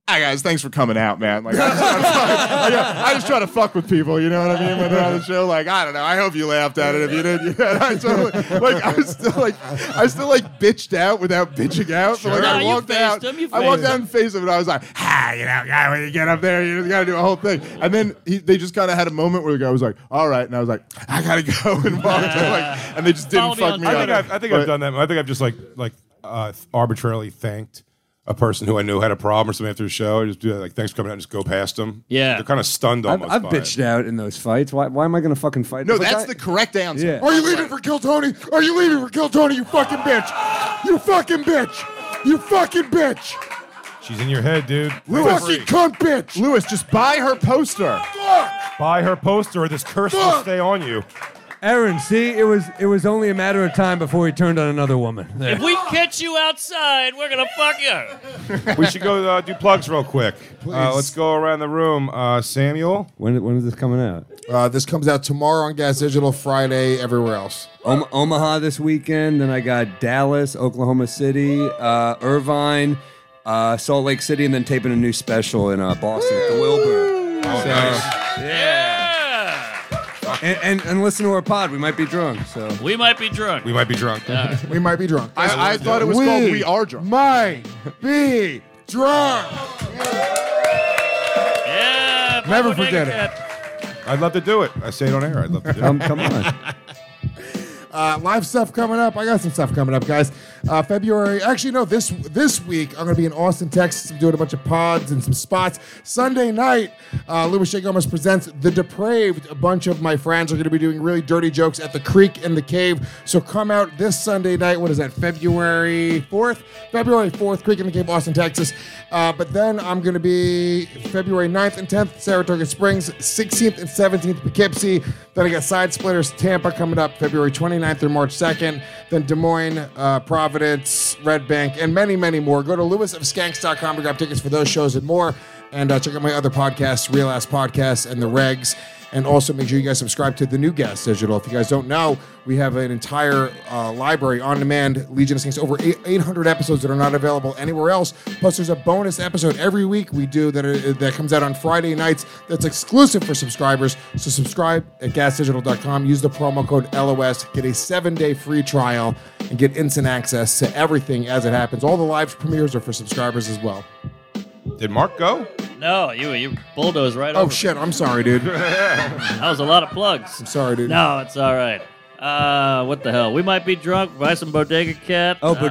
S4: "Hi guys, thanks for coming out, man." Like, I just- I just try to fuck with people, you know what I mean? When they're on the show, like I don't know. I hope you laughed at it. If you did, you know, I totally, like I was still like I was still like bitched out without bitching out. But like
S1: Sure.
S4: I
S1: No, you
S4: walked
S1: faced
S4: out,
S1: him, you
S4: I walked
S1: faced
S4: out
S1: him.
S4: and faced him, and I was like, ah, you know, guy, when you get up there, you just gotta do a whole thing. And then he, they just kind of had a moment where the guy was like, all right, and I was like, I gotta go and walked out, like, and they just didn't
S1: Follow me
S4: fuck
S1: on
S4: me
S3: I
S4: up.
S3: think I've, I think I've
S4: But-
S3: done that. I think I've just like like uh, arbitrarily thanked a person who I knew had a problem or something after the show. I just do that, like thanks for coming out and just go past them.
S1: Yeah.
S3: they're kind of stunned
S2: I've,
S3: almost.
S2: I've
S3: by
S2: bitched
S3: it.
S2: out in those fights. Why, why am I going to fucking fight?
S4: No,
S2: But
S4: that's
S2: I-
S4: the correct answer.
S2: Yeah.
S5: Are you leaving for Kill Tony? Are you leaving for Kill Tony? You fucking bitch! You fucking bitch! You fucking bitch!
S3: She's in your head, dude.
S5: You fucking cunt bitch!
S4: Lewis, just buy her poster.
S3: Buy her poster, or this curse will stay on you.
S2: Aaron. See, it was it was only a matter of time before he turned on another woman. There.
S1: If we catch you outside, we're gonna fuck you.
S3: we should go uh, do plugs real quick. Uh, let's go around the room. Uh, Samuel,
S2: When when is this coming out?
S5: Uh, this comes out tomorrow on Gas Digital, Friday, everywhere else.
S2: Om- Omaha this weekend. Then I got Dallas, Oklahoma City, uh, Irvine, uh, Salt Lake City, and then taping a new special in uh, Boston at the Wilbur.
S3: nice.
S1: Yeah.
S21: and, and, and listen to our pod. We might be drunk. So
S1: we might be drunk.
S3: We might be drunk.
S5: we might be drunk.
S4: I, I thought it was called We Are Drunk.
S5: Might be drunk.
S1: Yeah,
S3: Never forget it. I'd love to do it. I say it on air. I'd love to do
S5: Um,
S21: Come-
S3: it.
S21: come on.
S5: Uh, live stuff coming up. I got some stuff coming up, guys. Uh, February, actually, no, this this week I'm going to be in Austin, Texas. I'm doing a bunch of pods and some spots. Sunday night, uh, Louis J. Gomez presents The Depraved. A bunch of my friends are going to be doing really dirty jokes at the Creek and the Cave. So come out this Sunday night. What is that? February 4th? February 4th, Creek in the Cave, Austin, Texas. Uh, but then I'm going to be February 9th and 10th, Saratoga Springs, 16th and 17th, Poughkeepsie. Then I got Side Splitters, Tampa coming up February 29th through March 2nd. Then Des Moines, uh, Providence, Red Bank, and many, many more. Go to lewisofskanks.com to grab tickets for those shows and more. And uh, check out my other podcasts, Real Ass Podcasts and The Regs. And also make sure you guys subscribe to the New Gas Digital. If you guys don't know, we have an entire uh, library on demand, Legion of Skanks, over eight- 800 episodes that are not available anywhere else. Plus, there's a bonus episode every week we do that, uh, that comes out on Friday nights that's exclusive for subscribers. So subscribe at gasdigital.com. Use the promo code LOS. Get a seven-day free trial and get instant access to everything as it happens. All the live premieres are for subscribers as well.
S3: Did Mark go?
S1: No, you you bulldoze right
S5: Oh,
S1: over.
S5: shit. I'm sorry, dude.
S1: That was a lot of plugs. I'm
S5: sorry, dude.
S1: No, it's all right. Uh, what the hell? We might be drunk. Buy some Bodega Cat.
S21: Oh,
S1: Uh,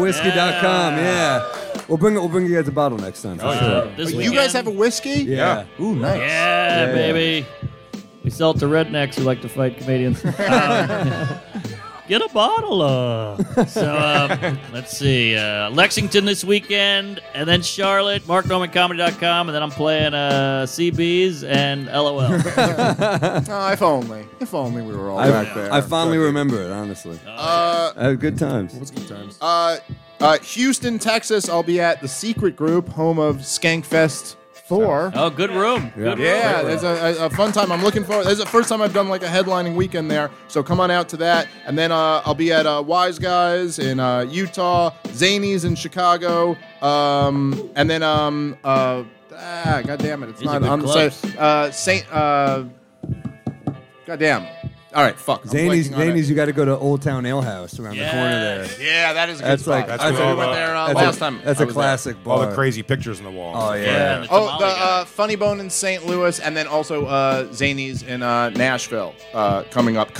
S21: BodegaCatWhiskey.com. Yeah. We'll bring we'll bring you guys a bottle next time. For
S1: Oh, yeah.
S21: sure.
S1: This
S4: you guys
S1: weekend.
S4: have a whiskey?
S21: Yeah.
S4: Ooh, nice.
S1: Yeah,
S21: Yeah.
S1: baby. We sell it to rednecks who like to fight comedians. Um, get a bottle of. So um, let's see. Uh, Lexington this weekend, and then Charlotte, marknormancomedy.com, and then I'm playing uh, CBs and LOL.
S4: Oh,
S5: Uh,
S4: if only. If only we were all
S21: I,
S4: back there.
S21: I fondly remember it, honestly.
S4: Uh,
S21: I had good times.
S4: uh, uh, Houston, Texas. I'll be at the Secret Group, home of Skankfest Four.
S1: oh, good room. Good room.
S4: Yeah, there's a, a, a fun time. I'm looking forward. This is the first time I've done like a headlining weekend there, so come on out to that. And then uh, I'll be at uh, Wise Guys in uh, Utah, Zanies in Chicago, um, and then um, uh, ah, God damn it, it's
S1: These are
S4: not
S1: good
S4: on the
S1: clubs.
S4: site. Uh, Saint, uh, God damn. All right, fuck. I'm
S21: Zanies,
S4: blanking on it.
S21: Zanies, you got to go to Old Town Ale House around
S4: Yeah.
S21: the corner there.
S4: Yeah, that is a good
S21: That's
S4: spot.
S21: like-
S4: That's
S21: that's
S4: where
S21: a-
S4: we went there uh,
S21: that's a-
S4: last time.
S21: that's
S4: I
S21: a
S4: was
S21: classic
S3: All the
S21: bar.
S3: crazy pictures on the wall.
S21: Oh, yeah.
S1: Yeah,
S4: there. Oh, the uh, Funny Bone in St. Louis, and then also uh, Zanies in uh, Nashville uh, coming up.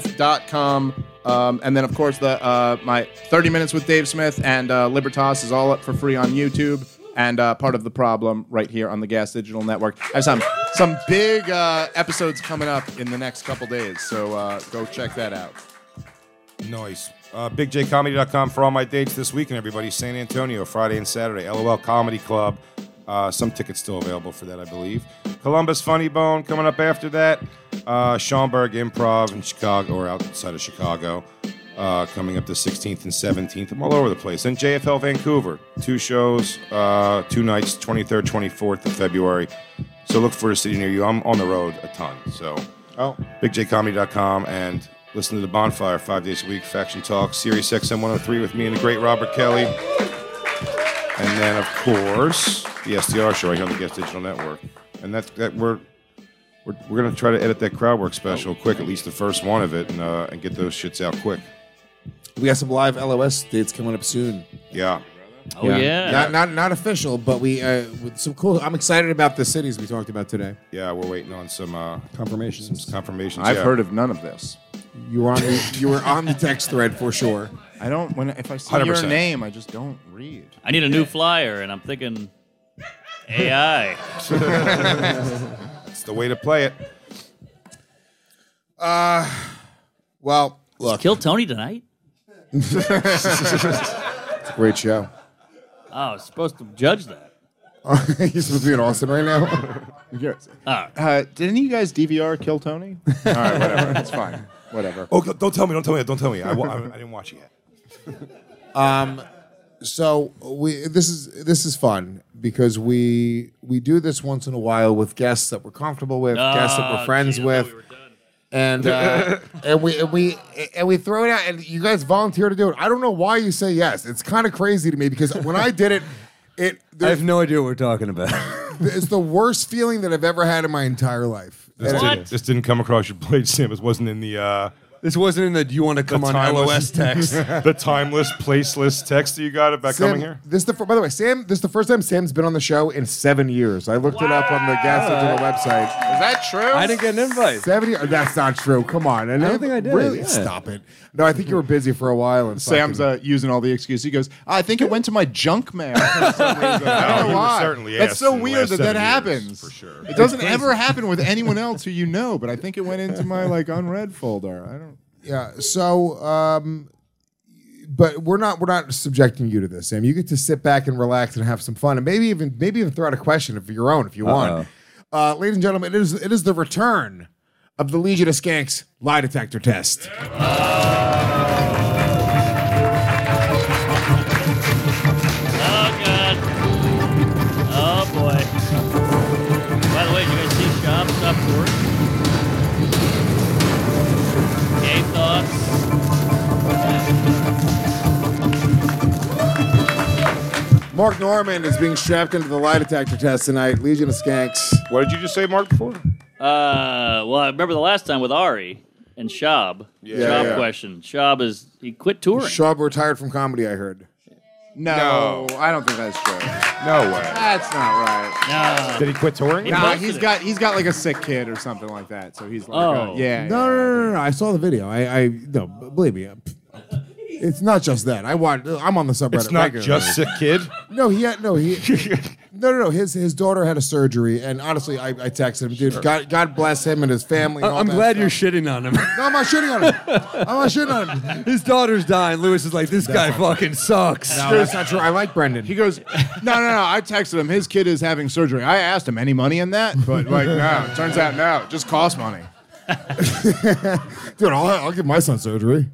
S4: ComicDaveSmith.com. Um, and then, of course, the uh, my 30 Minutes with Dave Smith and uh, Libertas is all up for free on YouTube and uh, part of the problem right here on the Gas Digital Network. I have some, some big uh, episodes coming up in the next couple days, so uh, go check that out.
S3: Nice. Uh, BigJComedy.com for all my dates this weekend, everybody. San Antonio, Friday and Saturday. LOL Comedy Club. Uh, some tickets still available for that, I believe. Columbus Funny Bone coming up after that. Uh, Schaumburg Improv in Chicago or outside of Chicago uh, coming up the 16th and 17th. I'm all over the place. And JFL Vancouver, two shows, uh, two nights, 23rd, 24th of February. So look for a city near you. I'm on the road a ton. So
S4: Oh.
S3: bigjcomedy.com and listen to the bonfire five days a week faction talk sirius xm 103 with me and the great robert kelly and then of course the sdr show right here on the guest digital network and that's that we're we're, we're going to try to edit that crowd work special quick at least the first one of it and, uh, and get those shits out quick
S5: We got some live LOS dates coming up soon.
S3: yeah
S1: Oh, yeah.
S5: Not, not not official, but we uh, with some cool. I'm excited about the cities we talked about today.
S3: yeah we're waiting on some uh,
S5: Confirmations.
S3: confirmations
S4: I've
S3: yeah.
S4: heard of none of this.
S5: You were on the, you were on the text thread for sure.
S4: I don't, when if I see your
S3: 100%.
S4: name, I just don't read.
S1: I need a new flyer, and I'm thinking AI.
S3: it's the way to play it
S5: Uh, well,
S1: Look. Kill Tony tonight?
S5: great show.
S1: Oh, I was supposed to judge that.
S5: He's supposed to be in Austin right now.
S4: Uh, didn't you guys DVR kill Tony? All right, whatever. It's fine. Whatever.
S3: oh don't tell me don't tell me don't tell me i, wa- I, I didn't watch it yet
S5: Um, so we this is this is fun because we we do this once in a while with guests that we're comfortable with, guests that we're
S1: Ah,
S5: friends
S1: gee, I thought
S5: with, and uh, and we and we and we throw it out, and you guys volunteer to do it. I don't know why you say yes. It's kind of crazy to me because when I did it, it
S21: I have no idea what we're talking about.
S5: it's the worst feeling that I've ever had in my entire life.
S18: This, Didn't, this didn't come across your plate, Sim. This wasn't in the. Uh,
S2: this wasn't in the. Do you want to
S5: come on LOS text?
S18: the timeless, placeless text that you got about
S5: Sam,
S18: coming here.
S5: This the fir- by the way, Sam. This is the first time Sam's been on the show in seven years. I looked it up on the Gas Digital website. Is
S4: that true?
S2: I didn't get an invite.
S5: Seventy? oh, That's not true. Come on.
S2: I don't think I did,
S5: Really?
S2: yeah.
S5: Stop it. No, I think you were busy for a while. And
S4: Sam's uh, using all the excuses. He goes, I think it went to my junk mail. For some
S18: Oh,
S4: reason. I
S5: No,
S4: don't
S5: he
S4: know
S5: was
S4: why.
S5: certainly
S4: That's
S5: asked
S4: so
S5: in the
S4: weird
S5: last
S4: that that
S5: seven years,
S4: happens.
S5: for sure.
S4: It doesn't
S5: It's crazy.
S4: ever happen with anyone else who you know, but I think it went into my like unread folder. I don't.
S5: Yeah. So, um, but we're not we're not subjecting you to this, Sam. You get to sit back and relax and have some fun, and maybe even maybe even throw out a question of your own if you want. Uh, ladies and gentlemen, it is it is the return of the Legion of Skanks lie detector test.
S1: Oh god. Oh boy. By the way, did you guys see Shop Stop Work? Gay thoughts.
S5: Mark Norman is being strapped into the lie detector test tonight. Legion of Skanks.
S18: What did you just say, Mark? Before
S1: Uh, well, I remember the last time with Ari and Shab.
S5: Yeah.
S1: Shab
S5: Yeah, yeah.
S1: question. Shab is he quit touring?
S5: Schaub retired from comedy. I heard.
S4: No, I don't think that's true.
S18: No way.
S4: That's not right.
S18: Did he quit touring?
S4: Nah, he's got he's got like a sick kid or something like that. So he's like, oh, yeah.
S5: No, no, no, no, no. I saw the video. I, I no, b- believe me. uh, p- It's not just that. I watch. I'm on the subreddit.
S18: It's not
S5: regularly.
S18: just sick kid.
S5: No, he had no he. no, no, no. His his daughter had a surgery, and honestly, I, I texted him, dude.
S2: Sure.
S5: God, God bless him and his family. And all
S2: I'm
S5: that
S2: glad
S5: stuff.
S2: you're shitting on him.
S5: No, I'm not shitting on him. I'm not shitting on him.
S2: His daughter's dying. Lewis is like, this
S5: That's
S2: guy
S5: not-
S2: fucking sucks.
S4: No, that's
S5: not true. I like Brendan.
S4: He goes, no, no, no. I texted him. His kid is having surgery. I asked him, any money in that? But like, no. It turns out, no. It just costs money.
S5: dude. I'll, I'll give my son surgery.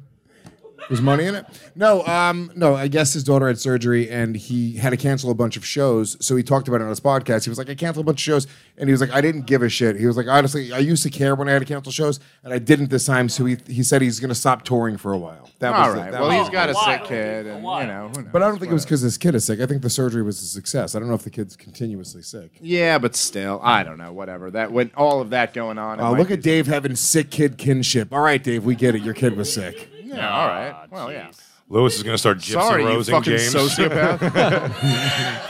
S5: There's money in it. No, um, no. I guess his daughter had surgery, and he had to cancel a bunch of shows. So he talked about it on his podcast. He was like, I canceled a bunch of shows, and he was like, I didn't give a shit. He was like, honestly, I used to care when I had to cancel shows, and I didn't this time. So he he said he's gonna stop touring for a while. That
S4: All
S5: was
S4: right.
S5: It. That
S4: well,
S5: was
S4: he's
S5: it.
S4: got a sick kid, and you know. who knows?
S5: But I don't think it was because his kid is sick. I think the surgery was a success. I don't know if the kid's continuously sick.
S4: Yeah, but still, I don't know. Whatever. That when all of that going on. it
S2: Oh,
S5: Uh,
S4: might
S5: look
S4: be-
S5: at Dave having sick kid kinship. All right, Dave, we get it. Your kid was sick.
S4: Yeah. All right. Well, yeah.
S18: Lewis is going to start gypsy
S4: Sorry, you
S18: rosing
S4: fucking
S18: James.
S4: sociopath.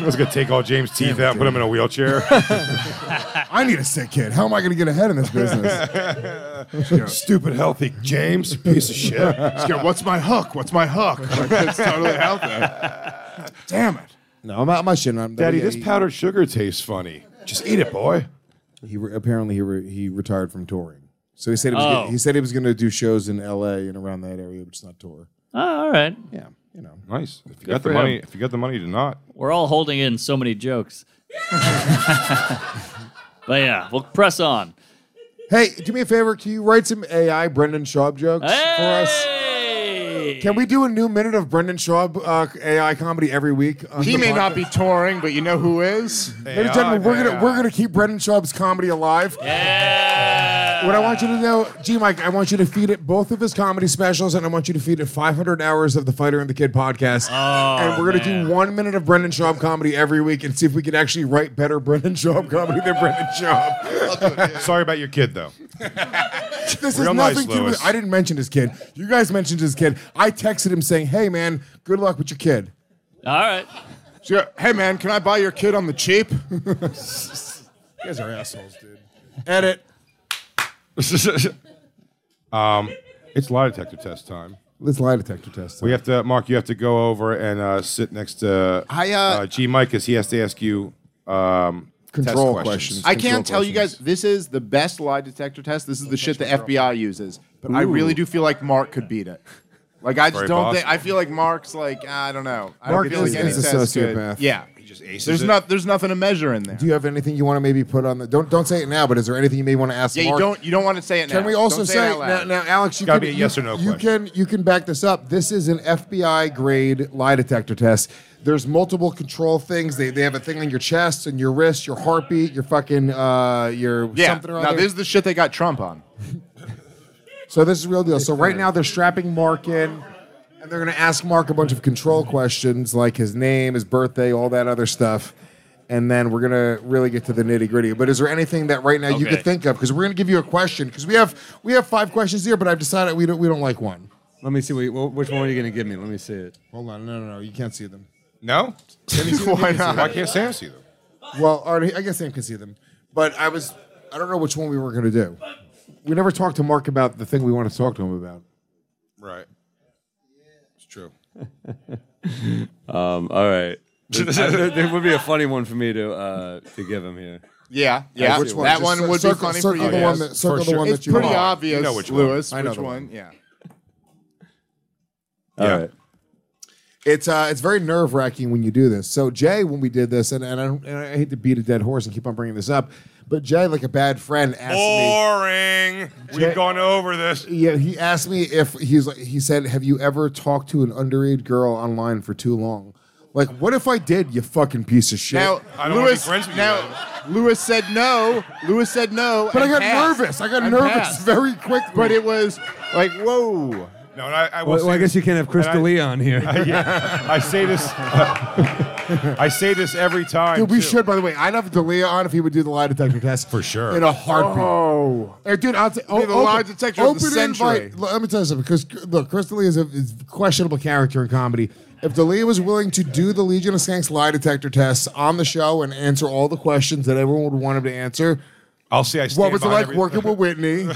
S18: I was going to take all James' teeth out and put him in a wheelchair.
S5: I need a sick kid. How am I going to get ahead in this business?
S18: Stupid healthy James, you piece of shit.
S4: He's got, What's my hook? What's my hook? Like, That's totally out there. Damn it.
S5: No, I'm not, I'm not shitting on him.
S18: Daddy,
S5: Yeah,
S18: this
S5: he-
S18: powdered sugar tastes funny. Just eat it, boy.
S5: He re- apparently he re- he retired from touring. So he said he was
S18: Oh.
S5: gonna, he said he was going to do shows in L.A. and around that area, but just not tour.
S1: Oh, all right.
S5: Yeah. You know.
S18: Nice. If you
S1: Good
S18: got the
S1: for
S18: money,
S1: him.
S18: if you got the money to not.
S1: We're all holding in so many jokes. but yeah, we'll press on.
S5: Hey, do me a favor. Can you write some AI Brendan Schaub jokes for us? Can we do a new minute of Brendan Schaub uh, AI comedy every week? on
S4: He
S5: the
S4: may not
S5: podcast?
S4: be touring, but you know who is?
S5: Ladies and gentlemen, we're gonna we're gonna keep Brendan Schaub's comedy alive. What I want you to know, G Mike, I want you to feed it both of his comedy specials, and I want you to feed it 500 hours of the Fighter and the Kid podcast.
S18: Oh,
S5: and we're gonna do one minute of Brendan Schaub comedy every week, and see if we can actually write better Brendan Schaub comedy than Brendan Schaub.
S18: Sorry about your kid, though.
S5: this is
S18: Real
S5: nothing
S18: nice,
S5: to do
S18: Louis.
S5: with. I didn't mention his kid. You guys mentioned his kid. I texted him saying, "Hey man, good luck with your kid."
S1: All right.
S4: hey man, can I buy your kid on the cheap?
S5: You guys are assholes, dude. Edit.
S18: um, it's lie detector test time.
S5: Let's lie detector test. uh,
S18: We have to, Mark. You have to go over and uh, sit next to
S4: I, uh,
S18: G Mike because he has to ask you um,
S5: Control
S18: test questions.
S4: I can't tell you guys this is the best lie detector test. This is the shit the FBI uses. But I
S18: Ooh.
S4: really do feel like Mark could beat it. Like I just
S18: Very
S4: don't think
S18: possible.
S4: I feel like Mark's like I don't know. I
S5: Mark
S4: don't feel
S5: is-
S4: like any
S5: is a
S4: test could-
S5: sociopath.
S4: Yeah.
S5: He just aces
S4: there's
S5: it.
S4: not there's nothing to measure in there.
S5: Do you have anything you want to maybe put on the? Don't don't say it now. But is there anything you may want to ask?
S4: Yeah, you
S5: Mark?
S4: don't you don't want to say it now.
S5: Can we also
S4: Don't
S5: say,
S4: it out
S5: now,
S4: loud.
S5: now, Alex? You
S4: Gotta
S5: can,
S4: be a yes or no
S5: You can you can back this up. This is an FBI grade lie detector test. There's multiple control things. They, they have a thing on your chest and your wrist, your heartbeat, your fucking uh your
S4: Yeah.
S5: something or
S4: now
S5: other.
S4: this is the shit they got Trump on.
S5: so this is real deal. So right now they're strapping Mark in, and they're gonna ask Mark a bunch of control questions like his name, his birthday, all that other stuff. and then we're gonna really get to the nitty gritty. But is there anything that right now you
S22: Okay.
S5: could think of? Because we're gonna give you a question. Because we have we have five questions here, but I've decided we don't we don't like one.
S2: Let me see. What, you- which one are you going to give me? Let me see it.
S5: Hold on. No, no, no. You can't see them.
S3: No?
S5: Can you see them?
S3: Why
S5: You can see
S3: not?
S5: them.
S3: Why can't Sam see them?
S5: Well, all right, I guess Sam can see them. But I was I don't know which one we were gonna do. We never talked to Mark about the thing we want to talk to him about.
S3: Right. It's true.
S2: Um, all right. There, I- there- there would be a funny one for me to uh, to give him here.
S4: Yeah, yeah.
S2: Which one?
S4: That
S2: Just
S4: one would
S2: circle-
S4: be funny
S2: circle
S4: for you.
S2: the one
S4: guys.
S2: that- circle
S4: For
S2: the one
S4: it's
S2: that you
S4: pretty
S2: want.
S4: obvious,
S2: You know which one.
S4: Lewis.
S2: I know
S4: which
S2: the
S4: one?
S2: one.
S4: Yeah.
S2: All right.
S5: It's uh, it's very nerve wracking when you do this. So Jay, when we did this, and and I, don't, and I hate to beat a dead horse and keep on bringing this up, but Jay, like a bad friend, asked me.
S3: Boring. We've
S5: Jay-
S3: gone over this.
S5: Yeah, he asked me if he's like he said, "Have you ever talked to an underage girl online for too long?" Like, what if I did? You fucking piece of shit.
S4: Now,
S3: I don't wanna be
S4: Lewis.
S3: friends with you,
S4: Now, Lewis said no. Lewis said no.
S5: But I
S4: and
S5: got
S4: passed.
S5: nervous. I got
S4: And
S5: nervous
S4: passed.
S5: very quickly.
S4: But it was like, whoa.
S3: No, and I, I will
S2: Well, well, I
S3: say
S2: guess you can't have
S3: and I-
S2: Krista Lee on here.
S3: yeah, I say this. I say this every time.
S5: Dude, we
S3: too.
S5: should. By the way, I'd have Dalia on if he would do the lie detector test for sure in a heartbeat.
S4: Oh,
S5: Hey, dude, I'll say,
S4: Be the lie detector of the century.
S5: Invite, let me tell you something. Because look, Chris D'Elia is a is a questionable character in comedy. If D'Elia was willing to do the Legion of Skanks lie detector tests on the show and answer all the questions that everyone would want him to answer,
S3: I'll say I. Stand
S5: what was it
S3: behind
S5: like
S3: every-
S5: working with Whitney?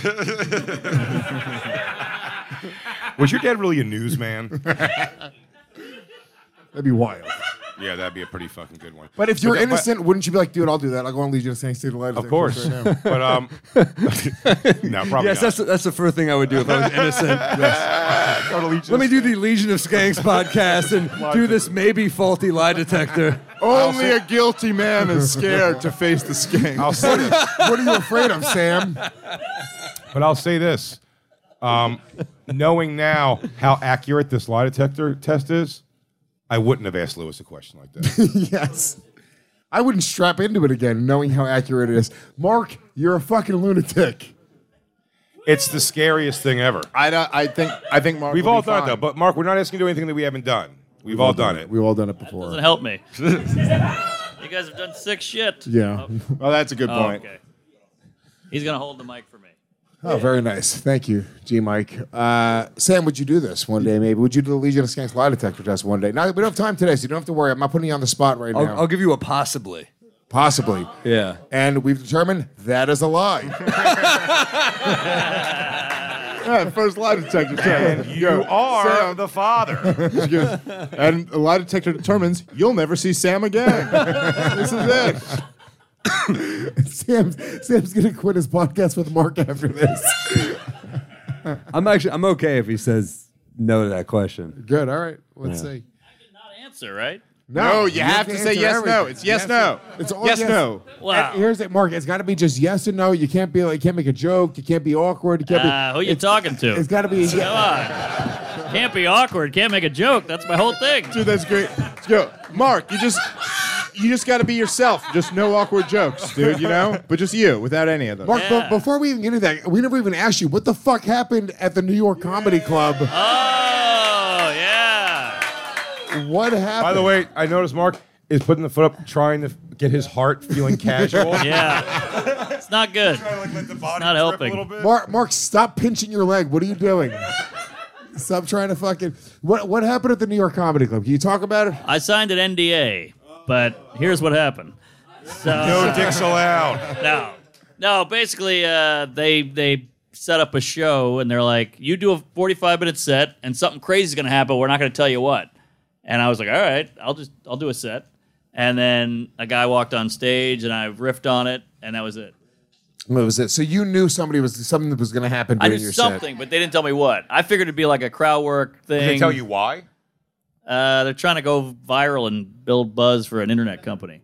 S3: Was your dad really a newsman?
S5: That'd be wild.
S3: yeah, that'd be a pretty fucking good one.
S5: But if you're
S3: that-
S5: innocent, wouldn't you be like, dude, I'll do that. I'll go on Legion of Skanks, do the lie
S3: Of
S5: detector
S3: course,
S5: test right now.
S3: but um, no, probably
S2: yes, that's the, that's the first thing I would do if I was innocent. Yes. Let me do the Legion of Skanks podcast and do this maybe faulty lie detector.
S4: Only a guilty man is scared to face the skank.
S3: I'll say this,
S5: what are you afraid of, Sam?
S3: but I'll say this. Um, knowing now how accurate this lie detector test is, I wouldn't have asked Lewis a question like that.
S5: yes. I wouldn't strap into it again, knowing how accurate it is. Mark, you're a fucking lunatic.
S3: It's the scariest thing ever.
S4: I don't, I think I think Mark.
S3: We've
S4: will
S3: all
S4: be
S3: done
S4: fine.
S3: it though, but Mark, we're not asking you to do anything that we haven't done. We've, all, done, it.
S5: We've all done it before.
S1: Doesn't help me. You guys have done sick shit.
S5: Yeah.
S4: Well, that's a good
S1: Oh,
S4: point.
S1: okay. He's gonna hold the mic for me.
S5: Oh, very nice. Thank you, G. Mike. Uh, Sam, would you do this one day? Maybe would you do the Legion of Skanks lie detector test one day? Now we don't have time today, so you don't have to worry. I'm not putting you on the spot right
S2: I'll,
S5: now.
S2: I'll give you a possibly.
S5: Possibly,
S2: Yeah.
S5: and we've determined that is a lie.
S4: Yeah, first lie detector test.
S3: You are the father.
S4: She goes, and a lie detector determines you'll never see Sam again. this is it.
S5: Sam's Sam's gonna quit his podcast with Mark after this.
S2: I'm actually I'm okay if he says no to that question.
S5: Good. All right. Let's see.
S1: Answer right.
S4: No, you, have, to say
S5: answer
S4: yes, no.
S5: everything.
S4: It's yes, no.
S5: It's all
S4: yes, no.
S1: Wow.
S5: And here's it, Mark. It's got to be just yes and no. You can't be like, you can't make a joke. You can't be awkward. You can't
S1: Uh,
S5: be.
S1: who you talking to?
S5: It's got to be a
S1: Come
S5: yes.
S1: on. Can't be awkward. Can't make a joke. That's my whole thing.
S4: Dude, that's great. Let's go. Mark, you just you just got to be yourself. Just no awkward jokes, dude, you know? But just you without any of them.
S5: Mark,
S1: Yeah.
S5: but before we even get into that, we never even asked you what the fuck happened at the New York Comedy Club.
S1: Uh, Oh yeah.
S5: What happened?
S3: By the way, I noticed Mark is putting the foot up, trying to get his heart feeling casual.
S1: Yeah. It's not good. not helping.
S5: Mark, Mark, stop pinching your leg. What are you doing? stop trying to fucking. What What happened at the New York Comedy Club? Can you talk about it?
S1: I signed an NDA, but here's what happened. So,
S3: No dicks allowed.
S1: no, no. Basically, uh, they they set up a show, and they're like, "You do a 45 minute set, and something crazy is gonna happen. We're not gonna tell you what." And I was like, "All right, I'll just I'll do a set." And then a guy walked on stage, and I riffed on it, and that was it.
S5: What was it? So you knew somebody was something that was going to happen
S1: I
S5: during
S1: knew
S5: your
S1: something, but they didn't tell me what. I figured it'd be like a crowd work thing.
S3: Did they tell you why?
S1: Uh, they're trying to go viral and build buzz for an internet company.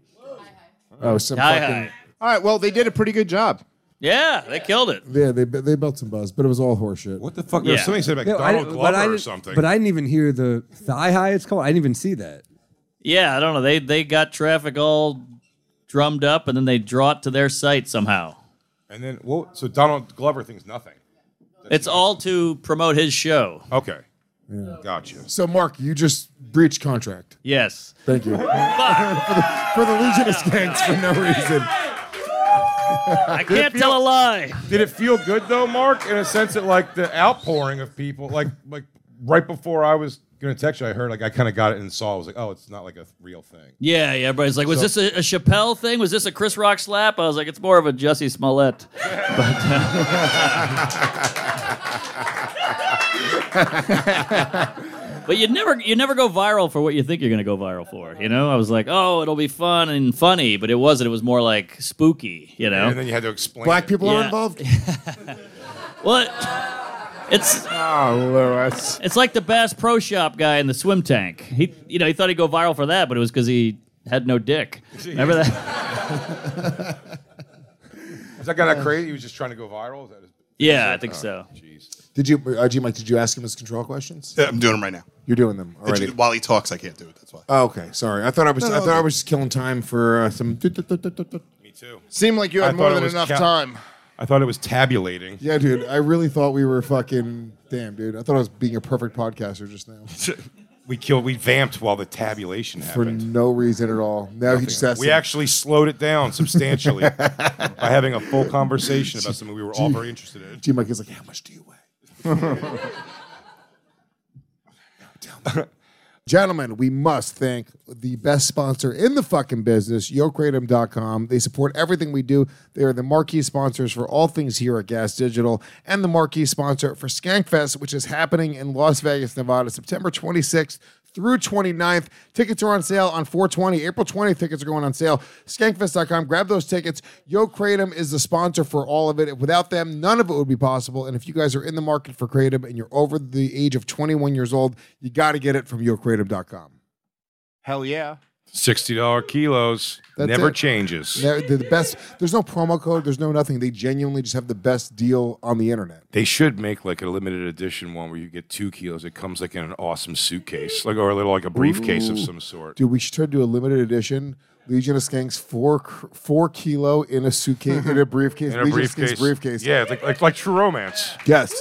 S5: set. Oh, some
S1: Hi,
S5: fucking.
S1: hi.
S4: All right, well, they did a pretty good job.
S1: Yeah, they killed it.
S5: Yeah, they they built some buzz, but it was all horseshit.
S3: What the fuck?
S1: Yeah.
S3: There's something said about
S2: Yeah, I-
S3: Donald Glover
S2: I
S3: or
S2: didn't-
S3: something.
S2: But I didn't even hear the thigh high. It's called. I didn't even see that.
S1: Yeah, I don't know. They they got traffic all drummed up, and then they draw it to their site somehow.
S3: and then, well, so Donald Glover thinks nothing.
S1: It's all to promote his show.
S3: Okay.
S5: Yeah.
S3: Gotcha.
S5: So, Mark, you just breached contract.
S1: Yes.
S5: Thank you. for, the, for the Legion of Skanks for no reason.
S1: I can't tell a lie.
S3: Did it feel good though, Mark? In a sense that like the outpouring of people, like like right before I was gonna text you, I heard like I kind of got it and saw. I was like, oh, it's not like a real thing.
S1: Yeah, yeah. Everybody's like, was
S3: So-
S1: this a, a Chappelle thing? Was this a Chris Rock slap? I was like, it's more of a Jussie Smollett. but, uh, but you never, you never go viral for what you think you're going to go viral for. You know, I was like, oh, it'll be fun and funny, but it wasn't. It was more like spooky. You know.
S3: And then you had to explain.
S1: Black
S3: it.
S1: people are Yeah. involved? What? It's
S4: oh, Lewis.
S1: It's like the Bass Pro Shop guy in the swim tank. He, you know, he thought he'd go viral for that, but it was because he had no dick. Remember that?
S3: Is that kind of crazy? He was just trying to go viral. Is that his-
S1: yeah, I think so.
S5: Did you, uh, G Mike, did you ask him his control questions?
S23: Yeah, I'm doing them right now.
S5: You're doing them
S23: It's-
S5: already.
S23: While he talks, I can't do it. That's why.
S5: Oh, okay. Sorry. I thought I was.
S23: No, no,
S5: I thought
S23: no.
S5: I was killing time for uh, some. Me
S3: too.
S4: Seemed like you had
S3: I
S4: more
S3: thought it
S4: than
S3: was
S4: enough
S3: cal-
S4: time.
S3: I thought it was tabulating.
S5: Yeah, dude. I really thought we were fucking. Damn, dude. I thought I was being a perfect podcaster just now
S3: we killed. We vamped while the tabulation happened.
S5: for no reason at all. Now he just asked.
S3: We actually slowed it down substantially by having a full conversation about something we were all very interested in.
S5: G Mike is like, how much do you weigh? Gentlemen, we must thank the best sponsor in the fucking business, yokratom.com. They support everything we do. They are the marquee sponsors for all things here at Gas Digital and the marquee sponsor for Skankfest, which is happening in Las Vegas, Nevada, September 26th through 29th. Tickets are on sale on 420. April 20th, tickets are going on sale. Skankfest.com. Grab those tickets. Yo Kratom is the sponsor for all of it. Without them, none of it would be possible. And if you guys are in the market for Kratom and you're over the age of 21 years old, you got to get it from YoKratom.com.
S4: Hell yeah.
S3: Sixty dollar kilos
S5: That's
S3: never
S5: it.
S3: changes.
S5: They're, they're the best. There's no promo code. There's no nothing. They genuinely just have the best deal on the internet.
S3: They should make like a limited edition one where you get two kilos. It comes like in an awesome suitcase, like or a little like a briefcase of
S5: Ooh.
S3: some sort.
S5: Dude, we should try to do a limited edition Legion of Skanks four cr- four kilo in a suitcase in a briefcase.
S3: In a
S5: Legion
S3: briefcase.
S5: Of Skanks briefcase.
S3: Yeah, it's like, like like True Romance.
S5: Yes.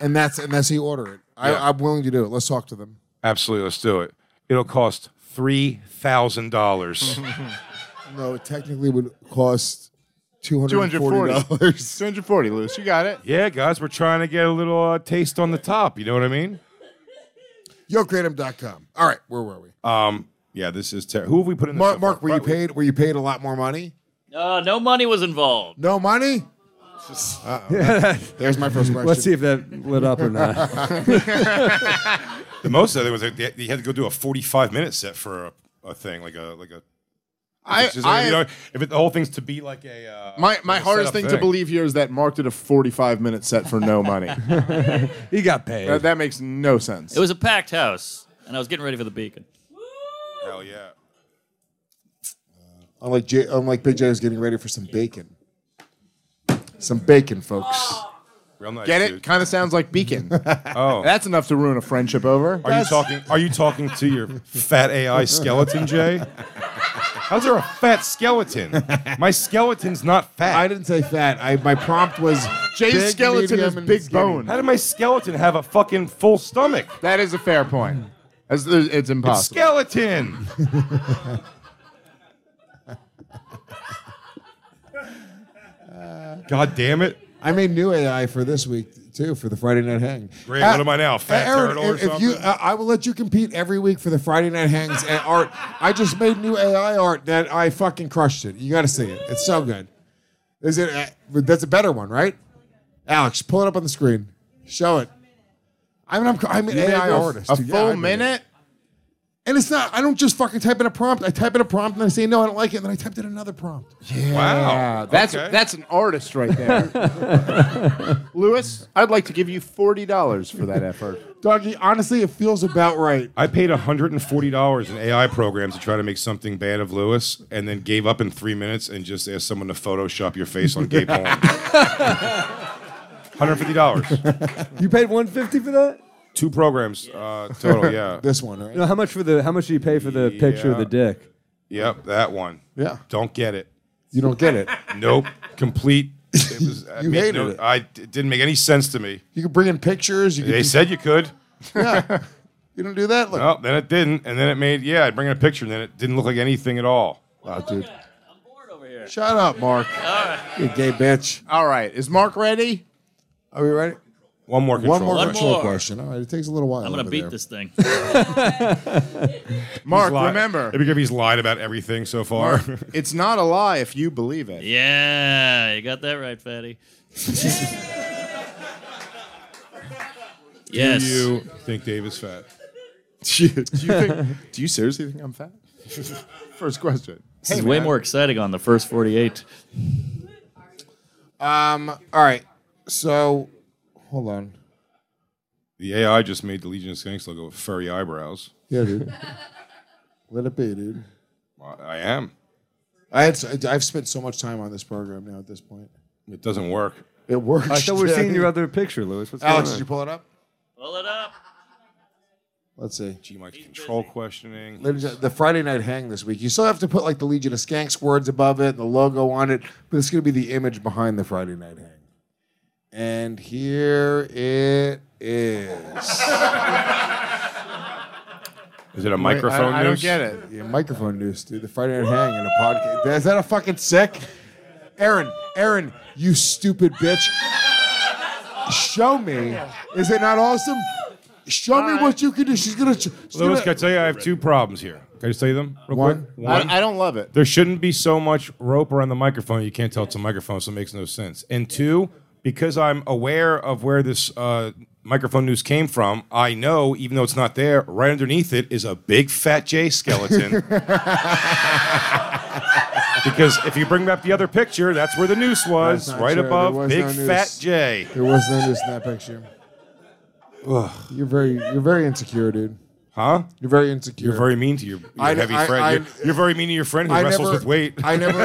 S5: And that's and that's how you order it. I,
S3: Yeah.
S5: I'm willing to do it. Let's talk to them.
S3: Absolutely, let's do it. It'll cost three thousand dollars.
S5: No, it technically would cost two hundred forty
S4: 240.
S5: dollars.
S4: 240, Lewis. You got it.
S3: yeah, guys, we're trying to get a little uh, taste on the top. You know what I mean?
S5: YoKratom.com. All right, where were we?
S3: Um, yeah, this is terrible. Who have we put in? This
S5: Mark,
S3: so
S5: Mark,
S3: far?
S5: were you paid? Were you paid a lot more money?
S1: Uh, no money was involved.
S5: No money. Uh-oh. There's my first question.
S2: Let's see if that lit up or not.
S3: The most of it was like they, they had to go do a forty-five minute set for a, a thing, like a like a.
S4: I-
S3: It's just,
S4: I-
S3: you know, if it, the whole thing's to be like a uh,
S4: My, my
S3: set
S4: hardest
S3: up
S4: thing, to believe here is that Mark did a 45 minute set for no money.
S2: he got paid.
S4: That, that makes no sense.
S1: It was a packed house, and I was getting ready for the beacon.
S3: Hell yeah!
S5: Unlike J, unlike Big J is getting ready for some bacon. Some bacon, folks.
S3: Real nice,
S4: Get it?
S3: dude.
S4: Kind of sounds like Beacon.
S3: Oh,
S4: that's enough to ruin a friendship over.
S3: Are you talking? Are you talking to your fat AI skeleton, Jay? How's there a fat skeleton? My skeleton's not fat. I
S5: didn't say fat. I my prompt was
S4: Jay's big, skeleton medium, is and big skinny. bone.
S3: How did my skeleton have a fucking full stomach?
S4: That is a fair point. That's- it's
S3: It's
S4: impossible.
S3: skeleton. God damn it!
S5: I made new AI for this week too for the Friday Night Hang.
S3: Great, what am I now, fat
S5: Aaron,
S3: turtle or
S5: if, if you,
S3: something?
S5: I I will let you compete every week for the Friday Night Hangs and art. I just made new AI art that I fucking crushed it. You got to see it. It's so good. Is it? Uh, that's a better one, right? Alex, pull it up on the screen. Show it. I mean, I'm, I'm an
S4: You made
S5: AI
S4: a-
S5: artist.
S4: a
S5: dude.
S4: full
S5: I made it.
S4: minute?
S5: And it's not. I don't just fucking type in a prompt. I type in a prompt and then I say no, I don't like it, and then I typed in another prompt.
S4: Wow. That's
S5: Okay.
S4: that's an artist right there. Lewis, I'd like to give you forty dollars for that effort.
S5: Doggy, honestly, it feels about right.
S3: I paid $140 in AI programs to try to make something bad of Lewis and then gave up in three minutes and just asked someone to Photoshop your face on gay porn. $150.
S2: You paid 150 for that?
S3: Two programs uh, total, yeah.
S2: No, how much for the? How much do you pay for the picture of the dick?
S3: Yep, that one.
S2: Yeah.
S3: Don't get it.
S5: You don't get it.
S3: Nope. Complete. It was, I
S5: You
S3: made
S5: hated
S3: no-
S5: it.
S3: I, it didn't make any sense to me.
S5: You can bring in pictures. You can
S3: They
S5: do-
S3: said you could.
S24: Yeah. you don't do that? Look.
S3: Well, then it didn't, and then it made yeah. I'd bring in a picture, and then it didn't look like anything at all.
S4: Wow, dude.
S5: Oh, Shut up, Mark.
S3: You gay bitch.
S4: All right. Is Mark ready?
S5: Are we ready?
S3: One more
S5: One more
S4: One
S5: control
S4: more.
S5: question. All right, it takes a little while.
S4: I'm gonna
S5: over
S4: beat
S5: there.
S4: this thing.
S3: He's
S4: Mark,
S3: lied.
S4: remember.
S3: It'd be good if he's lied about everything so far.
S4: Mark, it's not a lie if you believe it.
S1: Yeah, you got that right, fatty. yes.
S3: Do you think Dave is fat?
S4: do, you think, do you seriously think I'm fat? First question.
S1: This is way
S4: man.
S1: more exciting on the first 48.
S5: Um. All right. So, hold on.
S3: The AI just made the Legion of Skanks logo with furry eyebrows.
S5: Yeah, dude. Let it be, dude.
S3: I I am.
S5: I had. s- I've spent so much time on this program now. At this point,
S3: It doesn't work.
S5: it works.
S25: I thought we were
S5: dude.
S25: seeing your other picture, Lewis. What's going
S5: Alex, did
S25: on?
S5: you pull it up?
S1: Pull it up.
S5: Let's see.
S3: Gee, my control questioning.
S5: Ladies and gen- The Friday night hang this week. You still have to put like the Legion of Skanks words above it and the logo on it, but it's going to be the image behind the Friday night hang. And here it is.
S3: Is it a
S5: Wait,
S3: microphone?
S5: I, I don't
S3: noose?
S5: get it. Yeah, microphone news, dude. The Friday night hang and a podcast. Is that a fucking sick? Aaron, Aaron, you stupid bitch. Show me. Is it not awesome? Show me what you can do. She's gonna. She's
S3: Lewis,
S5: gonna
S3: can I tell you, I have two problems here. Can I just tell you them real
S5: One?
S3: quick? One.
S4: I, I don't love it.
S3: There shouldn't be so much rope around the microphone. You can't tell it's a microphone, so it makes no sense. And two, because I'm aware of where this uh, microphone news came from, I know, even though it's not there, right underneath it is a big fat J skeleton. because if you bring back the other picture, that's where the noose was,
S5: That's not
S3: right
S5: true.
S3: above
S5: There was
S3: big
S5: no noose.
S3: fat J.
S5: There was no news in that picture. You're very, you're very insecure, dude.
S3: Huh?
S5: You're very insecure.
S3: You're very mean to your, your
S5: I-
S3: heavy
S5: I-
S3: friend.
S5: I-
S3: you're, you're very mean to your friend who
S5: I
S3: wrestles
S5: never-
S3: with weight.
S5: I never.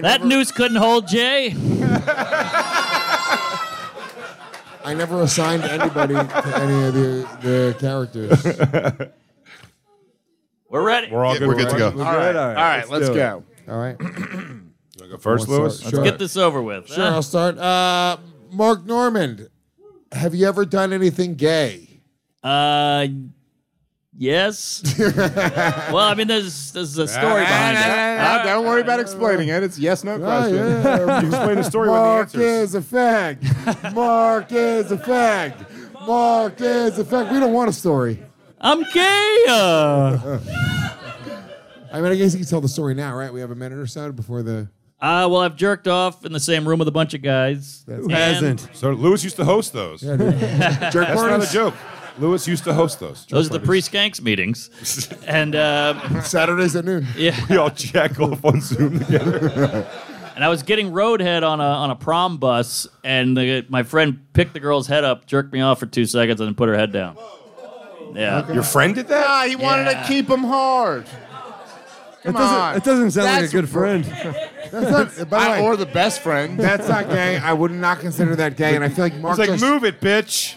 S1: that noose couldn't hold Jay.
S5: I never assigned anybody to any of the, the characters.
S1: We're ready.
S3: We're all
S24: Yeah,
S3: good.
S24: we're good to go.
S3: All
S24: All
S3: right.
S24: right.
S3: All right. Let's go.
S5: All right.
S3: You wanna go first,
S5: Well,
S3: Lewis?
S5: so- Let's
S1: Get this over with.
S5: Sure, I'll start. Uh, Mark Normand, have you ever done anything gay?
S1: Uh, yes. well, I mean, there's there's a story behind it.
S4: Ah, don't worry about explaining it. It's yes, no question.
S3: Explain the story with the
S5: Mark
S3: answers.
S5: is a fag. Mark is a fag. Mark is a fag. We don't want a story.
S1: I'm gay. Uh,
S5: I mean, I guess you can tell the story now, right? We have a minute or so before the.
S1: Uh, well, I've jerked off in the same room with a bunch of guys.
S5: Who
S1: hasn't?
S3: So Lewis used to host those. That's not a
S5: parties.
S3: joke. Lewis used to host those.
S1: Those are the pre-skanks meetings, and um,
S5: Saturdays at noon.
S1: yeah,
S3: we all jack off on Zoom together.
S1: and I was getting roadhead on a on a prom bus, and the, my friend picked the girl's head up, jerked me off for two seconds, and then put her head down. Yeah,
S3: Your friend did that?
S4: Ah, he wanted
S1: Yeah.
S4: to keep him hard.
S25: It
S4: Come on.
S25: doesn't, it doesn't sound like
S4: That's-
S25: a good friend.
S5: That's not, by the
S4: I-
S5: way,
S4: or the best friend.
S5: that's not gay. I would not consider that gay, and I feel like
S3: It's
S5: Mark.
S3: like,
S5: just-
S3: move it, bitch.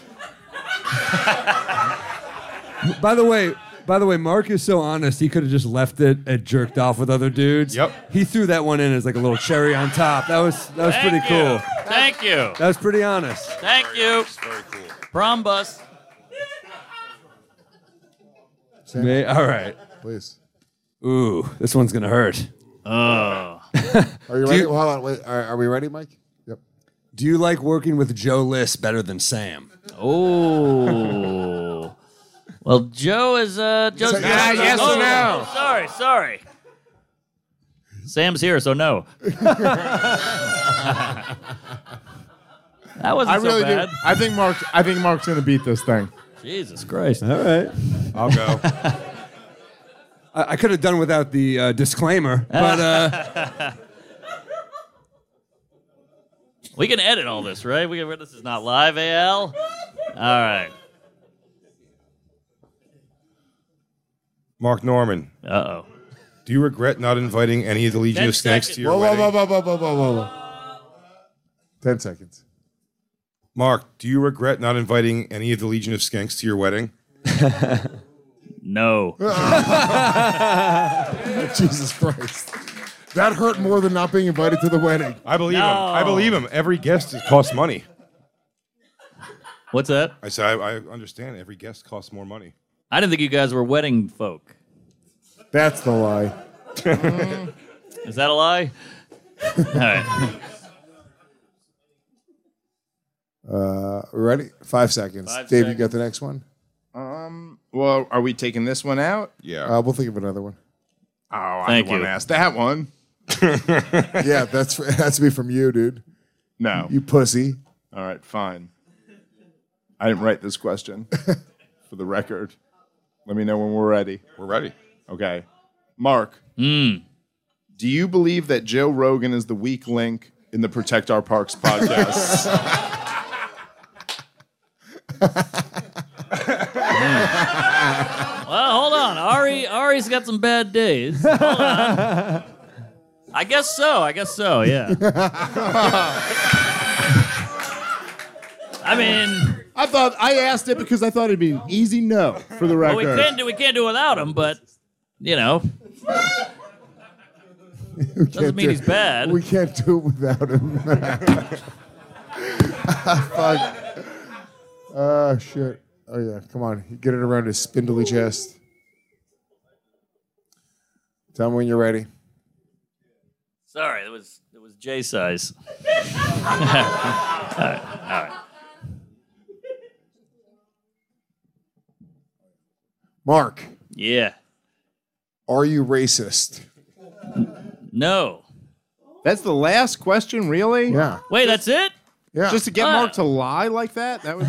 S25: By the way, by the way, Mark is so honest. He could have just left it and jerked off with other dudes.
S3: Yep.
S25: He threw that one in as like a little cherry on top. That was that was pretty
S1: Thank
S25: cool.
S1: you. Thank you.
S25: That was pretty honest.
S1: Thank you.
S3: Very cool.
S1: Prom bus.
S25: May- all right.
S5: Please.
S25: Ooh, this one's gonna hurt.
S1: Oh.
S5: Are you ready? Hold on. Wait, are, are we ready, Mike? Yep.
S25: Do you like working with Joe List better than Sam?
S1: Oh. well, Joe is uh Joe's
S4: yeah, yes or no?
S1: Sorry, sorry. Sam's here, so no. that wasn't
S4: I really
S1: so bad.
S4: do. I think Mark. I think Mark's gonna beat this thing.
S1: Jesus Christ.
S25: All right.
S3: I'll go.
S25: I, I could have done without the uh, disclaimer, but uh,
S1: We can edit all this, right? We can, this is not live, AL. All right.
S3: Mark Norman,
S1: Uh oh.
S3: do you regret not inviting any of the Legion
S1: Ten
S3: of Snakes to
S1: seconds.
S3: your
S5: Whoa, whoa,
S3: wedding?
S5: whoa, whoa, whoa, whoa, whoa, whoa, whoa. Ten seconds.
S3: Mark, do you regret not inviting any of the Legion of Skanks to your wedding?
S1: No.
S5: Jesus Christ. That hurt more than not being invited to the wedding.
S3: I believe him. I
S1: No.
S3: believe him. Every guest is- costs money.
S1: What's that?
S3: I said, I, I understand every guest costs more money.
S1: I didn't think you guys were wedding folk.
S5: That's the lie. Uh,
S1: Is that a lie? All right.
S5: Uh, ready? Five seconds.
S4: Five
S5: Dave,
S4: seconds.
S5: you got the next one?
S4: Um. Well, are we taking this one out?
S5: Yeah. Uh, we'll think of another one.
S4: Oh,
S5: Thank
S4: I want
S5: you.
S4: to ask that one.
S5: yeah, that's it has to be from you, dude.
S4: No.
S5: You pussy.
S4: All right, fine. I didn't write this question for the record. Let me know when we're ready. We're ready. Okay. Mark,
S1: Hmm.
S4: do you believe that Joe Rogan is the weak link in the Protect Our Parks podcast?
S1: Well, Oh, hold on. Ari Ari's got some bad days. Hold on. I guess so. I guess so. Yeah. I mean,
S4: I thought I asked it because I thought it'd be an easy no for the
S1: well,
S4: record.
S1: we can't do we can't do without him, but you know, mean
S5: Can't do-
S1: he's bad.
S5: We can't do it without him. Ah, Fuck. Oh, shit. Oh, yeah. Come on. Get it around his spindly chest. Tell me when you're ready.
S1: sorry, it was it was J size. all right. All right.
S5: Mark,
S1: Yeah.
S5: are you racist?
S1: No.
S4: That's the last question, really?
S5: Yeah.
S1: Wait, that's it?
S5: Yeah.
S4: Just to get
S1: Ah.
S4: Mark to lie like that? That was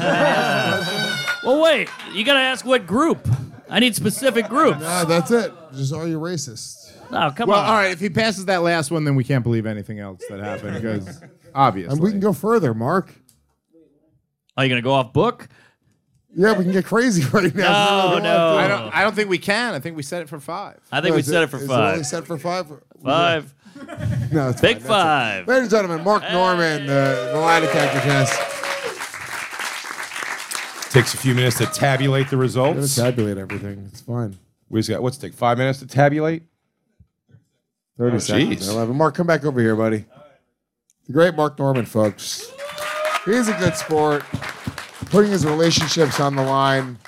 S1: Well, wait. You gotta ask what group. I need specific groups.
S5: No, Ah, that's it. Just are you racist?
S1: Oh, come
S4: well,
S1: on.
S4: all right. If he passes that last one, then we can't believe anything else that happened because obviously.
S5: And we can go further, Mark.
S1: Are you gonna go off book?
S5: Yeah, we can get crazy right now.
S1: No, no.
S4: I don't. I don't think we can. I think we set it for five.
S1: I think we
S5: Oh, is
S1: set it for
S5: is
S1: five.
S5: only set for five.
S1: Five.
S5: No, it's
S1: Big
S5: fine, that's it.
S1: five.
S5: Ladies and gentlemen, Mark Norman, uh, the line detector test.
S3: Takes a few minutes to tabulate the results.
S5: tabulate everything. It's fine.
S3: We just got what's it take five minutes to tabulate.
S5: 30
S3: Oh,
S5: seconds.
S3: jeez.
S5: 11. Mark, come back over here, buddy. The great Mark Norman, folks. He's a good sport, putting his relationships on the line.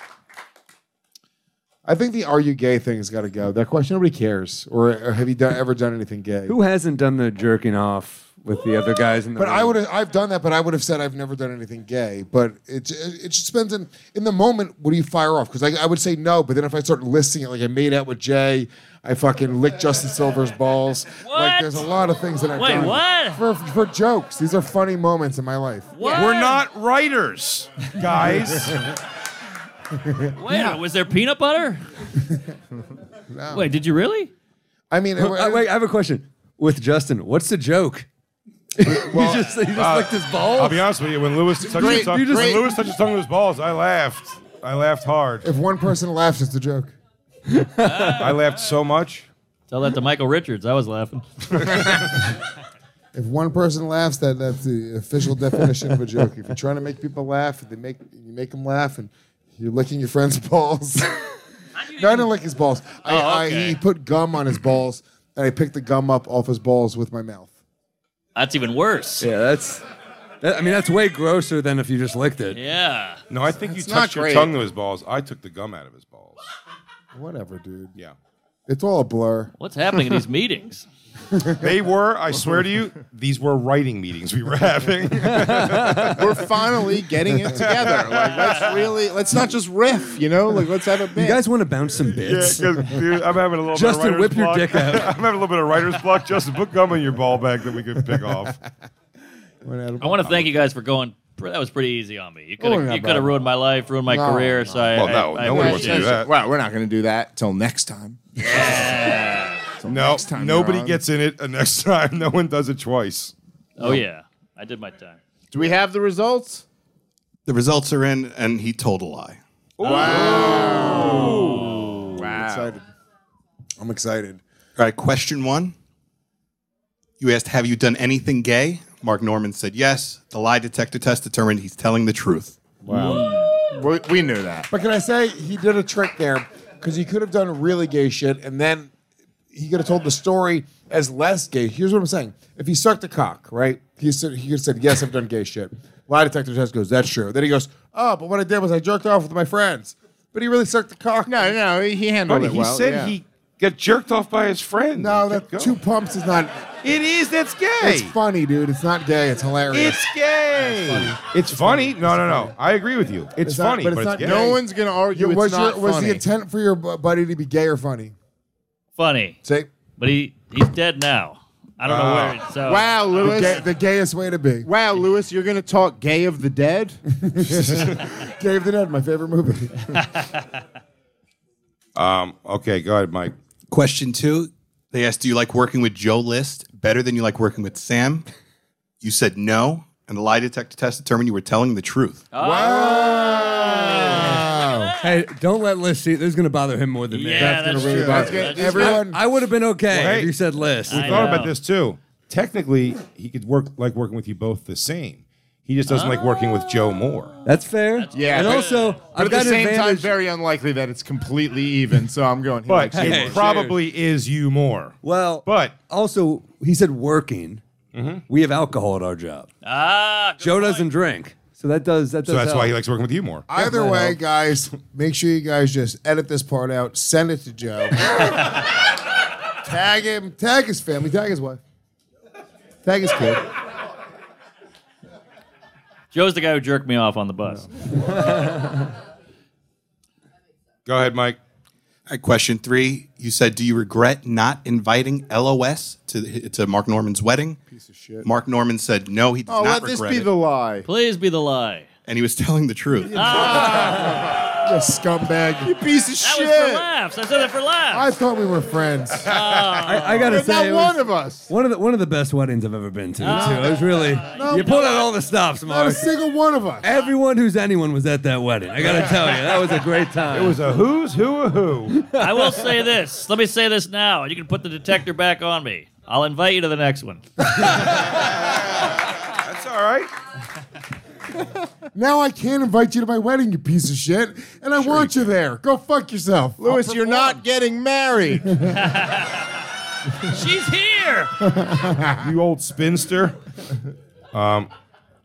S5: I think the "Are you gay?" thing has got to go. That question nobody cares. Or, or have you done, ever done anything gay?
S26: Who hasn't done the jerking off with the other guys in the
S5: But I
S26: room?
S5: would I've done that, but I would have said I've never done anything gay. But it it just depends in in the moment. What do you fire off? Because I, I would say no, but then if I start listing it, like I made out with Jay, I fucking licked Justin Silver's balls. Like there's a lot of things that I've
S1: Wait,
S5: done.
S1: what?
S5: For for jokes. These are funny moments in my life.
S1: What?
S3: We're not writers, guys.
S1: Wait, was there peanut butter? Wait, did you really?
S5: I mean,
S26: uh, Wait, I, have a question with Justin. What's the joke? you just, you just
S3: Uh,
S26: licked his balls.
S3: I'll be honest with you. When Lewis touched
S26: Great,
S3: his tongue,
S26: you just-
S3: when Lewis touched his tongue to his balls, I laughed. I laughed hard.
S5: If one person laughs, it's a joke.
S3: I laughed so much.
S1: Tell that to Michael Richards. I was laughing.
S5: If one person laughs, that that's the official definition of a joke. If you're trying to make people laugh, they make you make them laugh, and you're licking your friend's balls. no, I didn't lick his balls. I,
S1: Oh, okay.
S5: I, he put gum on his balls, and I picked the gum up off his balls with my mouth.
S1: That's even worse.
S26: Yeah, that's. That, I mean, that's way grosser than if you just licked it.
S1: Yeah.
S3: No, I think
S5: That's
S3: you
S5: not
S3: touched your
S5: great.
S3: tongue to his balls. I took the gum out of his balls.
S5: Whatever, dude.
S3: Yeah.
S5: It's all a blur.
S1: What's happening in these meetings?
S3: They were, I swear to you, these were writing meetings we were having.
S4: We're finally getting it together. Like let's really let's not just riff, you know? Like let's have a
S26: You
S4: bit.
S26: guys want to bounce some bits?
S3: Yeah, 'cause, dude, I'm having a little
S26: Justin,
S3: bit of writer's
S26: whip your
S3: block.
S26: dick out.
S3: I'm having a little bit of writer's block. Justin, put gum in your ball bag that we can pick off.
S1: I want to thank you guys for going. That was pretty easy on me. You could
S5: Oh,
S1: have
S5: not
S1: you could have ruined my life, ruined my
S5: No,
S1: career.
S5: no.
S1: So I,
S3: Well, no,
S1: I,
S3: no
S1: I
S3: one wants to do
S1: appreciate it.
S3: that.
S4: Uh, Wow, we're not going to do that till next time. Till
S3: No,
S4: next time
S3: nobody
S4: you're on.
S3: gets in it uh, next time. No one does it twice.
S1: Oh yeah, I did my time.
S4: Do we have the results?
S27: The results are in, and he told a lie.
S5: I'm excited. I'm excited.
S27: All right, question one. You asked, Have you done anything gay? Mark Norman said yes. The lie detector test determined he's telling the truth.
S4: We, we knew that.
S5: But can I say he did a trick there because he could have done really gay shit and then he could have told the story as less gay. Here's what I'm saying: if he sucked a cock, right? He said he could have said, "Yes, I've done gay shit." Lie detector test goes, that's true. Then he goes, oh, but what I did was I jerked off with my friends. But he really sucked the cock. No, no, he handled
S3: Buddy, he said he got jerked off by his friend.
S5: No, that two pumps is not.
S3: It is. That's gay.
S5: It's funny, dude. It's not gay. It's hilarious.
S3: It's gay. It's funny. No, no, no. I agree with you. It's,
S5: not-
S3: funny, but, it's, gay.
S4: no one's gonna argue it's
S5: was
S4: not
S5: your, Was
S4: funny.
S5: the intent for your bu- buddy to be gay or funny?
S1: Funny. But he he's dead now. I don't know where. So
S4: wow, Lewis.
S5: The, gay- the gayest way to be.
S4: Wow, Lewis, you're going to talk Gay of the Dead?
S5: Gay of the Dead, my favorite movie.
S28: Um, okay, go ahead, Mike. Question two. They asked, Do you like working with Joe List better than you like working with Sam? You said no, and the lie detector test determined you were telling the truth.
S2: Hey, don't let Liz see. This is going to bother him more than me.
S28: Yeah, That's gonna that's really true. bother That's him. good. Everyone-
S2: I, I would have been okay
S3: Well, hey,
S2: if you said Liz.
S3: We thought about this too. Technically, he could work like working with you both the same. He just doesn't like working with Joe more.
S2: That's fair.
S4: Yeah.
S3: And
S4: but-
S3: also,
S4: but
S3: I've
S4: at
S3: got an
S4: the same time,
S3: advantage-
S4: very unlikely that it's completely even. So I'm going. he
S3: But
S4: likes you
S3: it
S4: more.
S3: probably is you more.
S2: Well, but also he said working. We have alcohol at our job.
S1: Ah,
S2: Joe doesn't drink, so that does that. Does
S3: So that's
S2: help.
S3: why he likes working with you more.
S5: Either
S2: Yeah,
S5: way,
S2: help.
S5: guys, make sure you guys just edit this part out. Send it to Joe. tag him. Tag his family. Tag his wife. Tag his kid.
S1: Joe's the guy who jerked me off on the bus.
S3: Go ahead, Mike.
S28: All right, question three. You said, Do you regret not inviting LOS to, to Mark Norman's wedding? Piece of shit. Mark Norman said, No, he did
S4: Oh,
S28: not
S4: let this
S28: regret
S4: be
S28: it.
S4: the lie.
S1: Please be the lie.
S28: and he was telling the truth.
S4: Ah.
S5: You scumbag. You
S4: piece of
S1: That was for laughs. I said that for laughs.
S5: I thought we were friends.
S2: I, I gotta
S5: You're
S2: say,
S5: not
S2: it was
S5: one of us.
S2: One of the one of the best weddings I've ever been to.
S5: Ah.
S2: too. It was really you pulled out all the stops, Mark.
S5: Not a single one of us.
S2: Everyone who's anyone was at that wedding. I gotta tell you, that was a great time.
S3: It was a who's who a who.
S1: I will say this. Let me say this now. You can put the detector back on me. I'll invite you to the next one.
S3: That's all right.
S5: Now I can't invite you to my wedding, you piece of shit. And I want you there. Go fuck yourself.
S4: Lewis, you're not getting married.
S1: She's here.
S3: you old spinster. Um,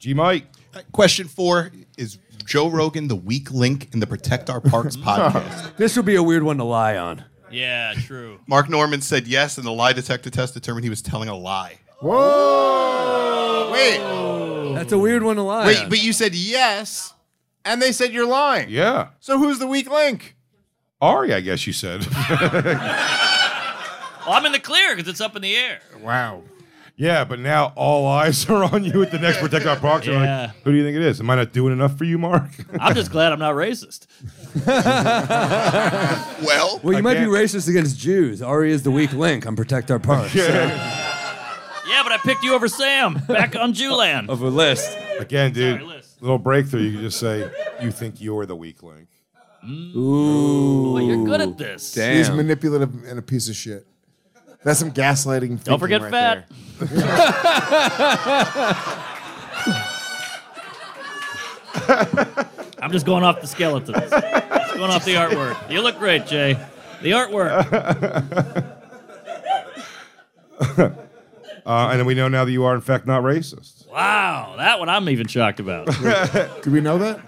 S3: G Mike.
S28: Question four is Joe Rogan the weak link in the Protect Our Parks podcast?
S2: This would be a weird one to lie on.
S1: Yeah, true.
S28: Mark Norman said yes, and the lie detector test determined he was telling a lie.
S4: Whoa. Wait.
S2: That's a weird one to lie.
S4: Wait,
S2: on.
S4: but you said yes, and they said you're lying.
S3: Yeah.
S4: So who's the weak link?
S3: Ari, I guess you said.
S1: Well, I'm in the clear because it's up in the air.
S3: wow. Yeah, but now all eyes are on you at the next Protect Our Parks. They're like,
S1: Yeah.
S3: Who do you think it is? Am I not doing enough for you, Mark?
S1: I'm just glad I'm not racist.
S28: Well,
S2: well, you
S3: I
S2: might be
S3: can't-
S2: racist against Jews. Ari is the weak link on Protect Our Parks.
S1: Yeah, but I picked you over Sam back on Jewland.
S2: Of a list.
S3: Again, dude, little breakthrough. You can just say, you think you're the weak link.
S2: Ooh.
S1: Well, you're good at this.
S5: He's manipulative and a piece of shit. That's some gaslighting. thinking
S1: Don't forget
S5: right
S1: fat. I'm just going off the skeletons. Just going off the artwork. You look great, Jay. The artwork.
S3: Uh, and then we know now that you are, in fact, not racist.
S1: Wow, that one I'm even shocked about.
S5: Did we know that?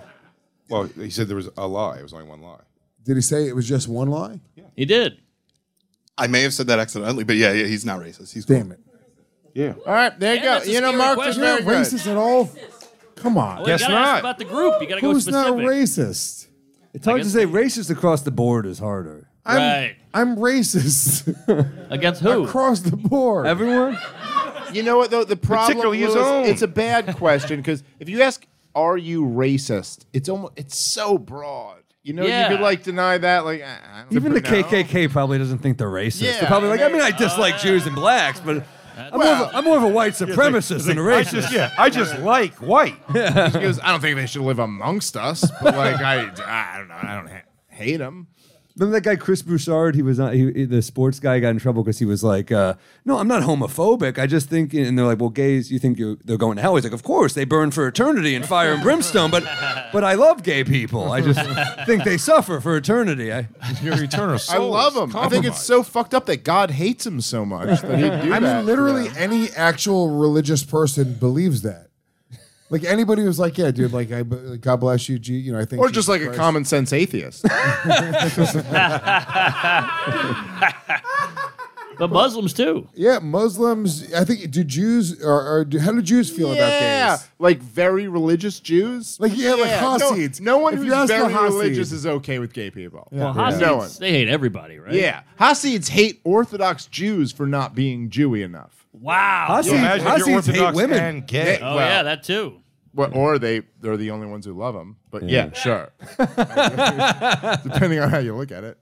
S3: Well, he said there was a lie. It was only one lie.
S5: Did he say it was just one lie?
S1: He did.
S28: I may have said that accidentally, but yeah, yeah he's not racist. He's
S5: Damn it.
S3: Yeah.
S4: All right, there you
S1: Damn,
S4: go.
S1: that's a
S4: You know,
S1: scary
S4: Mark was
S1: question.
S4: very
S5: You're not
S4: good.
S5: racist at all. Come on.
S1: Well, you gotta ask about the group. You gotta go
S5: Who's
S1: specific.
S5: not racist?
S2: It's hard to say racist across the board is harder.
S5: I'm,
S1: Right.
S5: I'm racist
S1: Against who?
S5: across the board.
S2: Everyone?
S4: You know what though? The problem
S3: Particularly his
S4: Louis,
S3: own.
S4: it's a bad question because if you ask, "Are you racist?" It's almost it's so broad. You know,
S1: Yeah.
S4: you could like deny that. Like I, I don't
S2: Even
S4: know.
S2: the KKK probably doesn't think they're racist.
S4: Yeah, uh,
S2: they're probably
S4: I
S2: like, I mean, I dislike Jews and blacks, but I'm, more of a, I'm more of a white supremacist than a
S3: I
S2: racist.
S3: just, yeah, I just like white.
S4: He goes, I don't think they should live amongst us, but like I, I don't know, I don't ha- hate them.
S2: Remember that guy Chris Broussard? He was on, he, he- the sports guy got in trouble because he was like, uh, "No, I'm not homophobic. I just think." And they're like, "Well, gays, you think you're, they're going to hell?" He's like, "Of course, they burn for eternity in fire and brimstone, but but I love gay people. I just think they suffer for eternity." I,
S3: Your eternal
S4: I
S3: soul
S4: love
S3: is
S4: them. I think it's
S3: compromised.
S4: so fucked up that God hates them so much that he do
S5: I
S4: that.
S5: mean, literally any actual religious person believes that. Like anybody who's like, yeah, dude, like, I, God bless you, G, you know, I think.
S7: Or
S5: Jesus
S7: just like a
S5: Christ-
S7: common sense atheist.
S1: But Muslims too.
S5: Yeah, Muslims. I think. Do Jews or, or do, how do Jews feel
S7: Yeah,
S5: about gays? Like very religious Jews. Like yeah, like Hasids.
S7: No, no one
S5: If
S7: who's
S5: you ask a
S7: very
S5: Hasid-
S7: religious is okay with gay people.
S1: Well,
S7: Yeah.
S1: Hasids,
S7: No one.
S1: they hate everybody, right?
S7: Yeah, Hasids hate Orthodox Jews for not being Jewy enough.
S1: Wow.
S7: Hasids-
S3: imagine if you're
S7: Hasids hate
S3: Orthodox
S7: women.
S3: and gay.
S7: Yeah, Oh, well. yeah,
S1: that too.
S7: Well, or they they're the only ones who love them. But
S3: Yeah.
S7: yeah, sure. Depending on how you look at it.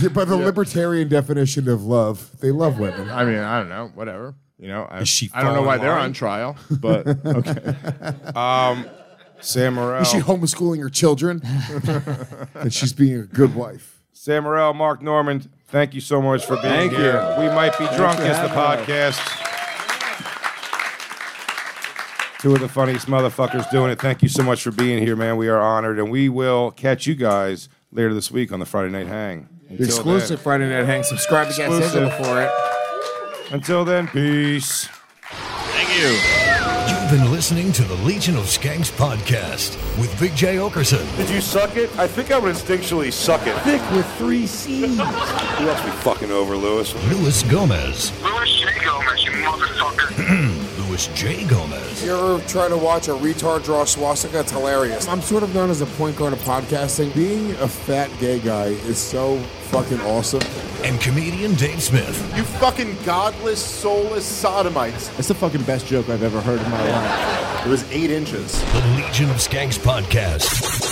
S5: Yeah, by the
S7: Yeah.
S5: libertarian definition of love, they love women.
S7: I mean, I don't know. Whatever. You know, I,
S5: Is she
S7: I don't know why
S5: following
S7: they're
S5: Lauren?
S7: on trial, but okay.
S3: Um, Sam Morrell.
S5: Is
S7: Oh.
S5: she homeschooling her children? and she's being a good wife.
S3: Sam Morrell, Mark Norman, thank you so much for being
S5: Thank
S3: here.
S5: you.
S3: We might be
S5: Thanks
S3: drunk
S5: for
S3: is the
S5: having
S3: podcast. Two of the funniest motherfuckers doing it. Thank you so much for being here, man. We are honored, and we will catch you guys later this week on the Friday Night Hang. Until
S29: Exclusive
S3: then-
S29: Friday Night Hang. Subscribe to Gas
S3: Exclusive.
S29: Digital for it.
S3: Until then, peace.
S1: Thank you.
S20: You've been listening to the Legion of Skanks podcast with Big J. Okerson.
S30: Did you suck it? I think I would instinctually suck it. Thick with three C's.
S3: Who else we fucking over, Lewis?
S20: Luis Gomez.
S2: Louis J. Gomez, you motherfucker.
S20: Luis J. Gomez.
S5: If you ever try to watch a retard draw swastika, it's hilarious. I'm sort of known as a point guard of podcasting. Being a fat gay guy is so fucking awesome.
S20: And comedian Dave Smith.
S7: You fucking godless, soulless sodomites.
S20: That's the fucking best joke I've ever heard in my life.
S7: It was eight inches.
S20: The Legion of Skanks podcast.